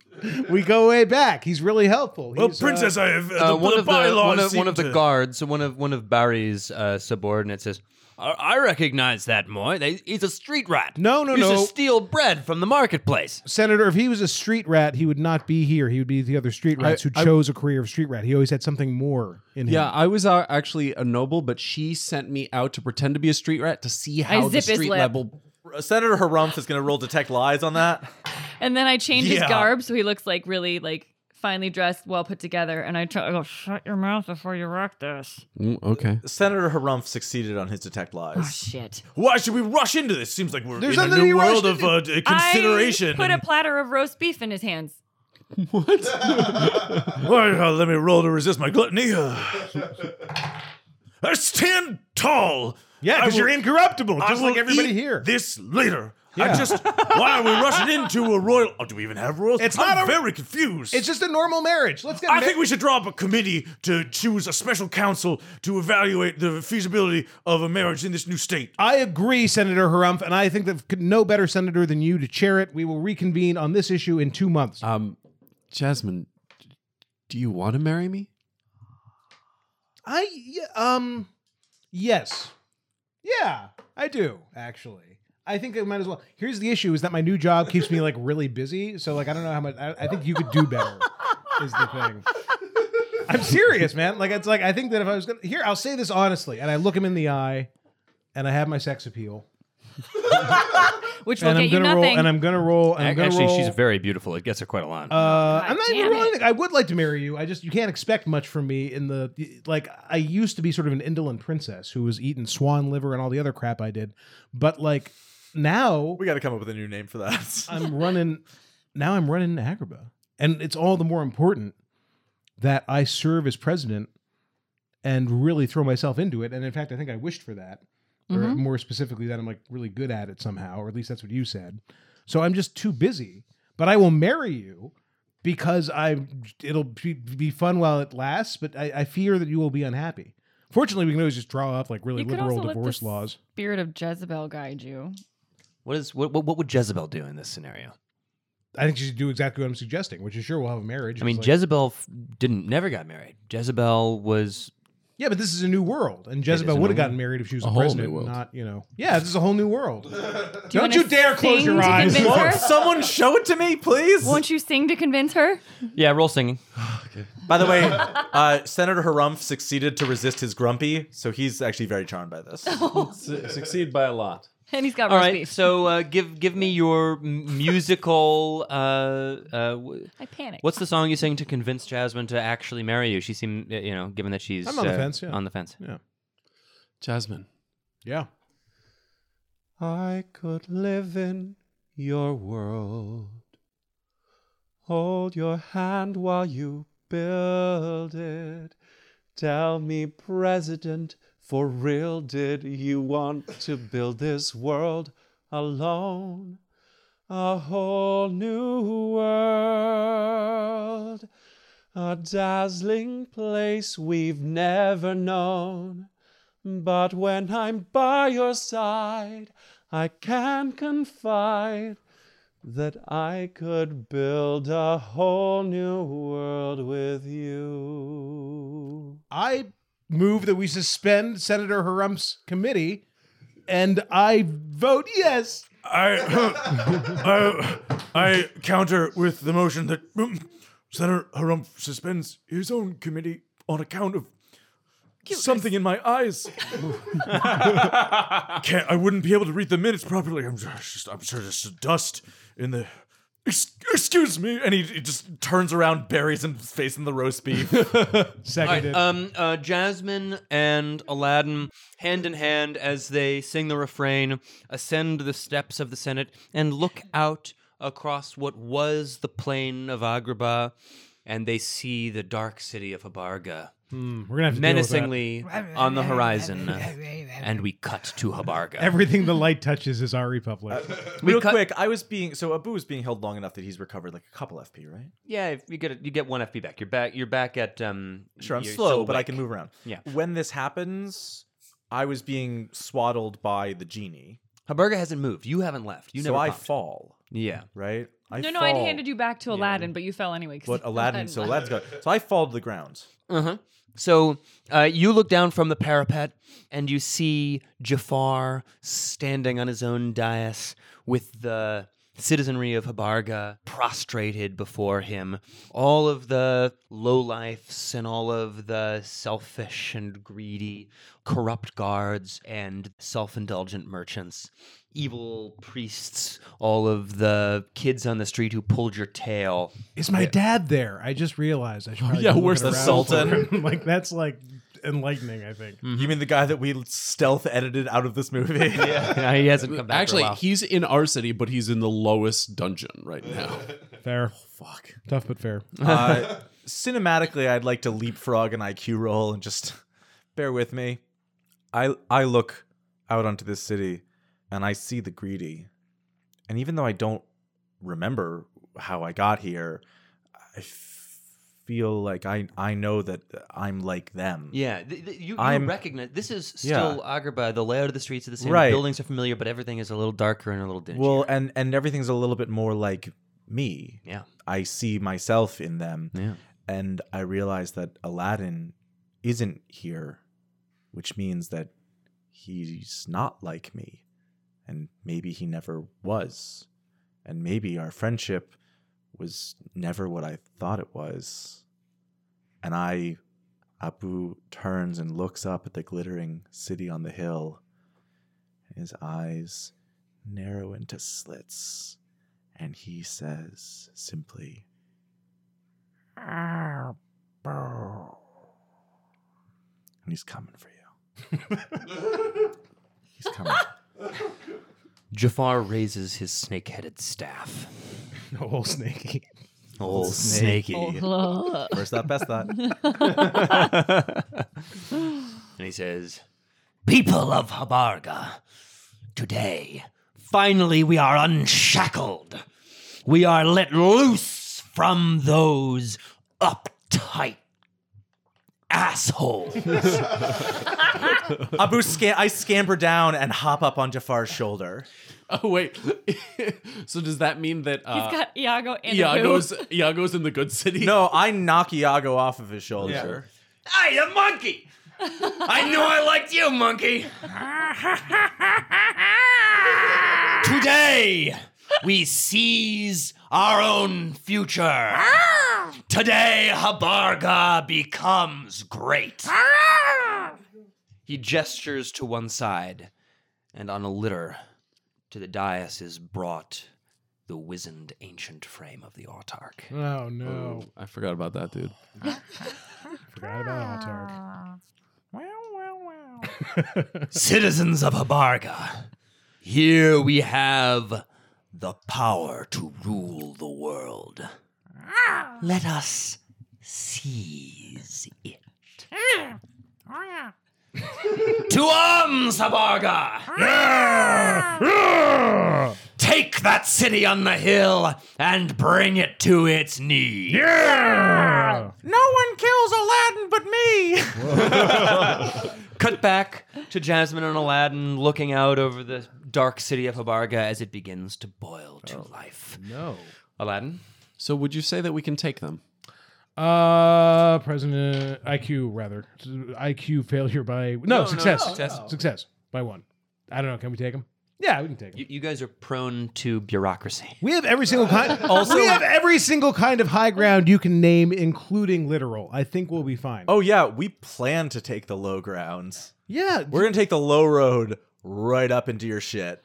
E: we go way back. He's really helpful.
D: Well,
E: He's, uh,
D: princess, I have uh,
B: Uh,
D: the,
B: one
D: the
B: of the
D: bylaws
B: one of,
D: seem
B: one of the
D: to-
B: guards, one of one of Barry's uh, subordinates says, I, "I recognize that boy. They, he's a street rat.
E: No, no,
B: he's
E: no.
B: to steal bread from the marketplace.
E: Senator, if he was a street rat, he would not be here. He would be the other street rats who
A: I-
E: chose a career of street rat. He always had something more in him.
A: Yeah, I was uh, actually a noble, but she sent me out to pretend to be a street rat to see how the
C: zip his
A: street
C: lip.
A: level.
G: Senator Harumph is going to roll detect lies on that.
C: And then I change his
G: Yeah.
C: garb so he looks like really like finely dressed, well put together. And I try, I go, shut your mouth before you rock this.
A: Mm, okay.
G: Senator Harumph succeeded on his detect
F: Oh,
G: lies.
C: Shit.
D: Why should we rush into this? Seems like we're
E: There's
D: in a
E: nothing to
D: new
E: be rushed
D: world of uh, d- consideration.
C: I put a platter of roast beef in his hands.
D: Well, uh, let me roll to resist my gluttony. Uh, I stand tall.
E: yeah,
D: I
E: because
D: will-
E: you're incorruptible,
D: I
E: just like
D: will
E: everybody
D: eat
E: here.
D: This later.
E: Yeah.
D: I just. Why are we rushing into a royal? Oh, do we even have royals?
E: It's
D: I'm
E: not a-
D: very confused.
E: it's just a normal marriage. Let's get.
D: I
E: ma-
D: think we should draw up a committee to choose a special council to evaluate the feasibility of a marriage in this new state.
E: I agree, Senator Harumph, and I think that no better senator than you to chair it. We will reconvene on this issue in two months.
A: Um, Jasmine, d- do you want to marry me?
E: I yeah, um yes. Yeah, I do actually. I think I might as well. Here's the issue is that my new job keeps me like really busy, so like I don't know how much I, I think you could do better is the thing. I'm serious, man. Like it's like I think that if I was going to here, I'll say this honestly and I look him in the eye and I have my sex appeal.
C: Which will
E: And I'm
C: get you
E: going to roll
C: nothing.
E: and I'm going to roll and I'm going to
B: Actually,
E: roll.
B: she's very beautiful. It gets her quite a lot.
E: Uh, I'm not even
C: Oh, damn
E: rolling.
C: it.
E: anything. I would like to marry you. I just you can't expect much from me in the like. I used to be sort of an indolent princess who was eating swan liver and all the other crap I did, but like now
G: We got to come up with a new name for that.
E: I'm running. Now I'm running Agrabah, and it's all the more important that I serve as president and really throw myself into it. And in fact, I think I wished for that, or
C: Mhm.
E: more specifically, that I'm like really good at it somehow, or at least that's what you said. So I'm just too busy, but I will marry you because I it'll be, be fun while it lasts. But I, I fear that you will be unhappy. Fortunately, we can always just draw up like really
C: You could
E: liberal
C: also let
E: divorce
C: this-
E: laws.
C: Spirit of Jezebel guide you.
B: What is what, what? What would Jezebel do in this scenario?
E: I think she should do exactly what I'm suggesting, which is sure we'll have a marriage.
B: I mean,
E: It's like-
B: Jezebel f- didn't never got married. Jezebel was
E: yeah, but this is a new world, and
B: It is a
E: Jezebel
B: new
E: would have gotten
B: world.
E: married if she was
B: A
E: a
B: whole new
E: president,
B: world.
E: not you know. Yeah, this is a whole new world.
C: you
E: Don't
C: wanna
E: you dare close
C: sing
E: your
C: to
E: eyes.
C: convince her?
G: Someone show it to me, please.
C: Won't you sing to convince her?
B: yeah, roll singing.
G: By the way, uh, Senator Harumph succeeded to resist his grumpy, so he's actually very charmed by this.
D: succeed by a lot.
C: And he's got
B: All
C: roast
B: right,
C: beef.
B: so uh, give give me your m- musical. Uh, uh, w-
C: I panicked.
B: What's the song you sing to convince Jasmine to actually marry you? She seemed, uh, you know, given that she's
E: I'm on the
B: uh,
E: fence, yeah.
B: On the fence.
E: Yeah.
A: Jasmine.
E: Yeah.
A: I could live in your world. Hold your hand while you build it. Tell me, President, for real, did you want to build this world alone? A whole new world. A dazzling place we've never known. But when I'm by your side, I can confide that I could build a whole new world with you.
E: I move that we suspend Senator Harump's committee, and I vote yes.
D: I, I, I counter with the motion that um, Senator Harumph suspends his own committee on account of something in my eyes. Can't, I wouldn't be able to read the minutes properly. I'm just, I'm sure there's dust in the. Ex- Excuse me, and he, he just turns around, buries his face in the roast beef.
E: Seconded.
B: Um, uh, Jasmine and Aladdin, hand in hand, as they sing the refrain, ascend the steps of the Senate and look out across what was the plain of Agrabah, and they see the dark city of Habarga.
E: Hmm, we're gonna have to deal with that.
B: menacingly on the horizon, and we cut to Habarga.
E: Everything the light touches is our republic.
G: Real quick, I was being so Abu was being held long enough that he's recovered like a couple FP, right?
B: Yeah, if you get a, you get one FP back. You're back. You're back at um.
G: Sure, I'm
B: you're
G: slow,
B: still
G: but I
B: awake.
G: can move around.
B: Yeah.
G: When this happens, I was being swaddled by the genie.
B: Haberga hasn't moved. You haven't left. You
G: so
B: never.
G: I
B: popped.
G: fall,
B: Yeah.
G: right? I
C: no, no, I
G: fall,
C: handed you back to Aladdin, but you fell anyway. 'cause
G: But
C: you
G: Aladdin,
C: hadn't
G: so
C: left.
G: Aladdin's got. So I fall to the ground.
B: Uh huh. So uh, you look down from the parapet and you see Jafar standing on his own dais with the citizenry of Habarga prostrated before him. All of the lowlifes and all of the selfish and greedy, corrupt guards and self indulgent merchants, evil priests, all of the kids on the street who pulled your tail.
E: Is my dad there? I just realized. I
B: Oh,
E: should probably
G: yeah,
E: go look
G: where's
E: around
G: the Sultan?
E: for him. like that's like enlightening. I think.
B: Hmm.
G: You mean the guy that we stealth edited out of this movie? yeah.
B: he hasn't come back. for a
A: Actually,
B: while.
A: he's in our city, but he's in the lowest dungeon right now.
E: Fair. fuck. Tough but fair.
G: Uh, cinematically, I'd like to leapfrog an IQ roll and just bear with me. I I look out onto this city and I see the greedy. And even though I don't remember how I got here, I f- feel like I I know that I'm like them.
B: Yeah, th- th- you, you
G: I'm-
B: recognize this is
G: Yeah.
B: still Agrabah. The layout of the streets are the same.
G: Right.
B: Buildings are familiar, but everything is a little darker and a little dingy.
G: Well, and and everything's a little bit more like me.
B: yeah,
G: I see myself in them.
B: yeah.
G: and I realize that Aladdin isn't here, which means that he's not like me, and maybe he never was, and maybe our friendship was never what I thought it was. And I, Abu turns and looks up at the glittering city on the hill. and His eyes narrow into slits, and he says simply, and he's coming for you. he's coming.
B: Jafar raises his snake-headed staff.
E: No whole snaky.
B: Old snaky.
G: First that, best that.
B: And he says, People of Habarga, today, finally we are unshackled. We are let loose from those uptight,
G: asshole. Abu, sca- I scamper down and hop up on Jafar's shoulder.
A: Oh wait. so does that mean that uh,
C: He's got Iago and
A: Iago's
C: Abu.
A: Iago's in the good city?
G: No, I knock Iago off of his shoulder.
L: Hey, you monkey! I knew I liked you, monkey. Today, we seize our own future. Today, Habarga becomes great.
B: He gestures to one side, and on a litter to the dais is brought the wizened ancient frame of the autarch.
E: Oh no!
A: I forgot about that, dude.
E: Forgot about Altark.
L: Citizens of Habarga, here we have the power to rule the world. Let us seize it. To arms, Habarga! Take that city on the hill and bring it to its knees.
G: No one kills Aladdin but me.
B: Cut back to Jasmine and Aladdin looking out over the dark city of Habarga as it begins to boil to life.
E: No.
B: Oh. Aladdin?
A: So would you say that we can take them?
E: Uh, President IQ rather IQ failure by no,
B: No, no,
E: success.
B: no,
E: success
B: success.
E: by one. I don't know. Can we take him? Yeah, we can take him.
B: You, you guys are prone to bureaucracy.
E: We have every single kind.
B: Also-
E: we have every single kind of high ground you can name, including literal. I think we'll be fine.
G: Oh yeah, we plan to take the low grounds.
E: Yeah,
G: We're gonna take the low road right up into your shit.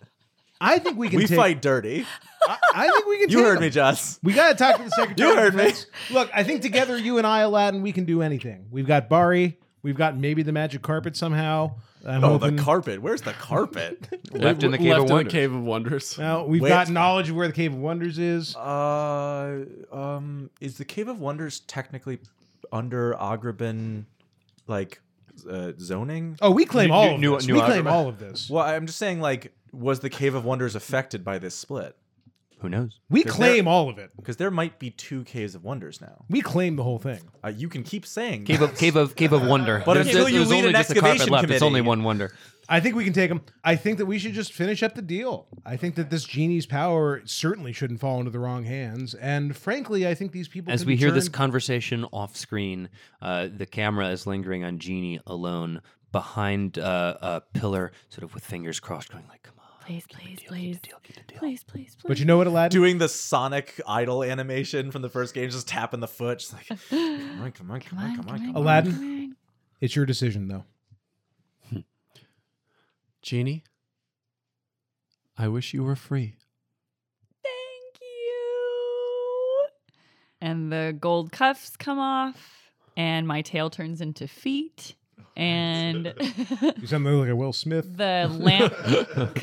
E: I think we can.
G: We
E: take-
G: fight dirty.
E: I, I think we can.
G: You
E: take
G: heard
E: him.
G: me, Jess.
E: We gotta talk to the secretary.
G: You heard
E: of
G: me.
E: Defense. Look, I think together, you and I, Aladdin, we can do anything. We've got Bari. We've got maybe the magic carpet somehow. I'm
G: oh,
E: hoping-
G: the carpet. Where's the carpet?
B: Left in the Cave
A: Left
B: of
A: in
B: Wonders.
A: the Cave of Wonders.
E: Now we've
G: Wait.
E: got knowledge of where the Cave of Wonders is.
G: uh, um, is the Cave of Wonders technically under Agrabin, like, uh, zoning?
E: Oh, we claim
B: New-
E: all
B: new-
E: of
B: new-
E: this.
B: new
E: we claim
B: algebra.
E: all of this.
G: Well, I'm just saying, like, was the Cave of Wonders affected by this split?
B: Who knows?
E: We
G: Is
E: claim
G: there-
E: all of it.
G: Because there might be two Caves of Wonders now.
E: We claim the whole thing.
G: Uh, you can keep saying
B: Cave of Cave of Cave of Wonder.
G: But until you lead
B: only
G: an
B: just a carpet
G: excavation
B: left. It's only
G: committee.
B: one wonder.
E: I think we can take him. I think that we should just finish up the deal. I think that this genie's power certainly shouldn't fall into the wrong hands. And frankly, I think these people.
B: As
E: can
B: we
E: be
B: hear this
E: turned-
B: conversation off screen, uh, the camera is lingering on Genie alone behind uh, a pillar, sort of with fingers crossed, going like, "Come on."
J: Please, please, please. Please, please, please.
E: but you know what, Aladdin?
G: doing the Sonic idol animation from the first game, just tapping the foot, just like come on, come on, come on, come on, come on. Oh,
E: Aladdin, it's your decision, though.
A: Genie, I wish you were free.
C: Thank you. And the gold cuffs come off, and my tail turns into feet, and
E: You sound like a Will Smith.
C: the lamp.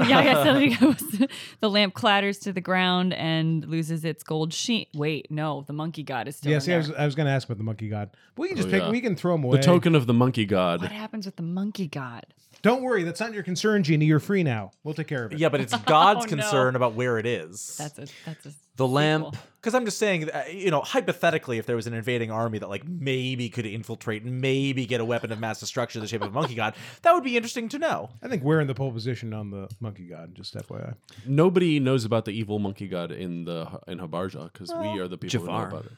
C: yeah, I guess that'd be good. the lamp clatters to the ground and loses its gold sheen. Wait, no, the monkey god is still.
E: Yeah,
C: in
E: see, I
C: there.
E: was, I was going to ask about the monkey god. But we can just
A: Oh,
E: pick,
A: yeah.
E: we can throw him away.
A: The token of the monkey god.
C: What happens with the monkey god?
E: Don't worry, that's not your concern, Genie. You're free now. We'll take care of it.
G: Yeah, but it's God's
C: Oh, no.
G: concern about where it is.
C: That's a that's a
B: The lamp
G: Because I'm just saying, uh, you know, hypothetically, if there was an invading army that like maybe could infiltrate, and maybe get a weapon of mass destruction in the shape of a monkey god, that would be interesting to know.
E: I think we're in the pole position on the monkey god, just FYI.
A: Nobody knows about the evil monkey god in the in Habarja because we are the people
B: Jafar.
A: who know about it.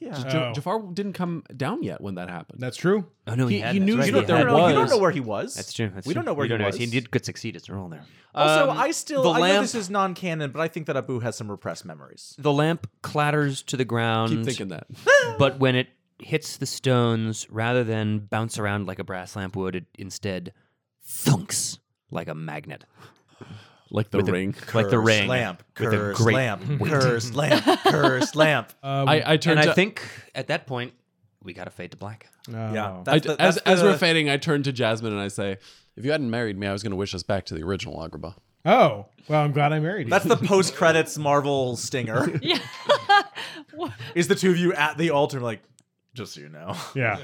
G: Yeah,
A: Ja-
E: Oh.
A: Jafar didn't come down yet when that happened.
E: That's true.
B: Oh no, he,
A: He-
B: had
A: he
B: that.
A: knew
B: That's
A: you
B: right,
A: don't-
B: he had
A: there
B: that.
A: was.
G: we don't know where he was.
B: That's true. That's
G: we
B: true.
G: don't know where
B: we don't
G: he
B: know.
G: was.
B: He did good succeed. It's all there.
G: Also,
B: Um,
G: I still
B: the
G: I know
B: lamp
G: this is non-canon, but I think that Abu has some repressed memories.
B: the lamp clatters to the ground.
A: Keep thinking that.
B: but when it hits the stones, rather than bounce around like a brass lamp would, it instead thunks like a magnet.
A: Like the
B: With the-
A: ring.
B: like the
G: Cursed
B: ring.
G: lamp,
B: with a
G: cursed
B: great
G: lamp,
B: weight.
G: cursed lamp, cursed lamp.
E: Uh,
A: I, I turned
B: and I
A: to-
B: think at that point we gotta fade to black.
E: oh.
G: Yeah,
A: Oh. I,
G: that's the-
A: as,
G: that's
A: as
G: the-
A: we're fading, I turn to Jasmine and I say, "If you hadn't married me, I was going to wish us back to the original Agrabah."
E: Oh, well, I'm glad I married you.
G: That's the post credits Marvel stinger.
C: yeah.
G: Is the two of you at the altar like, just so you know.
E: yeah.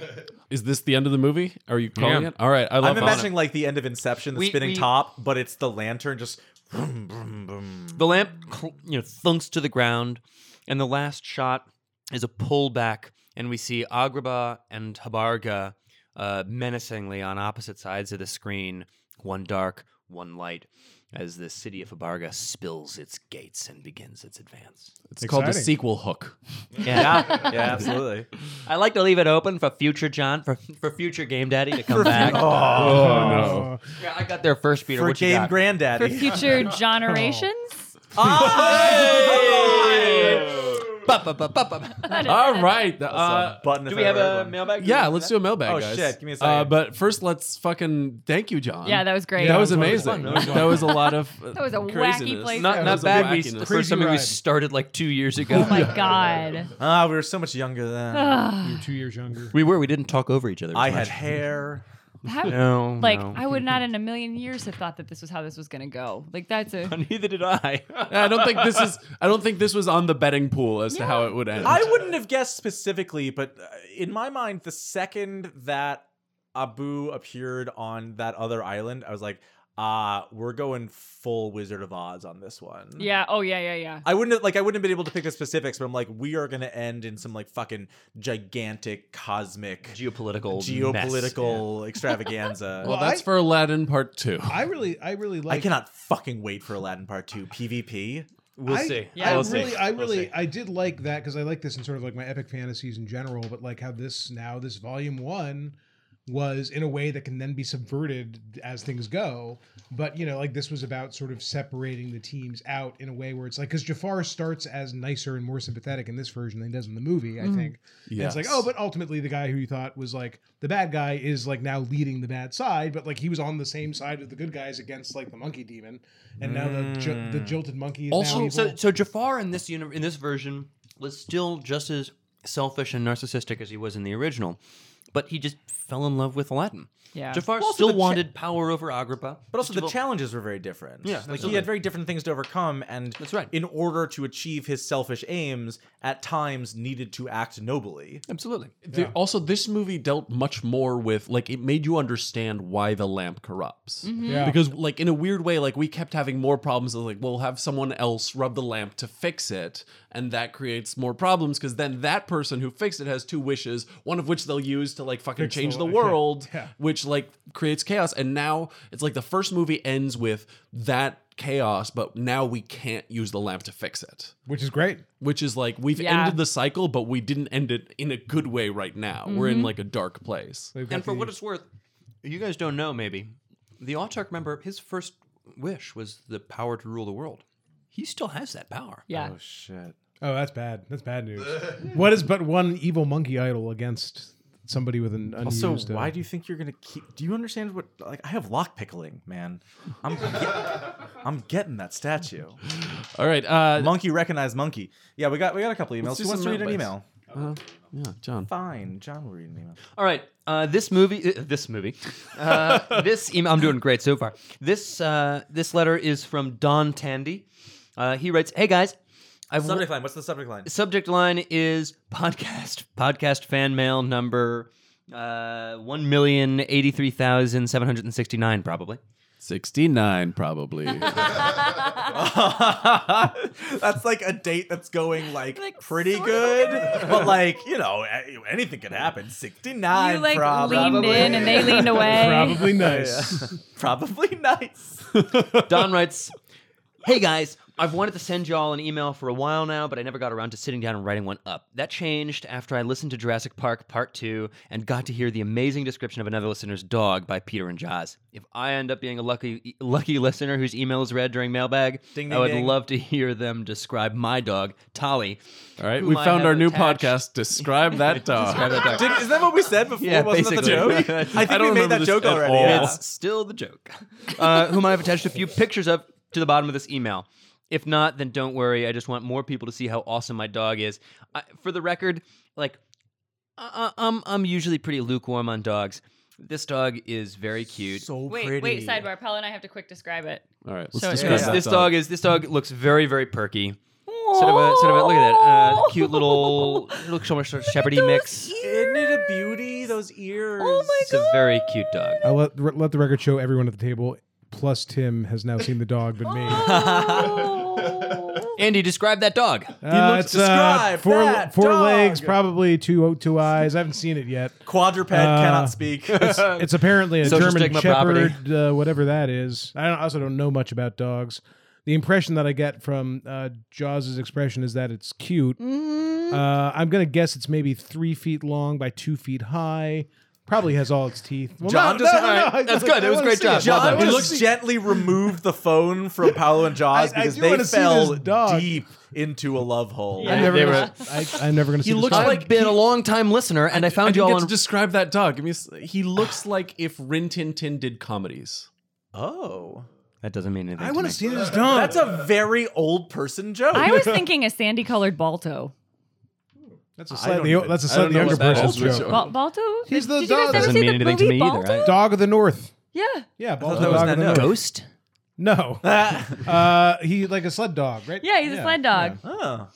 A: Is this the end of the movie? Are you calling
B: Yeah.
A: it? All right, I love
G: I'm imagining like the end of Inception, the
B: We-
G: spinning
B: we-
G: top, but it's the lantern just vroom, vroom, vroom.
B: The lamp, cl- you know, thunks to the ground, and the last shot is a pullback, and we see Agrabah and Habarga
F: uh, menacingly on opposite sides of the screen, one dark, one light, as the city of Abarga spills its gates and begins its advance.
A: It's called the sequel hook.
F: Yeah, I like to leave it open for future John, for, for future Game Daddy to come back.
D: Oh.
F: Yeah, I got their first Peter.
D: For
F: what you
D: Game
F: got?
D: Granddaddy.
C: For future generations?
A: All right. Uh,
D: button
F: do we have a mailbag?
A: yeah, let's do a mailbag,
D: Oh,
A: guys.
D: shit, give me a
A: Uh,
D: second.
A: but first, let's fucking thank you, John.
C: Yeah, that was great. Oh
A: That was
F: that was
A: amazing.
F: fun. That was fun.
A: That was a lot of. uh,
C: That was a wacky
A: craziness.
C: place
F: Not,
C: Yeah,
F: not
C: it was a
F: bad. We,
A: wackiness.
F: the
A: Crazy
F: first time we
A: ride.
F: started like two years ago.
C: Oh my God.
D: Ah, we were so much younger then.
C: Ugh,
E: You're two years younger.
F: We were. We didn't talk over each other.
D: I
F: as
D: had
F: much.
D: hair.
C: that-
F: No,
C: like
F: no.
C: I would not in a million years have thought that this was how this was gonna go. Like that's a
F: Neither did I.
A: I don't think this is. I don't think this was on the betting pool as to how it would end.
D: I wouldn't have guessed specifically, but uh, in my mind, the second that Abu appeared on that other island, I was like, ah, we're going full Wizard of Oz on this one.
C: yeah. Oh yeah, yeah, yeah.
D: I wouldn't have, like I wouldn't have been able to pick the specifics, but I'm like, we are gonna end in some like fucking gigantic cosmic
F: geopolitical,
D: geopolitical extravaganza.
A: well, that's for Aladdin Part Two.
E: I really, I really like.
D: I cannot fucking wait for Aladdin Part Two PvP.
F: We'll
E: I-
F: see.
E: I
C: Yeah. We'll
E: really,
F: see.
E: I
F: We'll
E: really,
F: see.
E: I did like that because I like this in sort of like my epic fantasies in general, but like how this now, this volume one was in a way that can then be subverted as things go. But you know, like this was about sort of separating the teams out in a way where it's like because Jafar starts as nicer and more sympathetic in this version than he does in the movie, I think. And It's like,
A: Yes.
E: oh, but ultimately the guy who you thought was like the bad guy is like now leading the bad side, but like he was on the same side of the good guys against like the monkey demon. And now the, ju-
F: Mm.
E: the jilted monkey is now
F: also
E: evil.
F: so, so jafar in this uni- in this version was still just as selfish and narcissistic as he was in the original but he just fell in love with aladdin
C: Yeah.
F: jafar
D: Well, also
F: still
D: the cha-
F: wanted power over agrippa
D: But also, the
F: Jafar-
D: challenges were very different.
F: Yeah,
D: like he
F: absolutely.
D: had very different things to overcome, and
F: That's right.
D: In order to achieve his selfish aims, at times needed to act nobly.
F: absolutely
A: The- also, this movie dealt much more with like it made you understand why the lamp corrupts.
E: Yeah.
A: Because like in a weird way, like we kept having more problems. Of, like we'll have someone else rub the lamp to fix it, and that creates more problems because then that person who fixed it has two wishes, one of which they'll use to like fucking
E: Fix the
A: change the
E: lamp,
A: world,
E: yeah, yeah.
A: which like creates chaos. And now it's like the first movie ends with that chaos, but now we can't use the lamp to fix it
E: which is great.
A: which is like we've
C: Yeah.
A: ended the cycle, but we didn't end it in a good way right now. We're
F: Mm-hmm.
A: in like a dark place.
F: and for what it's worth you guys don't know maybe the autarch member his first wish was the power to rule the world he still has that power
C: Yeah.
D: shit!
E: Oh, that's bad. That's bad news. what is but one evil monkey idol against somebody with an unused?
D: Also,
E: uh,
D: why do you think you're gonna keep? Do you understand what? Like, I have lock pickling, man. I'm, get- I'm getting that statue.
A: All right, uh,
D: Monkey recognize monkey. Yeah, we got we got a couple emails.
A: do
D: Who wants to
A: some
D: read an
A: mailbags.
D: email?
A: yeah, John.
D: Fine, John will read an email.
F: All right. Uh, this movie, uh, this movie, uh, this email. I'm doing great so far. This uh, this letter is from Don Tandy. Uh, he writes, "Hey guys, I've
D: Subject line. What's the subject line?
F: subject line is podcast podcast fan mail number uh, one million eighty three thousand seven hundred and sixty nine probably."
A: Sixty-nine, probably.
D: that's like a date that's going like, pretty good, but like you know a- anything could happen. Sixty nine,
C: You like
D: probably.
C: leaned in and they leaned away.
E: Probably nice.
D: probably nice.
F: Don writes, Hey guys, I've wanted to send y'all an email for a while now, but I never got around to sitting down and writing one up. That changed after I listened to Jurassic Park Part 2 and got to hear the amazing description of another listener's dog by Peter and Jaws. If I end up being a lucky lucky listener whose email is read during mailbag,
D: Ding,
F: I
D: ding,
F: would
D: ding.
F: love to hear them describe my dog, Tolly.
A: All right,
F: whom
A: we
F: I
A: found
F: have
A: our new
F: attached-
A: podcast. Describe that dog.
F: Describe that dog.
D: Did, is that what we said before?
F: Yeah,
D: Wasn't
F: basically.
D: that the joke? I think
A: I don't
D: we made
A: remember
D: that
A: this
D: joke
A: at
D: already.
A: all.
D: yeah.
F: It's still the joke. Uh, whom I've attached a few pictures of to the bottom of this email. If not, then don't worry. I just want more people to see how awesome my dog is. I, for the record, like, I, I- I'm I'm usually pretty lukewarm on dogs. This dog is very cute.
D: So
C: Wait,
D: pretty.
C: wait, sidebar. Paul and I have to quick describe it.
A: All right, let's
C: So-
A: describe
F: this
A: that
F: this
A: dog.
F: dog is this dog looks very very perky. Sort of a sort of a look at that
C: Oh!
F: uh, cute little look so much shepherdy mix.
D: Isn't it a beauty? Those ears.
C: Oh my
F: It's a very cute dog.
E: I let re- let the record show everyone at the table. Plus, Tim has now seen the dog, but me.
C: Oh.
F: Andy, describe that dog.
E: Uh, it's, uh, four four legs, probably two two eyes. I haven't seen it yet.
G: Quadruped
E: Uh,
G: cannot speak.
E: It's, it's apparently a
F: Social
E: German
F: stigma property.
E: Shepherd, uh, whatever that is. I, don't, I also don't know much about dogs. The impression that I get from uh, Jaws' expression is that it's cute.
C: Mm-hmm.
E: Uh, I'm gonna guess it's maybe three feet long by two feet high. Probably has all its teeth. Well,
G: John
E: no,
G: does-
E: no, no,
G: all right,
E: no,
F: that's
E: I-
F: good.
E: I
F: It was a
E: wanna
F: great
E: see it.
F: job. Well
G: John
F: done.
E: I wanna
G: just
E: see it.
G: gently removed the phone from Paolo and Jaws
E: I- I
G: because
E: do
G: they
E: wanna see this
G: fell
E: dog.
G: deep into a love hole.
E: I'm never, gonna, I, I'm never gonna see.
F: He
E: this
F: looks
E: dog.
F: like been a long time listener, and I,
A: I
F: found
A: do
F: you all
A: get
F: on.
A: to describe that dog. Give me. a s- He looks like if Rin Tin Tin did comedies.
G: Oh.
F: that doesn't mean anything.
E: I
F: want
E: want to see this dog.
G: That's a very old person joke.
C: I was thinking a sandy colored Balto.
E: That's a
G: I don't
E: slightly
G: even-
E: that's a
G: I
E: slightly
G: don't know
E: younger
G: what that
E: person's
A: is, which-
E: joke.
C: Ba- Balto?
E: He's the
C: Did you guys
E: dog.
C: ever
F: Doesn't
C: see
F: mean
C: the
F: anything to
C: movie
F: me either,
C: Balto?
F: right?
E: Dog of the North.
C: Yeah.
E: Yeah,
G: thought
E: Balto,
G: that was
E: dog of the
G: Nando.
E: North.
F: Ghost.
E: No, uh, he like a sled dog, right?
C: Yeah, he's a sled dog.
G: Oh.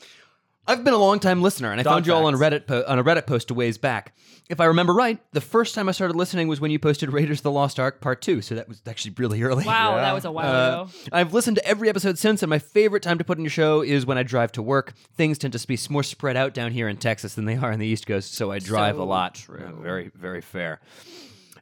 F: I've been a long time listener, and I
G: Dog
F: found you all on
G: facts.
F: Reddit po- on a Reddit post a ways back. If I remember right, the first time I started listening was when you posted Raiders of the Lost Ark Part Two, so that was actually really early.
C: Wow, that was a while
F: Uh,
C: ago.
F: I've listened to every episode since, and my favorite time to put in your show is when I drive to work. Things tend to be more spread out down here in Texas than they are on the East Coast, so I drive a
C: So
F: lot. Very, very fair.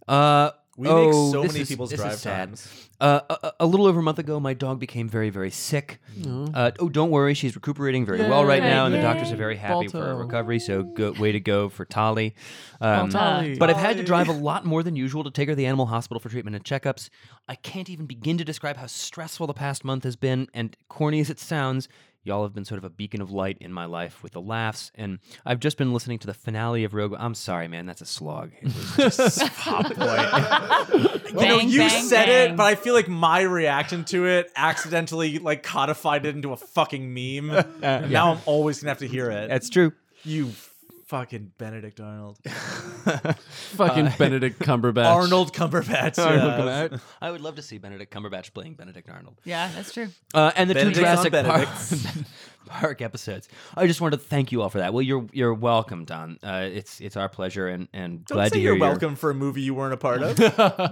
F: Uh,
G: We
F: oh,
G: make so
F: this
G: many
F: is-
G: people's
F: this is
G: drive
F: sad.
G: times.
F: Uh, a- a, a little over a month ago, my dog became very, very sick.
G: Mm-hmm.
F: Uh, oh, don't worry, she's recuperating very well right
C: Yay.
F: now, and the
C: Yay.
F: doctors are very happy for her
A: Balto.
F: recovery. So, good way to go for Tali. Um,
C: Balto.
F: But I've had to drive a lot more than usual to take her to the animal hospital for treatment and checkups. I can't even begin to describe how stressful the past month has been, and corny as it sounds. Y'all have been sort of a beacon of light in my life with the laughs, and I've just been listening to the finale of Rogue. I'm sorry, man, that's a slog. It was
G: You know,
C: Bang,
G: you
C: bang,
G: said
C: bang.
G: it, but I feel like my reaction to it accidentally like codified it into a fucking meme. And Now I'm always gonna have to hear it.
F: that's true.
G: you fucking Benedict Arnold,
A: Fucking
F: Uh,
A: Benedict Cumberbatch.
G: Arnold Cumberbatch. yes.
F: I would love to see Benedict Cumberbatch playing Benedict Arnold.
C: Yeah, that's true.
F: Uh, and the two
G: Benedict's on
F: Jurassic Park,
G: Benedict's.
F: Park episodes. I just wanted to thank you all for that. Well, you're you're welcome, Don. Uh, it's it's our pleasure, and and
G: Don't
F: glad to
G: say
F: hear
G: you're
F: your-
G: welcome for a movie you weren't a part of.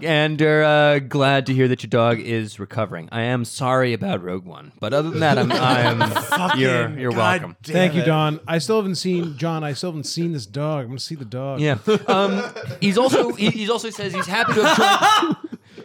F: and uh, glad to hear that your dog is recovering. I am sorry about Rogue One, but other than that, I'm, I'm you're you're
G: God
F: welcome.
G: damn
E: Thank you,
G: it.
E: Don. I still haven't seen John. I still haven't seen this dog. I'm gonna see the dog.
F: Yeah. Um, he's also he, he's also says he's happy to have joined.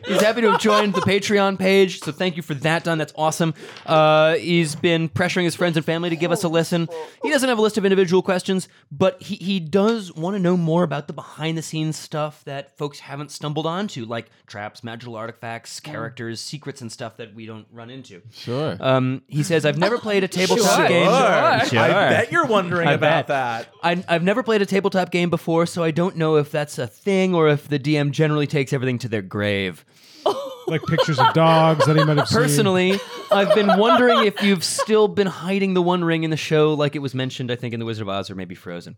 F: He's happy to have joined the Patreon page, so thank you for that, Don. That's awesome. Uh, he's been pressuring his friends and family to give us a listen. He doesn't have a list of individual questions, but he, he does want to know more about the behind the scenes stuff that folks haven't stumbled onto, like traps, magical artifacts, characters, secrets, and stuff that we don't run into.
A: Sure.
F: Um, he says, I've never played a tabletop game. Sure.
G: I bet you're wondering
F: I
G: about
F: bet.
G: that.
F: I, I've never played a tabletop game before, so I don't know if that's a thing or if the DM generally takes everything to their grave.
E: Like pictures of dogs that he might have seen.
F: Personally, I've been wondering if you've still been hiding the One Ring in the show, like it was mentioned, I think, in The Wizard of Oz or maybe Frozen.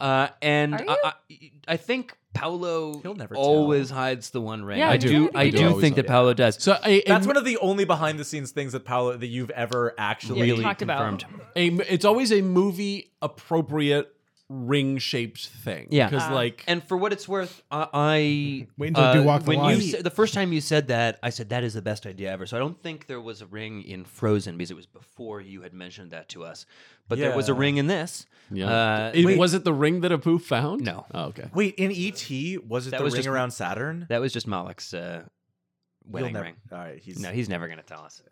F: Uh, and
M: Are
F: I, I, I think Paolo
G: He'll never
F: always hides the One Ring.
M: Yeah,
F: I
M: I
F: do.
M: do.
F: I
M: You
A: do
F: do
A: always
F: think
A: hide
F: that Paolo does.
A: So I,
G: That's one of the only behind the scenes things that Paolo that you've ever actually
C: Yeah, you talked about.
F: confirmed.
A: a, it's always a movie appropriate ring shaped thing.
F: Yeah. Uh,
A: Because like
F: And for what it's worth, I, I uh,
E: Wait until I do Walk the
F: when
E: Line.
F: You said, the first time you said that, I said that is the best idea ever. So I don't think there was a ring in Frozen because it was before you had mentioned that to us. But there was a
G: Yeah.
F: ring in this.
A: yeah.
F: Uh,
A: It-
F: wait,
A: was it the ring that Apu found?
F: No.
A: Oh, okay.
G: Wait, in ET, was it
F: That
G: the
F: was
G: ring
F: just-
G: around Saturn?
F: that was just Malek's uh,
G: You'll
F: wedding
G: never-
F: ring.
G: All right, he's
F: No, he's never going to tell us.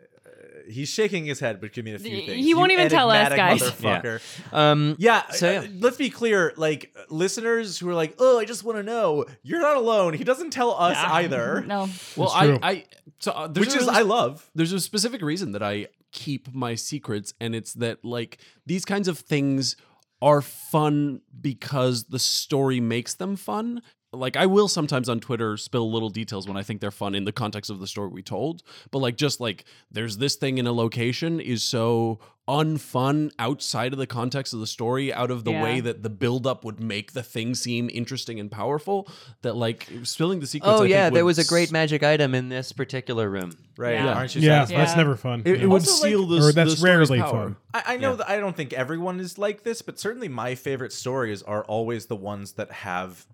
G: he's shaking his head between a few
C: He-
G: things.
C: he won't
G: You
C: even tell us, guys.
G: enigmatic
F: Yeah.
G: Motherfucker.
F: Um,
G: Yeah.
F: So,
G: uh,
F: yeah.
G: let's be clear. Like listeners who are like, "Oh, I just want to know." You're not alone. He doesn't tell us either,
C: No.
A: Well,
E: It's
A: I,
E: true.
A: I so uh, there's
G: which
A: a
G: is
A: really-
G: I love.
A: there's a specific reason that I keep my secrets, and it's that like these kinds of things are fun because the story makes them fun. Like I will sometimes on Twitter spill little details when I think they're fun in the context of the story we told, but like just like there's this thing in a location is so unfun outside of the context of the story, out of the
C: Yeah.
A: way that the buildup would make the thing seem interesting and powerful. That like spilling the secrets.
F: oh,
A: I
F: yeah,
A: think,
F: there
A: would
F: was
A: s-
F: a great magic item in this particular room.
G: Right?
C: Yeah.
G: Aren't you?
E: yeah,
G: satisfied?
E: that's
C: Yeah.
E: never fun.
A: It, it
E: Yeah.
A: would
G: Also, like-
A: seal the
E: or
A: the
E: that's
A: story's
E: rarely
A: power.
E: fun.
G: I, I know that I don't think everyone is like this, but certainly my favorite stories are always the ones that have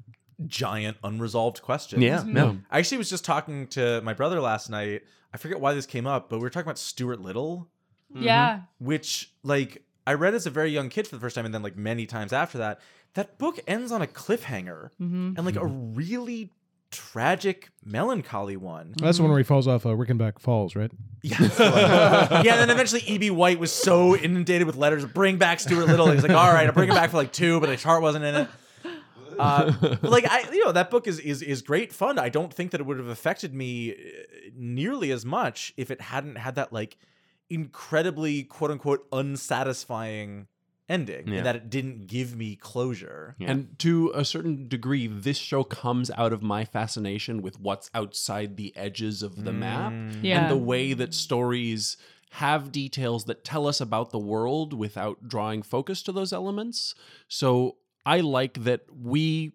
G: giant unresolved questions.
F: Yeah,
A: Mm-hmm.
F: no.
G: I actually was just talking to my brother last night. I forget why this came up, but we were talking about Stuart Little.
F: Mm-hmm.
C: Yeah.
D: Which, like, I read as a very young kid for the first time, and then, like, many times after that. That book ends on a cliffhanger
C: Mhm.
D: and, like, a
F: Mm-hmm.
D: really tragic, melancholy one.
E: That's the one where he falls off uh, Rickenback Falls, right?
D: yeah, and then eventually E.B. E White was so inundated with letters, bring back Stuart Little. He's like, all right, I'll bring it back for like two, but the chart wasn't in it. Uh, but, like I, you know, that book is is is great fun. I don't think that it would have affected me uh, nearly as much if it hadn't had that like incredibly quote unquote unsatisfying ending,
A: Yeah.
D: and that it didn't give me closure.
A: And to a certain degree, this show comes out of my fascination with what's outside the edges of the map
D: Mm.
C: Yeah.
A: and the way that stories have details that tell us about the world without drawing focus to those elements. So I like that we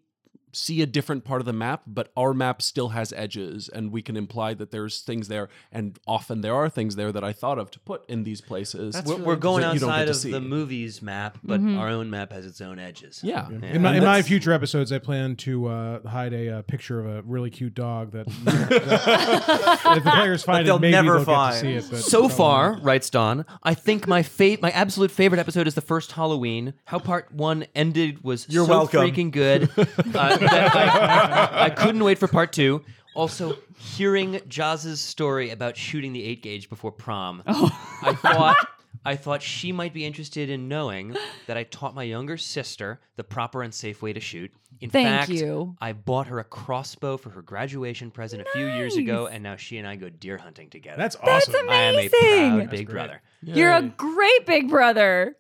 A: see a different part of the map, but our map still has edges and we can imply that there's things there. And often there are things there that I thought of to put in these places.
F: we're, we're going
A: that you don't get
F: outside
A: to
F: of
A: see.
F: the movie's map, but
A: Mhm.
F: our own map has its own edges.
A: Yeah.
E: In my, in my future episodes, I plan to uh, hide a uh, picture of a really cute dog that, that- if the players find it, maybe they'll get to see it. But
F: so far, writes Don, I think my fa- my absolute favorite episode is the first Halloween. How part one ended was
D: You're
F: so
D: welcome.
F: freaking good. uh, that I, I couldn't wait for part two. Also, hearing Jazz's story about shooting the eight gauge before prom,
N: Oh.
F: I thought. I thought she might be interested in knowing that I taught my younger sister the proper and safe way to shoot. In
N: Thank
F: fact,
N: you.
F: I bought her a crossbow for her graduation present a few years ago, and now she and I go deer hunting together.
E: That's
N: That's
F: I am a
N: amazing.
F: proud
N: That's
F: big brother.
N: You're a great big brother.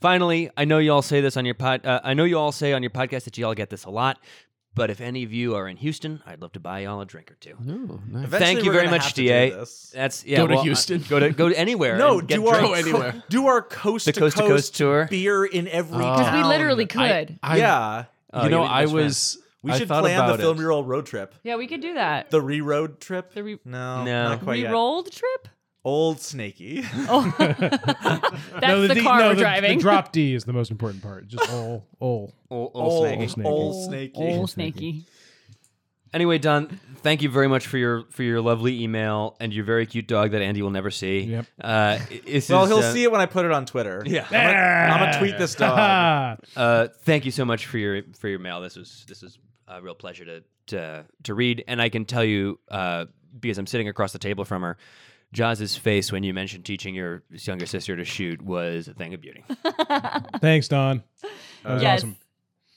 F: Finally, I know you all say this on your pod. Uh, I know you all say on your podcast that you all get this a lot, but if any of you are in Houston, I'd love to buy y'all a drink or two.
A: nice.
F: Thank
D: Eventually
F: you
D: we're
F: very
D: gonna
F: much,
D: have to
F: DA.
D: do this.
F: That's yeah.
A: Go to
F: well, uh,
A: Houston.
F: go to go to anywhere.
D: No,
F: and get
D: do our
F: drinks.
A: Go anywhere.
D: do our coast
F: The
D: to
F: coast to coast tour.
D: beer in every
A: Because
D: town.
A: we
C: literally could.
A: I-
D: yeah.
A: You know,
F: Oh, you're the
A: I
F: best friend.
A: was.
D: We
A: I
D: should
A: thought
D: plan the
A: about it.
D: film roll road trip.
C: Yeah, we could do that.
D: The re-road trip?
C: The re-
D: no,
F: No.
D: not quite
C: we
D: yet.
C: rolled trip?
D: Old Snaky.
C: That's the, car
E: no,
C: we're driving.
E: The drop D is the most important part. Just all, all.
F: Old,
D: Old-
F: snaggy.
E: Snaky.
D: Old Snaky.
C: Old snaky.
F: Anyway, Don, thank you very much for your for your lovely email and your very cute dog that Andy will never see.
E: Yep.
F: Uh, it- this
D: Well,
F: is,
D: he'll
F: uh,
D: see it when I put it on Twitter.
F: Yeah.
D: I'm gonna tweet this dog.
E: Ah,
F: Uh, thank you so much for your for your mail. This was this was a real pleasure to to to read, and I can tell you uh, because I'm sitting across the table from her. Jazz's face when you mentioned teaching your younger sister to shoot was a thing of beauty.
E: thanks, Don. That was
C: yes.
E: awesome.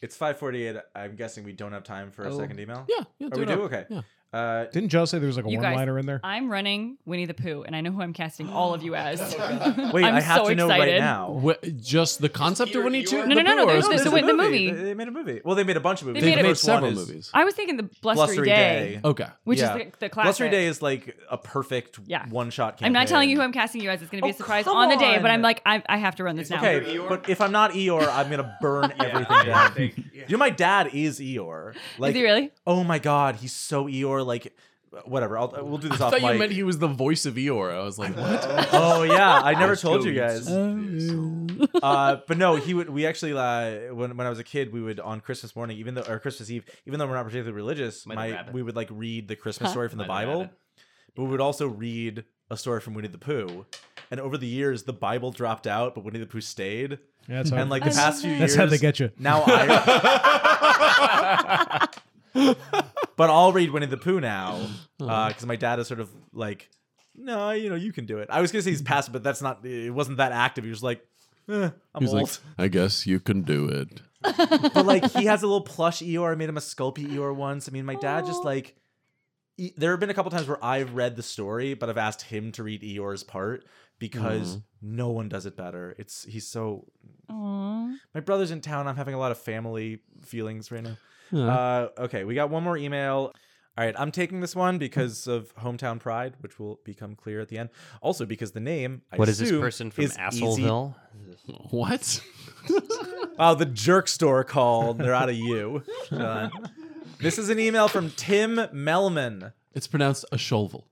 D: It's 5:48. I'm guessing we don't have time for a second email.
A: Yeah, yeah,
D: Or
A: do
D: we
A: it
D: do.
A: up.
D: Okay.
A: Yeah.
D: Uh,
E: Didn't Joe say there was like a
C: You
E: one
C: guys-
E: liner in there?
C: I'm running Winnie the Pooh, and I know who I'm casting all of you as.
D: wait,
C: I'm
D: I have
C: so
D: to know
C: excited.
D: right now.
A: Wh- just the concept of Winnie Two?
C: No, no, no, no, there's this-
D: There's
C: So
D: a
C: wait, the movie.
D: They, they made a movie. Well, they made a bunch of movies.
C: made
D: the
C: a-
A: made
D: first one
A: several
D: is
A: movies.
C: I was thinking the Blustery,
D: Blustery
C: Day,
D: Day.
A: Okay.
C: which
D: Yeah.
C: is the, the classic.
D: Blustery Day is like a perfect
C: Yeah.
D: one-shot campaign.
C: I'm not telling you who I'm casting you as. It's going to be
D: Oh,
C: a surprise
D: come
C: on the day, but
D: on.
C: I'm like, I, I have to run this now.
D: Okay, but if I'm not Eeyore, I'm gonna burn everything down. You know, my dad is Eeyore. Like,
C: he really?
D: Oh my god, he's so Eeyore. Like, whatever. I'll, we'll do
A: I
D: this off
A: thought you
D: mic.
A: meant he was the voice of Eeyore. I was like, what?
D: oh yeah, I never told you guys. Uh, but no, he would. We actually, uh, when when I was a kid, we would on Christmas morning, even though or Christmas Eve, even though we're not particularly religious,
F: Might
D: my,
F: have rabbit.
D: we would like read the Christmas story from the
F: Might have
D: Bible.
F: rabbit.
D: But we would also read a story from Winnie the Pooh. And over the years, the Bible dropped out, but Winnie the Pooh stayed.
E: Yeah, that's how,
D: And like the
E: that's-
D: past few years,
E: that's how they get you.
D: Now I. but I'll read Winnie the Pooh now because my dad is sort of like, no, you know, you can do it. I was gonna say he's passive, but that's not. It wasn't that active. He was like, eh, I'm
A: He's like,
D: old.
A: I guess you can do it.
D: but like, he has a little plush Eeyore. I made him a Sculpey Eeyore once. I mean, my dad just like. e- There have been a couple times where I've read the story, but I've asked him to read Eeyore's part because no one does it better. It's he's so my brother's in town. I'm having a lot of family feelings right now. Uh, okay, we got one more email. All right, I'm taking this one because of hometown pride, which will become clear at the end. Also, because the name I
F: What is this
D: assume,
F: person from
D: is Easy-
F: Assleville?
A: What?
D: Oh, the jerk store called. They're out of you. John. This is an email from Tim Melman.
A: It's pronounced a shovel.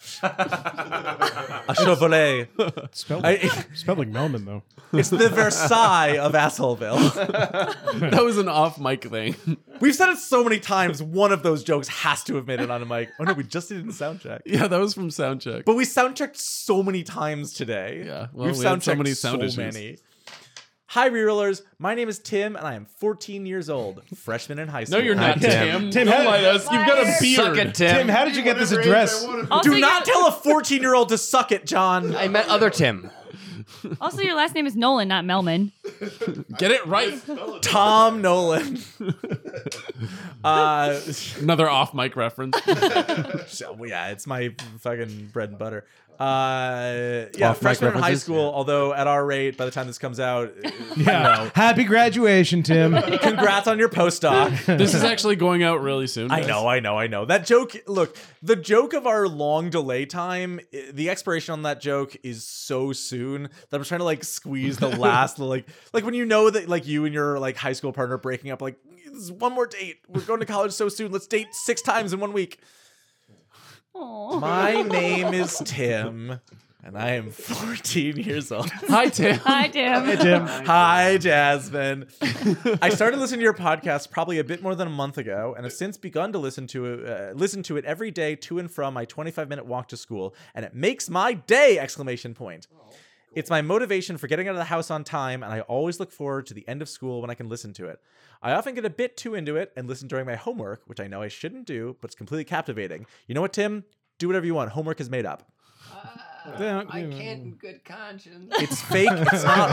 D: A Chevrolet.
E: Spelled,
D: I-
E: spelled like Melman, though.
D: It's the Versailles of Assholeville.
A: that was an off mic thing.
D: We've said it so many times. One of those jokes has to have made it on a mic. Oh no, we just did it in soundcheck.
A: Yeah, that was from soundcheck.
D: But we soundchecked so many times today.
A: Yeah, well,
D: We've
A: we had so
D: soundchecked
A: many sound issues.
D: Hi, rerollers. My name is Tim, and I am 14 years old, freshman in high
A: No,
D: school.
A: you're not, Tim.
E: Tim,
A: Don't
E: how-
A: lie to us. You've got a beard.
F: Suck it, Tim.
E: Tim, how did you get this address?
C: Also,
D: Do not
C: your-
D: tell a 14 year old to suck it, John.
F: I met other Tim.
C: also, your last name is Nolan, not Melman.
A: Get it right.
D: Tom Nolan. uh,
A: Another off mic reference.
D: so, well, yeah, it's my fucking bread and butter. Uh, yeah,
E: Off-mic
D: freshman in high
E: references?
D: school. Although at our rate, by the time this comes out,
E: Yeah. Happy graduation, Tim.
D: congrats on your postdoc.
A: this is actually going out really soon.
D: I
A: guys.
D: know, I know, I know. That joke, look, the joke of our long delay time, i- the expiration on that joke is so soon that I'm trying to like squeeze the last like like when you know that like you and your like high school partner breaking up like this is one more date. We're going to college so soon. Let's date six times in one week.
C: Aw.
D: My name is Tim and I am 14 years old.
A: Hi, Tim.
C: Hi, Tim.
D: Hi, Jasmine. I started listening to your podcast probably a bit more than a month ago, and have since begun to listen to uh, listen to it every day to and from my 25 minute walk to school, and it makes my day! Exclamation point. It's my motivation for getting out of the house on time, and I always look forward to the end of school when I can listen to it. I often get a bit too into it and listen during my homework, which I know I shouldn't do, but it's completely captivating. You know what, Tim? Do whatever you want. Homework is made up.
E: Yeah,
G: I
E: you know.
G: can't in good conscience.
D: It's fake. It's not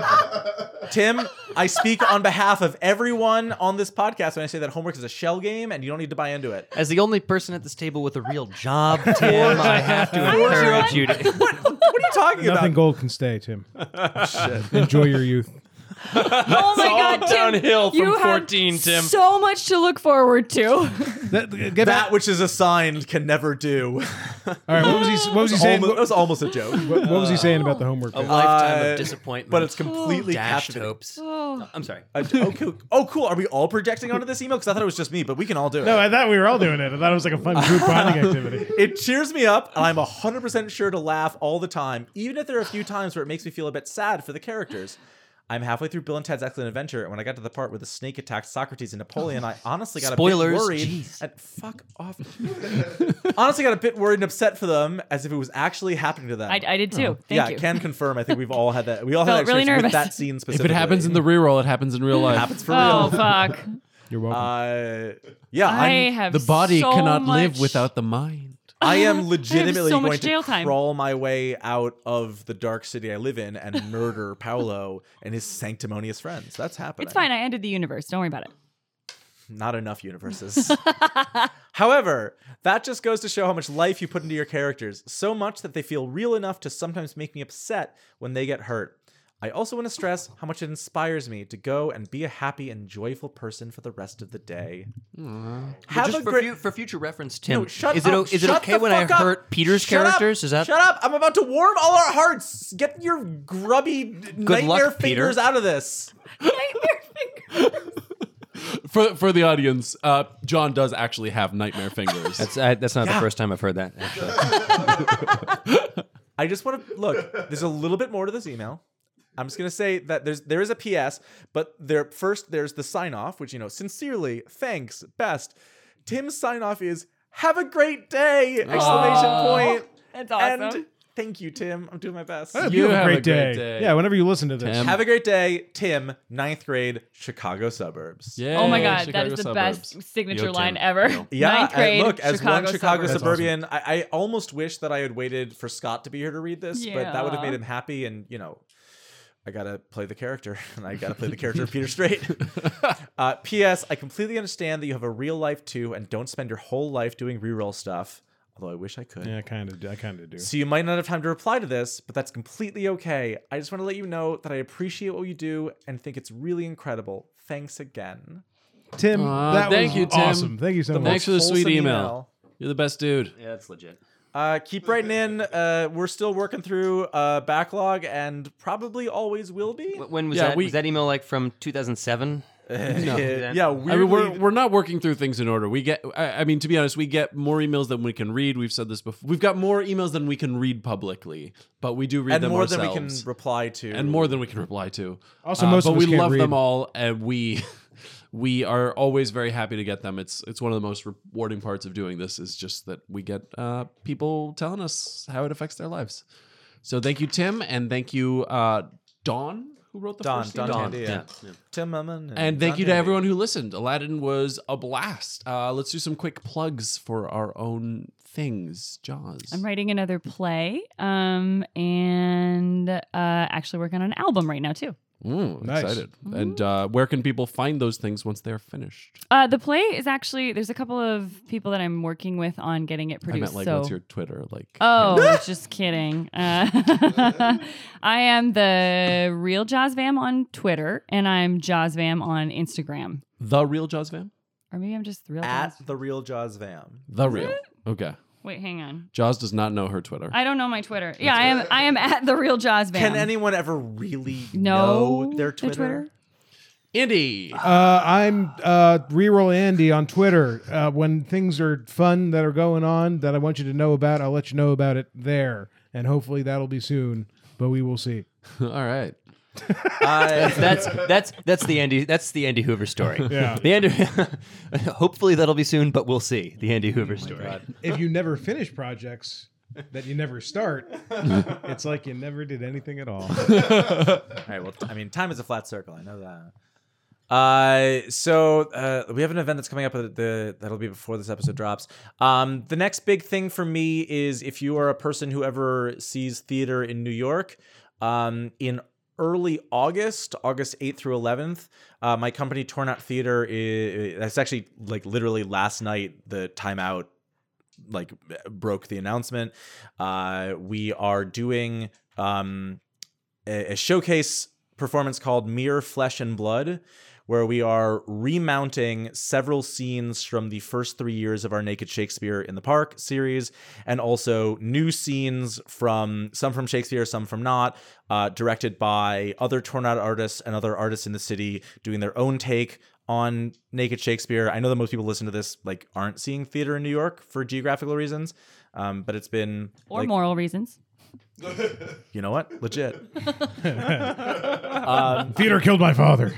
D: real. Tim, I speak on behalf of everyone on this podcast when I say that homework is a shell game and you don't need to buy into it.
F: As the only person at this table with a real job, Tim, I have to encourage you to.
D: What are you talking
E: Nothing
D: about?
E: gold can stay, Tim. Enjoy your youth.
C: Oh my God, Tim.
F: downhill
C: you have So much to look forward to.
E: That, get
D: That
E: back.
D: which is assigned can never do.
E: All right, what was he? What was he saying?
D: Almo- that
E: What,
D: was almost a joke.
E: what was he saying about the homework?
F: A
E: bit?
F: lifetime
D: Uh,
F: of disappointment.
D: But it's completely
F: dashed
D: captivating.
F: hopes.
C: Oh.
F: I'm sorry.
D: Uh, oh, cool. oh, cool. Are we all projecting onto this email? Because I thought it was just me, but we can all do it.
E: no, Oh, I thought we were all doing it. I thought it was like a fun group bonding activity.
D: it cheers me up, and I'm 100% sure to laugh all the time, even if there are a few times where it makes me feel a bit sad for the characters. I'm halfway through Bill and Ted's Excellent Adventure, and when I got to the part where the snake attacked Socrates and Napoleon, I honestly got a
F: Spoilers,
D: bit worried.
F: jeez.
D: And fuck off. honestly, got a bit worried and upset for them, as if it was actually happening to them.
C: I, I did too. Thank
D: yeah,
C: you.
D: can confirm. I think we've all had that. We all had
C: Felt
D: that
C: really
D: experience with
C: nervous.
D: that scene
A: If
D: specifically.
A: it happens in the reroll, it happens in real
D: it
A: life.
D: happens for
C: oh
D: real.
C: fuck!
E: You're welcome.
D: Uh, yeah,
C: I
D: I'm-
C: have
A: The body
C: so
A: cannot live
C: much-
A: without the mind.
D: I
C: I
D: am
C: have
D: legitimately
C: so much
D: going to
C: jail time.
D: crawl my way out of the dark city I live in and murder Paolo and his sanctimonious friends. That's happening.
C: It's fine. I ended the universe. Don't worry about it.
D: Not enough universes. However, that just goes to show how much life you put into your characters, so much that they feel real enough to sometimes make me upset when they get hurt. I also want to stress how much it inspires me to go and be a happy and joyful person for the rest of the day. Have
F: Just
D: a
F: for,
D: great
F: fu- for future reference, Tim,
D: No, shut
F: is it o-
D: up.
F: is it
D: Shut
F: okay
D: the
F: when I
D: fuck up.
F: hurt Peter's
D: Shut up.
F: characters? Is that
D: Shut up. I'm about to warm all our hearts. Get your grubby nightmare
F: luck, Peter.
D: fingers out of this.
A: For for the audience, uh, John does actually have nightmare fingers.
F: That's I, that's not the first time I've heard that. Actually.
D: I just want to look, there's a little bit more to this email. I'm just gonna say that there's there is a PS, but there first there's the sign off, which you know, sincerely, thanks, best. Tim's sign off is have a great day! Exclamation point.
C: That's awesome.
D: And thank you, Tim. I'm doing my best.
E: Oh,
A: You
E: you have
A: have
E: a great,
A: a great
E: day.
A: day.
E: Yeah, whenever you listen to this.
A: Tim.
D: Have a great day, Tim, ninth grade, Chicago suburbs.
A: Yay,
C: oh my god, that
A: Chicago
C: is the
A: suburbs.
C: best signature
A: Yo,
C: line
A: Tim.
C: ever.
A: Yo.
D: Yeah,
C: Ninth
D: and
C: grade,
D: look, as
C: Chicago
D: one Chicago
C: suburb.
D: suburban, I, I almost wish that I had waited for Scott to be here to read this, but that would have
C: Yeah.
D: made him happy. And you know, I gotta play the character, and I gotta play the character of Peter Straight. uh, P.S. I completely understand that you have a real life too, and don't spend your whole life doing reroll stuff. Although I wish I could.
E: Yeah, I kind of. I kind of do.
D: So you might not have time to reply to this, but that's completely okay. I just want to let you know that I appreciate what you do and think it's really incredible. Thanks again.
E: Tim,
A: Aw,
E: that
A: thank
E: was
A: you, Tim.
E: awesome. Thank you so
D: The
E: much.
A: Thanks for the
D: Wholesome
A: sweet email.
D: email.
A: You're the best dude.
F: yeah, that's legit.
D: Uh, keep writing in. Uh, we're still working through uh, backlog and probably always will be.
F: When was
A: Yeah,
F: that?
A: we-
F: was that email like from 2007?
A: No.
D: yeah,
A: I
D: weirdly,
A: mean, we're we're not working through things in order. We get, I, I mean, to be honest, we get more emails than we can read. We've said this before. We've got more emails than we can read publicly, but we do read
D: and
A: them
D: more
A: ourselves.
D: than we can reply to,
A: and more than we can reply to. Uh,
E: Also, most
A: but
E: of us
A: we
E: can't
A: love
E: read.
A: them all, and we we are always very happy to get them. It's it's one of the most rewarding parts of doing this is just that we get uh, people telling us how it affects their lives. So thank you, Tim, and thank you, uh, Dawn, who wrote the
D: Don,
A: first
D: Don,
A: email.
D: Candy, yeah. Tim Memon,
A: And thank
D: Don
A: you to
D: Candy.
A: everyone who listened. Aladdin was a blast. Uh, let's do some quick plugs for our own things. Jaws.
C: I'm writing another play, um, and uh, actually working on an album right now too.
A: Mm,
E: Nice.
A: Excited. And uh, where can people find those things once they're finished?
C: Uh, the play is actually there's a couple of people that I'm working with on getting it produced.
A: I meant like
C: so.
A: what's your Twitter? Like
C: Oh, just kidding. Uh, I am the real Jazvam on Twitter, and I'm Jazvam on Instagram,
A: the real Jaws Vam?
C: or maybe I'm just the real.
D: at
C: Jazz.
D: the real Jaws Vam.
A: The real. Okay.
C: Wait, hang on.
A: Jaws does not know her Twitter.
C: I don't know my Twitter. Yeah, I am. I am at the real Jazvam.
D: Can anyone ever really
C: No,
D: know their Twitter?
A: Indy.
E: Uh, I'm uh, reroll Andy on Twitter. Uh, when things are fun that are going on that I want you to know about, I'll let you know about it there, and hopefully that'll be soon. But we will see.
A: All right.
D: I,
F: that's that's that's the Andy that's the Andy Hoover story.
E: Yeah.
F: The Andy. hopefully that'll be soon, but we'll see. The Andy Hoover story.
E: If you never finish projects that you never start, it's like you never did anything at all.
D: All right. Well, I mean, time is a flat circle. I know that. Uh, so uh, we have an event that's coming up at the that'll be before this episode drops. Um, the next big thing for me is if you are a person who ever sees theater in New York, um, in early August, August 8th through 11th, uh, my company Torn Out Theater is that's actually like literally last night the timeout like broke the announcement. Uh, we are doing um a, a showcase performance called Mere Flesh and Blood, where we are remounting several scenes from the first three years of our Naked Shakespeare in the Park series, and also new scenes from some from Shakespeare, some from not, uh, directed by other torn out artists and other artists in the city doing their own take on Naked Shakespeare. I know that most people listen to this like aren't seeing theater in New York for geographical reasons, um, but it's been
C: or
D: like,
C: moral reasons.
D: You know what? Legit.
I: Um,
E: Theater killed my father.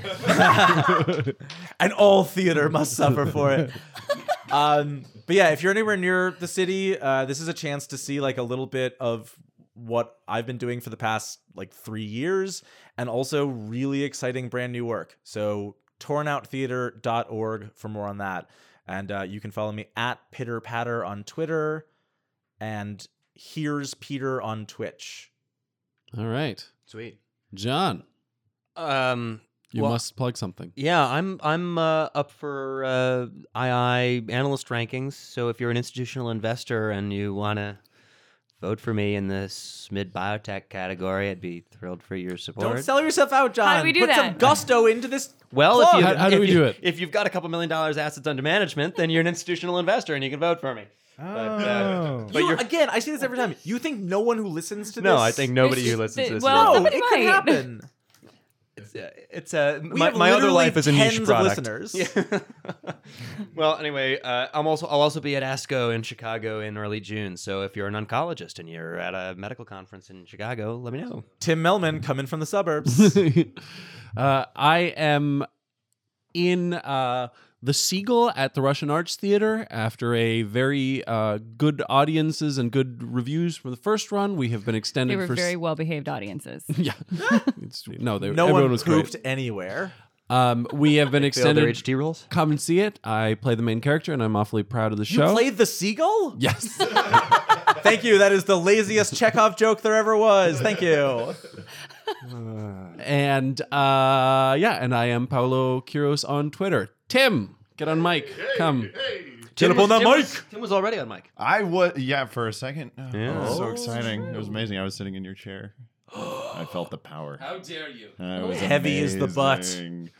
D: and all theater must suffer for it. Um, but yeah, if you're anywhere near the city, uh, this is a chance to see like a little bit of what I've been doing for the past like three years, and also really exciting brand new work. So tornouttheater.org for more on that, and uh, you can follow me at Pitter Patter on Twitter, and here's Peter on Twitch.
A: All right.
F: Sweet.
A: John,
F: Um.
A: you
F: well,
A: must plug something.
F: Yeah, I'm I'm uh, up for uh, II analyst rankings. So if you're an institutional investor and you want to vote for me in this mid biotech category, I'd be thrilled for your support.
D: Don't sell yourself out, John.
C: How do we do
D: Put some
C: that?
D: gusto into this.
F: well, if
D: plug.
F: you,
A: How- how do
F: if
A: we
F: you-
A: do it?
F: If you've got a couple million dollars assets under management, then you're an institutional investor and you can vote for me. uh,
E: Oh.
F: But
D: You-
F: you're-
D: again, I say this every time. You think no one who listens to this?
F: no, I think nobody
C: It's
F: who
C: just
F: listens to
C: the-
F: this.
C: well,
F: is
D: no,
C: somebody
D: Oh, it could
C: might.
D: happen.
F: it's a
D: We
F: my,
D: have
F: my other
D: literally
F: life is a niche
D: tens of
F: product.
D: listeners.
F: Yeah. well, anyway, uh, I'm also I'll also be at ASCO in Chicago in early June. So if you're an oncologist and you're at a medical conference in Chicago, let me know.
D: Tim Melman coming from the suburbs.
A: uh, I am in uh, the Seagull at the Russian Arts Theater after a very uh, good audiences and good reviews from the first run. We have been extended
C: They were
A: for s-
C: very well behaved audiences.
A: yeah. It's- no, they,
D: no
A: everyone
D: one
A: was
D: pooped
A: great.
D: anywhere.
A: Um, we have been
F: Fail their
A: extended.
F: HT rules.
A: Come and see it. I play the main character, and I'm awfully proud of the
D: You
A: show.
D: played the seagull?
A: yes.
D: Thank you. That is the laziest Chekhov joke there ever was. Thank you.
A: and uh, yeah, and I am Paolo Quiros on Twitter. Tim, get on mic. Come.
F: Tim
D: up on that mic.
F: Was, Tim was already on mic.
I: I was yeah for a second. Oh,
F: Yeah.
I: It was so exciting. It was amazing. I was sitting in your chair. I felt the power.
A: How dare you?
I: I was
D: Heavy is the butt.
I: amazing.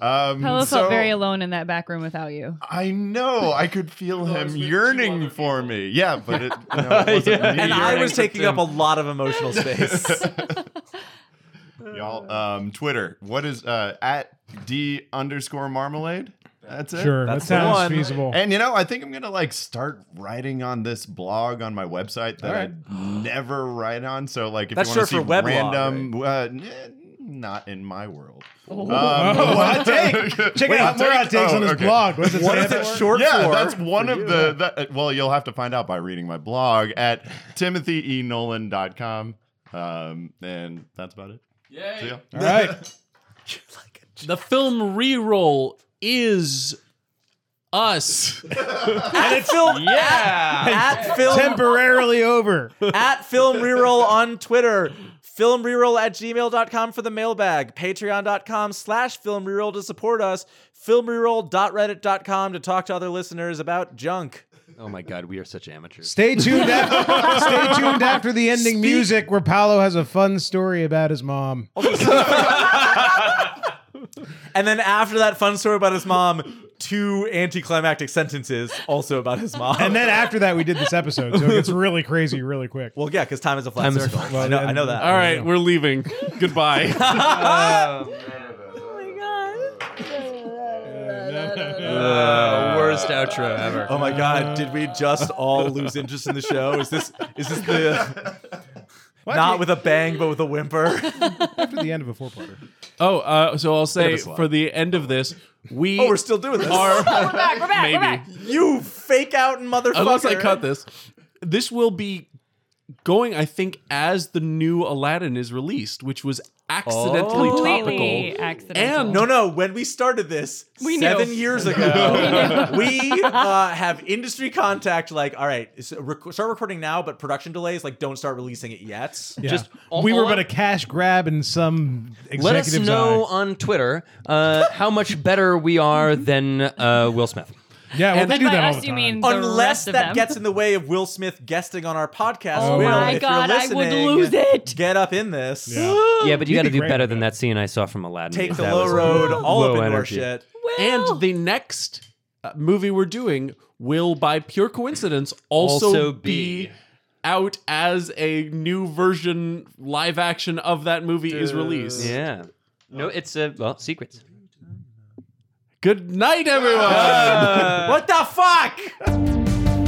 I: Um,
C: Hello
I: so-
C: felt very alone in that back room without you.
I: I know. I could
D: Oh,
I: feel him yearning for me. Yeah, but it, no, it wasn't me
D: And I
I: yearning
D: was
I: for
D: taking up
I: Tim.
D: a lot of emotional space.
I: Y'all, um, Twitter. What is uh, at D underscore marmalade? That's it.
E: Sure, that
I: That's the
E: sounds
I: one.
E: feasible.
I: And you know, I think I'm gonna like start writing on this blog on my website that I never write on. So like, if
D: That's
I: you want to
D: sure
I: see
D: for weblog,
I: random, uh, n- not in my world.
D: Oh.
I: Um,
D: Oh,
I: what-
D: take. Check it out. More
I: take? Oh,
D: outtakes on his blog. What does it What stand is it for? short
I: yeah,
D: for?
I: that's one
D: For
I: of
D: you.
I: the. That, well, you'll have to find out by reading my blog at timothyeNolan.com. Um, and that's about it.
A: Yay.
I: See ya.
A: All right. The film re-roll is us.
D: and it's film
A: Yeah.
D: at film
E: temporarily over
D: at film reroll on Twitter. Film reroll at gmail.com for the mailbag. Patreon.com slash film reroll to support us. Film reroll.reddit.com to talk to other listeners about junk.
F: Oh my god, we are such amateurs.
E: Stay tuned. After, stay tuned after the ending music, where Paolo has a fun story about his mom.
D: And then after that fun story about his mom, two anticlimactic sentences also about his mom.
E: And then after that, we did this episode, so it gets really crazy, really quick.
D: Well, yeah, because time is a flat
E: Time is a
D: circle.
E: flat-
D: I, know, I know that.
A: All right, we're leaving. Goodbye.
D: Uh,
F: worst outro ever.
D: Oh my god, did we just all lose interest in the show? Is this is this the
E: Why'd
D: not
E: we-
D: with a bang but with a whimper?
E: after the end of a four-parter.
A: Oh, uh, so I'll
D: Bit of
A: say
D: a slog.
A: for the end of this, we
D: Oh, we're still doing this.
A: Are,
D: Oh,
A: we're
D: back,
A: back, we're Maybe. back.
D: You fake out motherfucker.
A: unless I cut this, this will be going. I think as the new Aladdin is released, which was accidentally
C: Oh. Completely
A: topical.
C: accidental.
F: Um,
A: And-
D: no, no. When we started this
C: We knew.
D: seven years ago, we uh, have industry contact. Like, all right, s- rec- start recording now, but production delays. Like, don't start releasing it yet.
E: Yeah.
D: Just
E: we were but a cash grab in some
F: Let us
E: executive's
F: know on Twitter uh, how much better we are than uh, Will Smith.
E: eye. Yeah, well,
F: And-
E: they
F: And
E: do
F: by
E: that all
F: us,
E: the
F: you
E: time.
F: mean the
D: Unless
F: rest of
D: that
F: them.
D: gets in the way of Will Smith guesting on our podcast.
F: Oh
D: Will,
F: my
D: if
F: God,
D: you're
F: I
D: listening,
F: would lose
D: it. Get up in this.
F: yeah, but you got to
D: You'd be
F: do
D: great
F: better than that scene I saw from Aladdin.
D: Take
F: because
D: the
F: that
D: low
F: was
D: road, all
F: low
D: up in your
F: energy.
D: shit.
A: And the next uh, movie we're doing will, by pure coincidence, also,
F: Also
A: be. out as a new version live action of that movie is released.
F: Yeah. No, it's a well, secrets.
A: Good night, everyone.
D: what the fuck?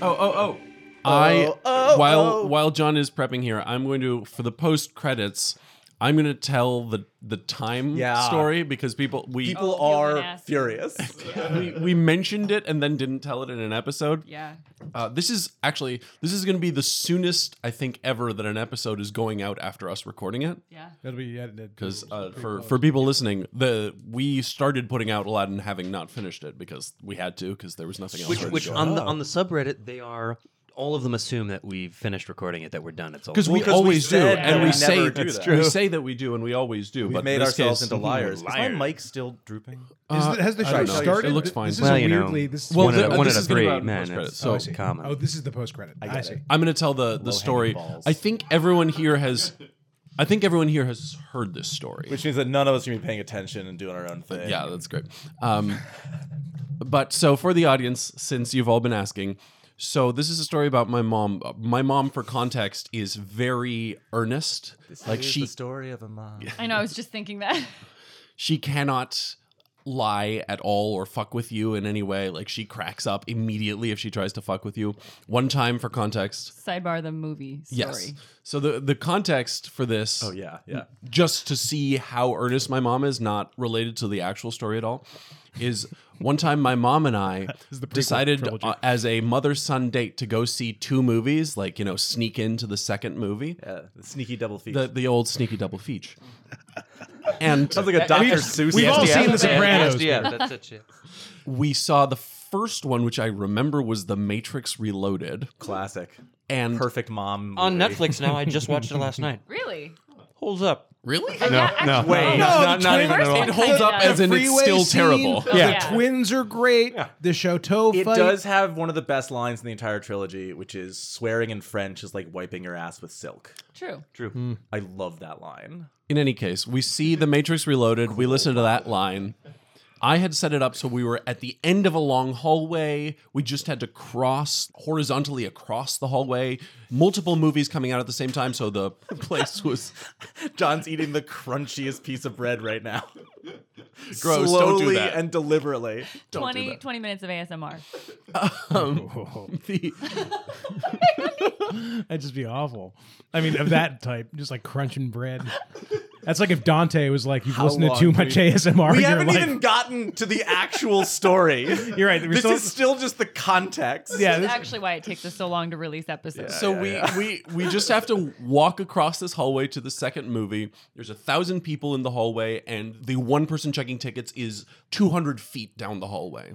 A: Oh, oh, oh. I
D: Oh, oh,
A: while
D: oh.
A: while John is prepping here, I'm going to for the post credits, I'm going to tell the the time
D: Yeah.
A: story because people we
D: People are furious.
A: we, we mentioned it and then didn't tell it in an episode.
C: Yeah.
A: Uh, this is actually this is going to be the soonest I think ever that an episode is going out after us recording it.
C: Yeah.
E: That'll be edited.
A: Because uh, for for people listening, the we started putting out Aladdin having not finished it because we had to because there was nothing else.
F: Which,
A: ready to
F: which
A: go.
F: on the on the subreddit, they are all of them assume that we've finished recording it, that we're done. It's all
A: because we always do, and we say
F: That's
A: that. we say that we do, and we always do.
D: We've
A: but
D: made
A: in this
D: ourselves
A: case-
D: into liars. Is
A: Liars.
D: my mic still drooping?
A: Uh,
E: Is the, has the
A: I
E: show
A: don't know.
E: started?
A: It looks
E: Th-
A: fine.
E: This is
F: Well,
E: a
F: you know,
E: weirdly. This is a
F: one out of-
E: weird-
F: one
E: this
F: out of
E: is gonna
F: three,
E: go out in
F: man,
E: post-credit.
F: it's so
E: Oh, I see.
F: common.
E: Oh, this is the post credit. I, see.
A: I'm going to tell the the story. I think everyone here has, I think everyone here has heard this story.
D: Which means that none of us are gonna be paying attention and doing our own thing.
A: Yeah, that's great. Um, but so for the audience, since you've all been asking, so this is a story about my mom. Uh, My mom, for context, is very earnest. like she
D: story of a mom.
C: I know. I was just thinking that.
A: she cannot lie at all or fuck with you in any way. Like she cracks up immediately if she tries to fuck with you. One time for context.
C: Sidebar the movie story.
A: Yes. So the the context for this. Oh
D: yeah, yeah.
A: Just to see how earnest my mom is, not related to the actual story at all, is one time my mom and I
E: is the prequel
A: decided
E: trilogy.
A: uh, as a mother son date to go see two movies, like you know, sneak into the second movie.
D: Yeah, the sneaky double feature.
A: The the old sneaky double feature. And
D: Sounds like a Dr. Seuss
E: We've all
D: SDF.
E: seen The Sopranos.
F: Yeah, that's it. yeah.
A: we saw the first one, which I remember was The Matrix Reloaded.
D: Classic.
A: And
D: Perfect mom.
F: On
D: movie.
F: Netflix now. I just watched it last night.
C: Really?
F: Holds up.
A: Really?
F: No, no.
D: Wait,
E: No,
F: not,
E: the
F: not
E: twin-
F: even at all.
A: It holds up as in it's
E: Freeway
A: still
E: scene,
A: terrible.
E: The
C: Yeah.
E: twins are great. The Chateau
D: It
E: fight.
D: does have one of the best lines in the entire trilogy, which is swearing in French is like wiping your ass with silk.
C: True.
F: True.
D: I love that line.
A: In any case, we see The Matrix Reloaded. We listen to that line. I had set it up so we were at the end of a long hallway. We just had to cross horizontally across the hallway. Multiple movies coming out at the same time, so the place was
D: John's eating the crunchiest piece of bread right now.
A: Gross,
D: Slowly
A: don't do that.
D: and deliberately. Don't
C: 20,
D: do that.
C: 20 minutes of ASMR.
A: Um, the-
E: That'd just be awful. I mean, of that type, just like crunching bread. That's like if Dante was like, "You've listened to
D: long
E: too
D: do
E: much
D: we-
E: ASMR."
D: We
E: in your
D: haven't
E: life."
D: even gotten to the actual story.
E: You're right. we're
D: This
E: still-
D: is still just the context.
C: This is actually why it takes us so long to release episodes.
A: so we, we we just have to walk across this hallway to the second movie. There's a thousand people in the hallway, and the one person checking tickets is 200 feet down the hallway.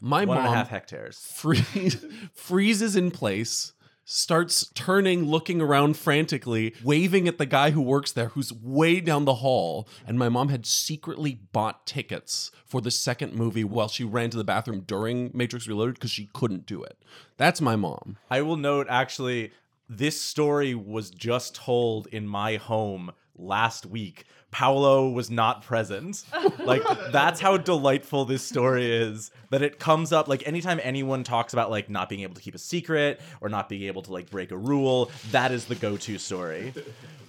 A: My
D: One
A: mom
D: and a half hectares.
A: freeze, freezes in place, starts turning, looking around frantically, waving at the guy who works there who's way down the hall. And my mom had secretly bought tickets for the second movie while she ran to the bathroom during Matrix Reloaded because she couldn't do it. That's my mom.
D: I will note actually, this story was just told in my home last week. Paolo was not present. Like that's how delightful this story is. That it comes up like anytime anyone talks about like not being able to keep a secret or not being able to like break a rule, that is the go-to story.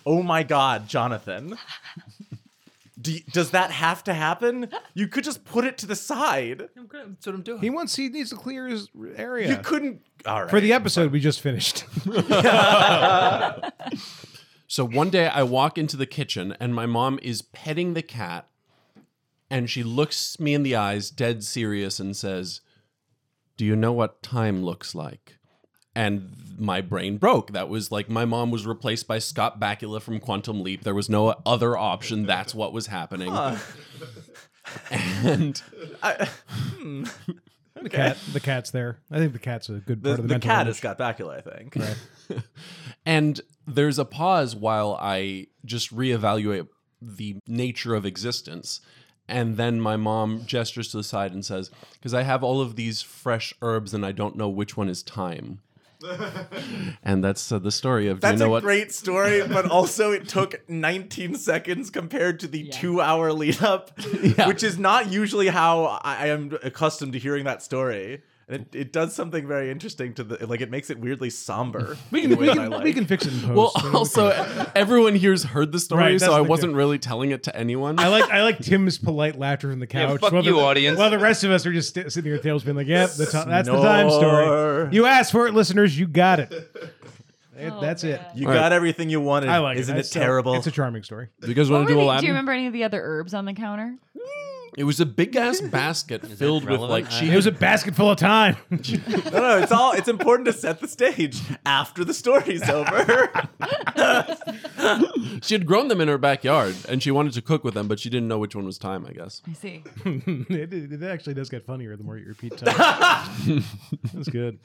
D: Oh my god, Jonathan. Do y- does that have to happen? You could just put it to the side.
F: That's what I'm doing.
E: He wants. He needs to clear his area.
D: You couldn't. All right.
E: for the episode we just finished.
A: So one day I walk into the kitchen and my mom is petting the cat and she looks me in the eyes, dead serious, and says, Do you know what time looks like? And my brain broke. That was like my mom was replaced by Scott Bakula from Quantum Leap. There was no other option. That's what was happening.
D: Huh.
A: And
D: I, hmm.
E: The cat. The cat's there. I think the cat's a good part
D: The,
E: of the,
D: the
E: mental
D: cat
E: image.
D: has got Bakula, I think.
A: And there's a pause while I just reevaluate the nature of existence. And then my mom gestures to the side and says, Because I have all of these fresh herbs and I don't know which one is time. and that's uh, the story of,
D: That's
A: do you know
D: a
A: what?
D: great story, but also it took 19 seconds compared to the two hour lead up, which is not usually how I I am accustomed to hearing that story. And it, it does something very interesting to the like it makes it weirdly somber.
E: We
D: in
E: can,
D: a way
E: we,
D: that I
E: can,
D: like.
E: we can fix it in post.
A: well,
E: You know, we
A: also,
E: can-
A: everyone here's heard the story,
E: Right, that's
A: so I
E: the
A: wasn't really telling it to anyone.
E: I like I like Tim's polite laughter from the
F: Yeah,
E: couch.
F: fuck
E: while
F: you,
E: the,
F: audience.
E: While the rest of us are just sti- sitting here, tails being like, "Yep, the ti- that's the time
D: Snore.
E: story. You asked for it, listeners. You got it. It- that's it.
D: You
A: All
D: got
A: right.
D: everything you wanted.
E: I like
D: Isn't
E: it.
D: it,
E: It's so-
D: terrible?
E: it's a charming story.
A: Do you guys
C: What
A: want to
C: were
A: do
C: the-
A: Aladdin?
C: do you remember any of the other herbs on the counter?
A: It was a big ass basket filled with
F: relevant?
A: like she
E: It was a basket full of time.
D: no, no, it's all it's important to set the stage after the story's over.
A: she had grown them in her backyard and she wanted to cook with them, but she didn't know which one was time. I guess.
C: I see.
E: it, it actually does get funnier the more you repeat time. that's good.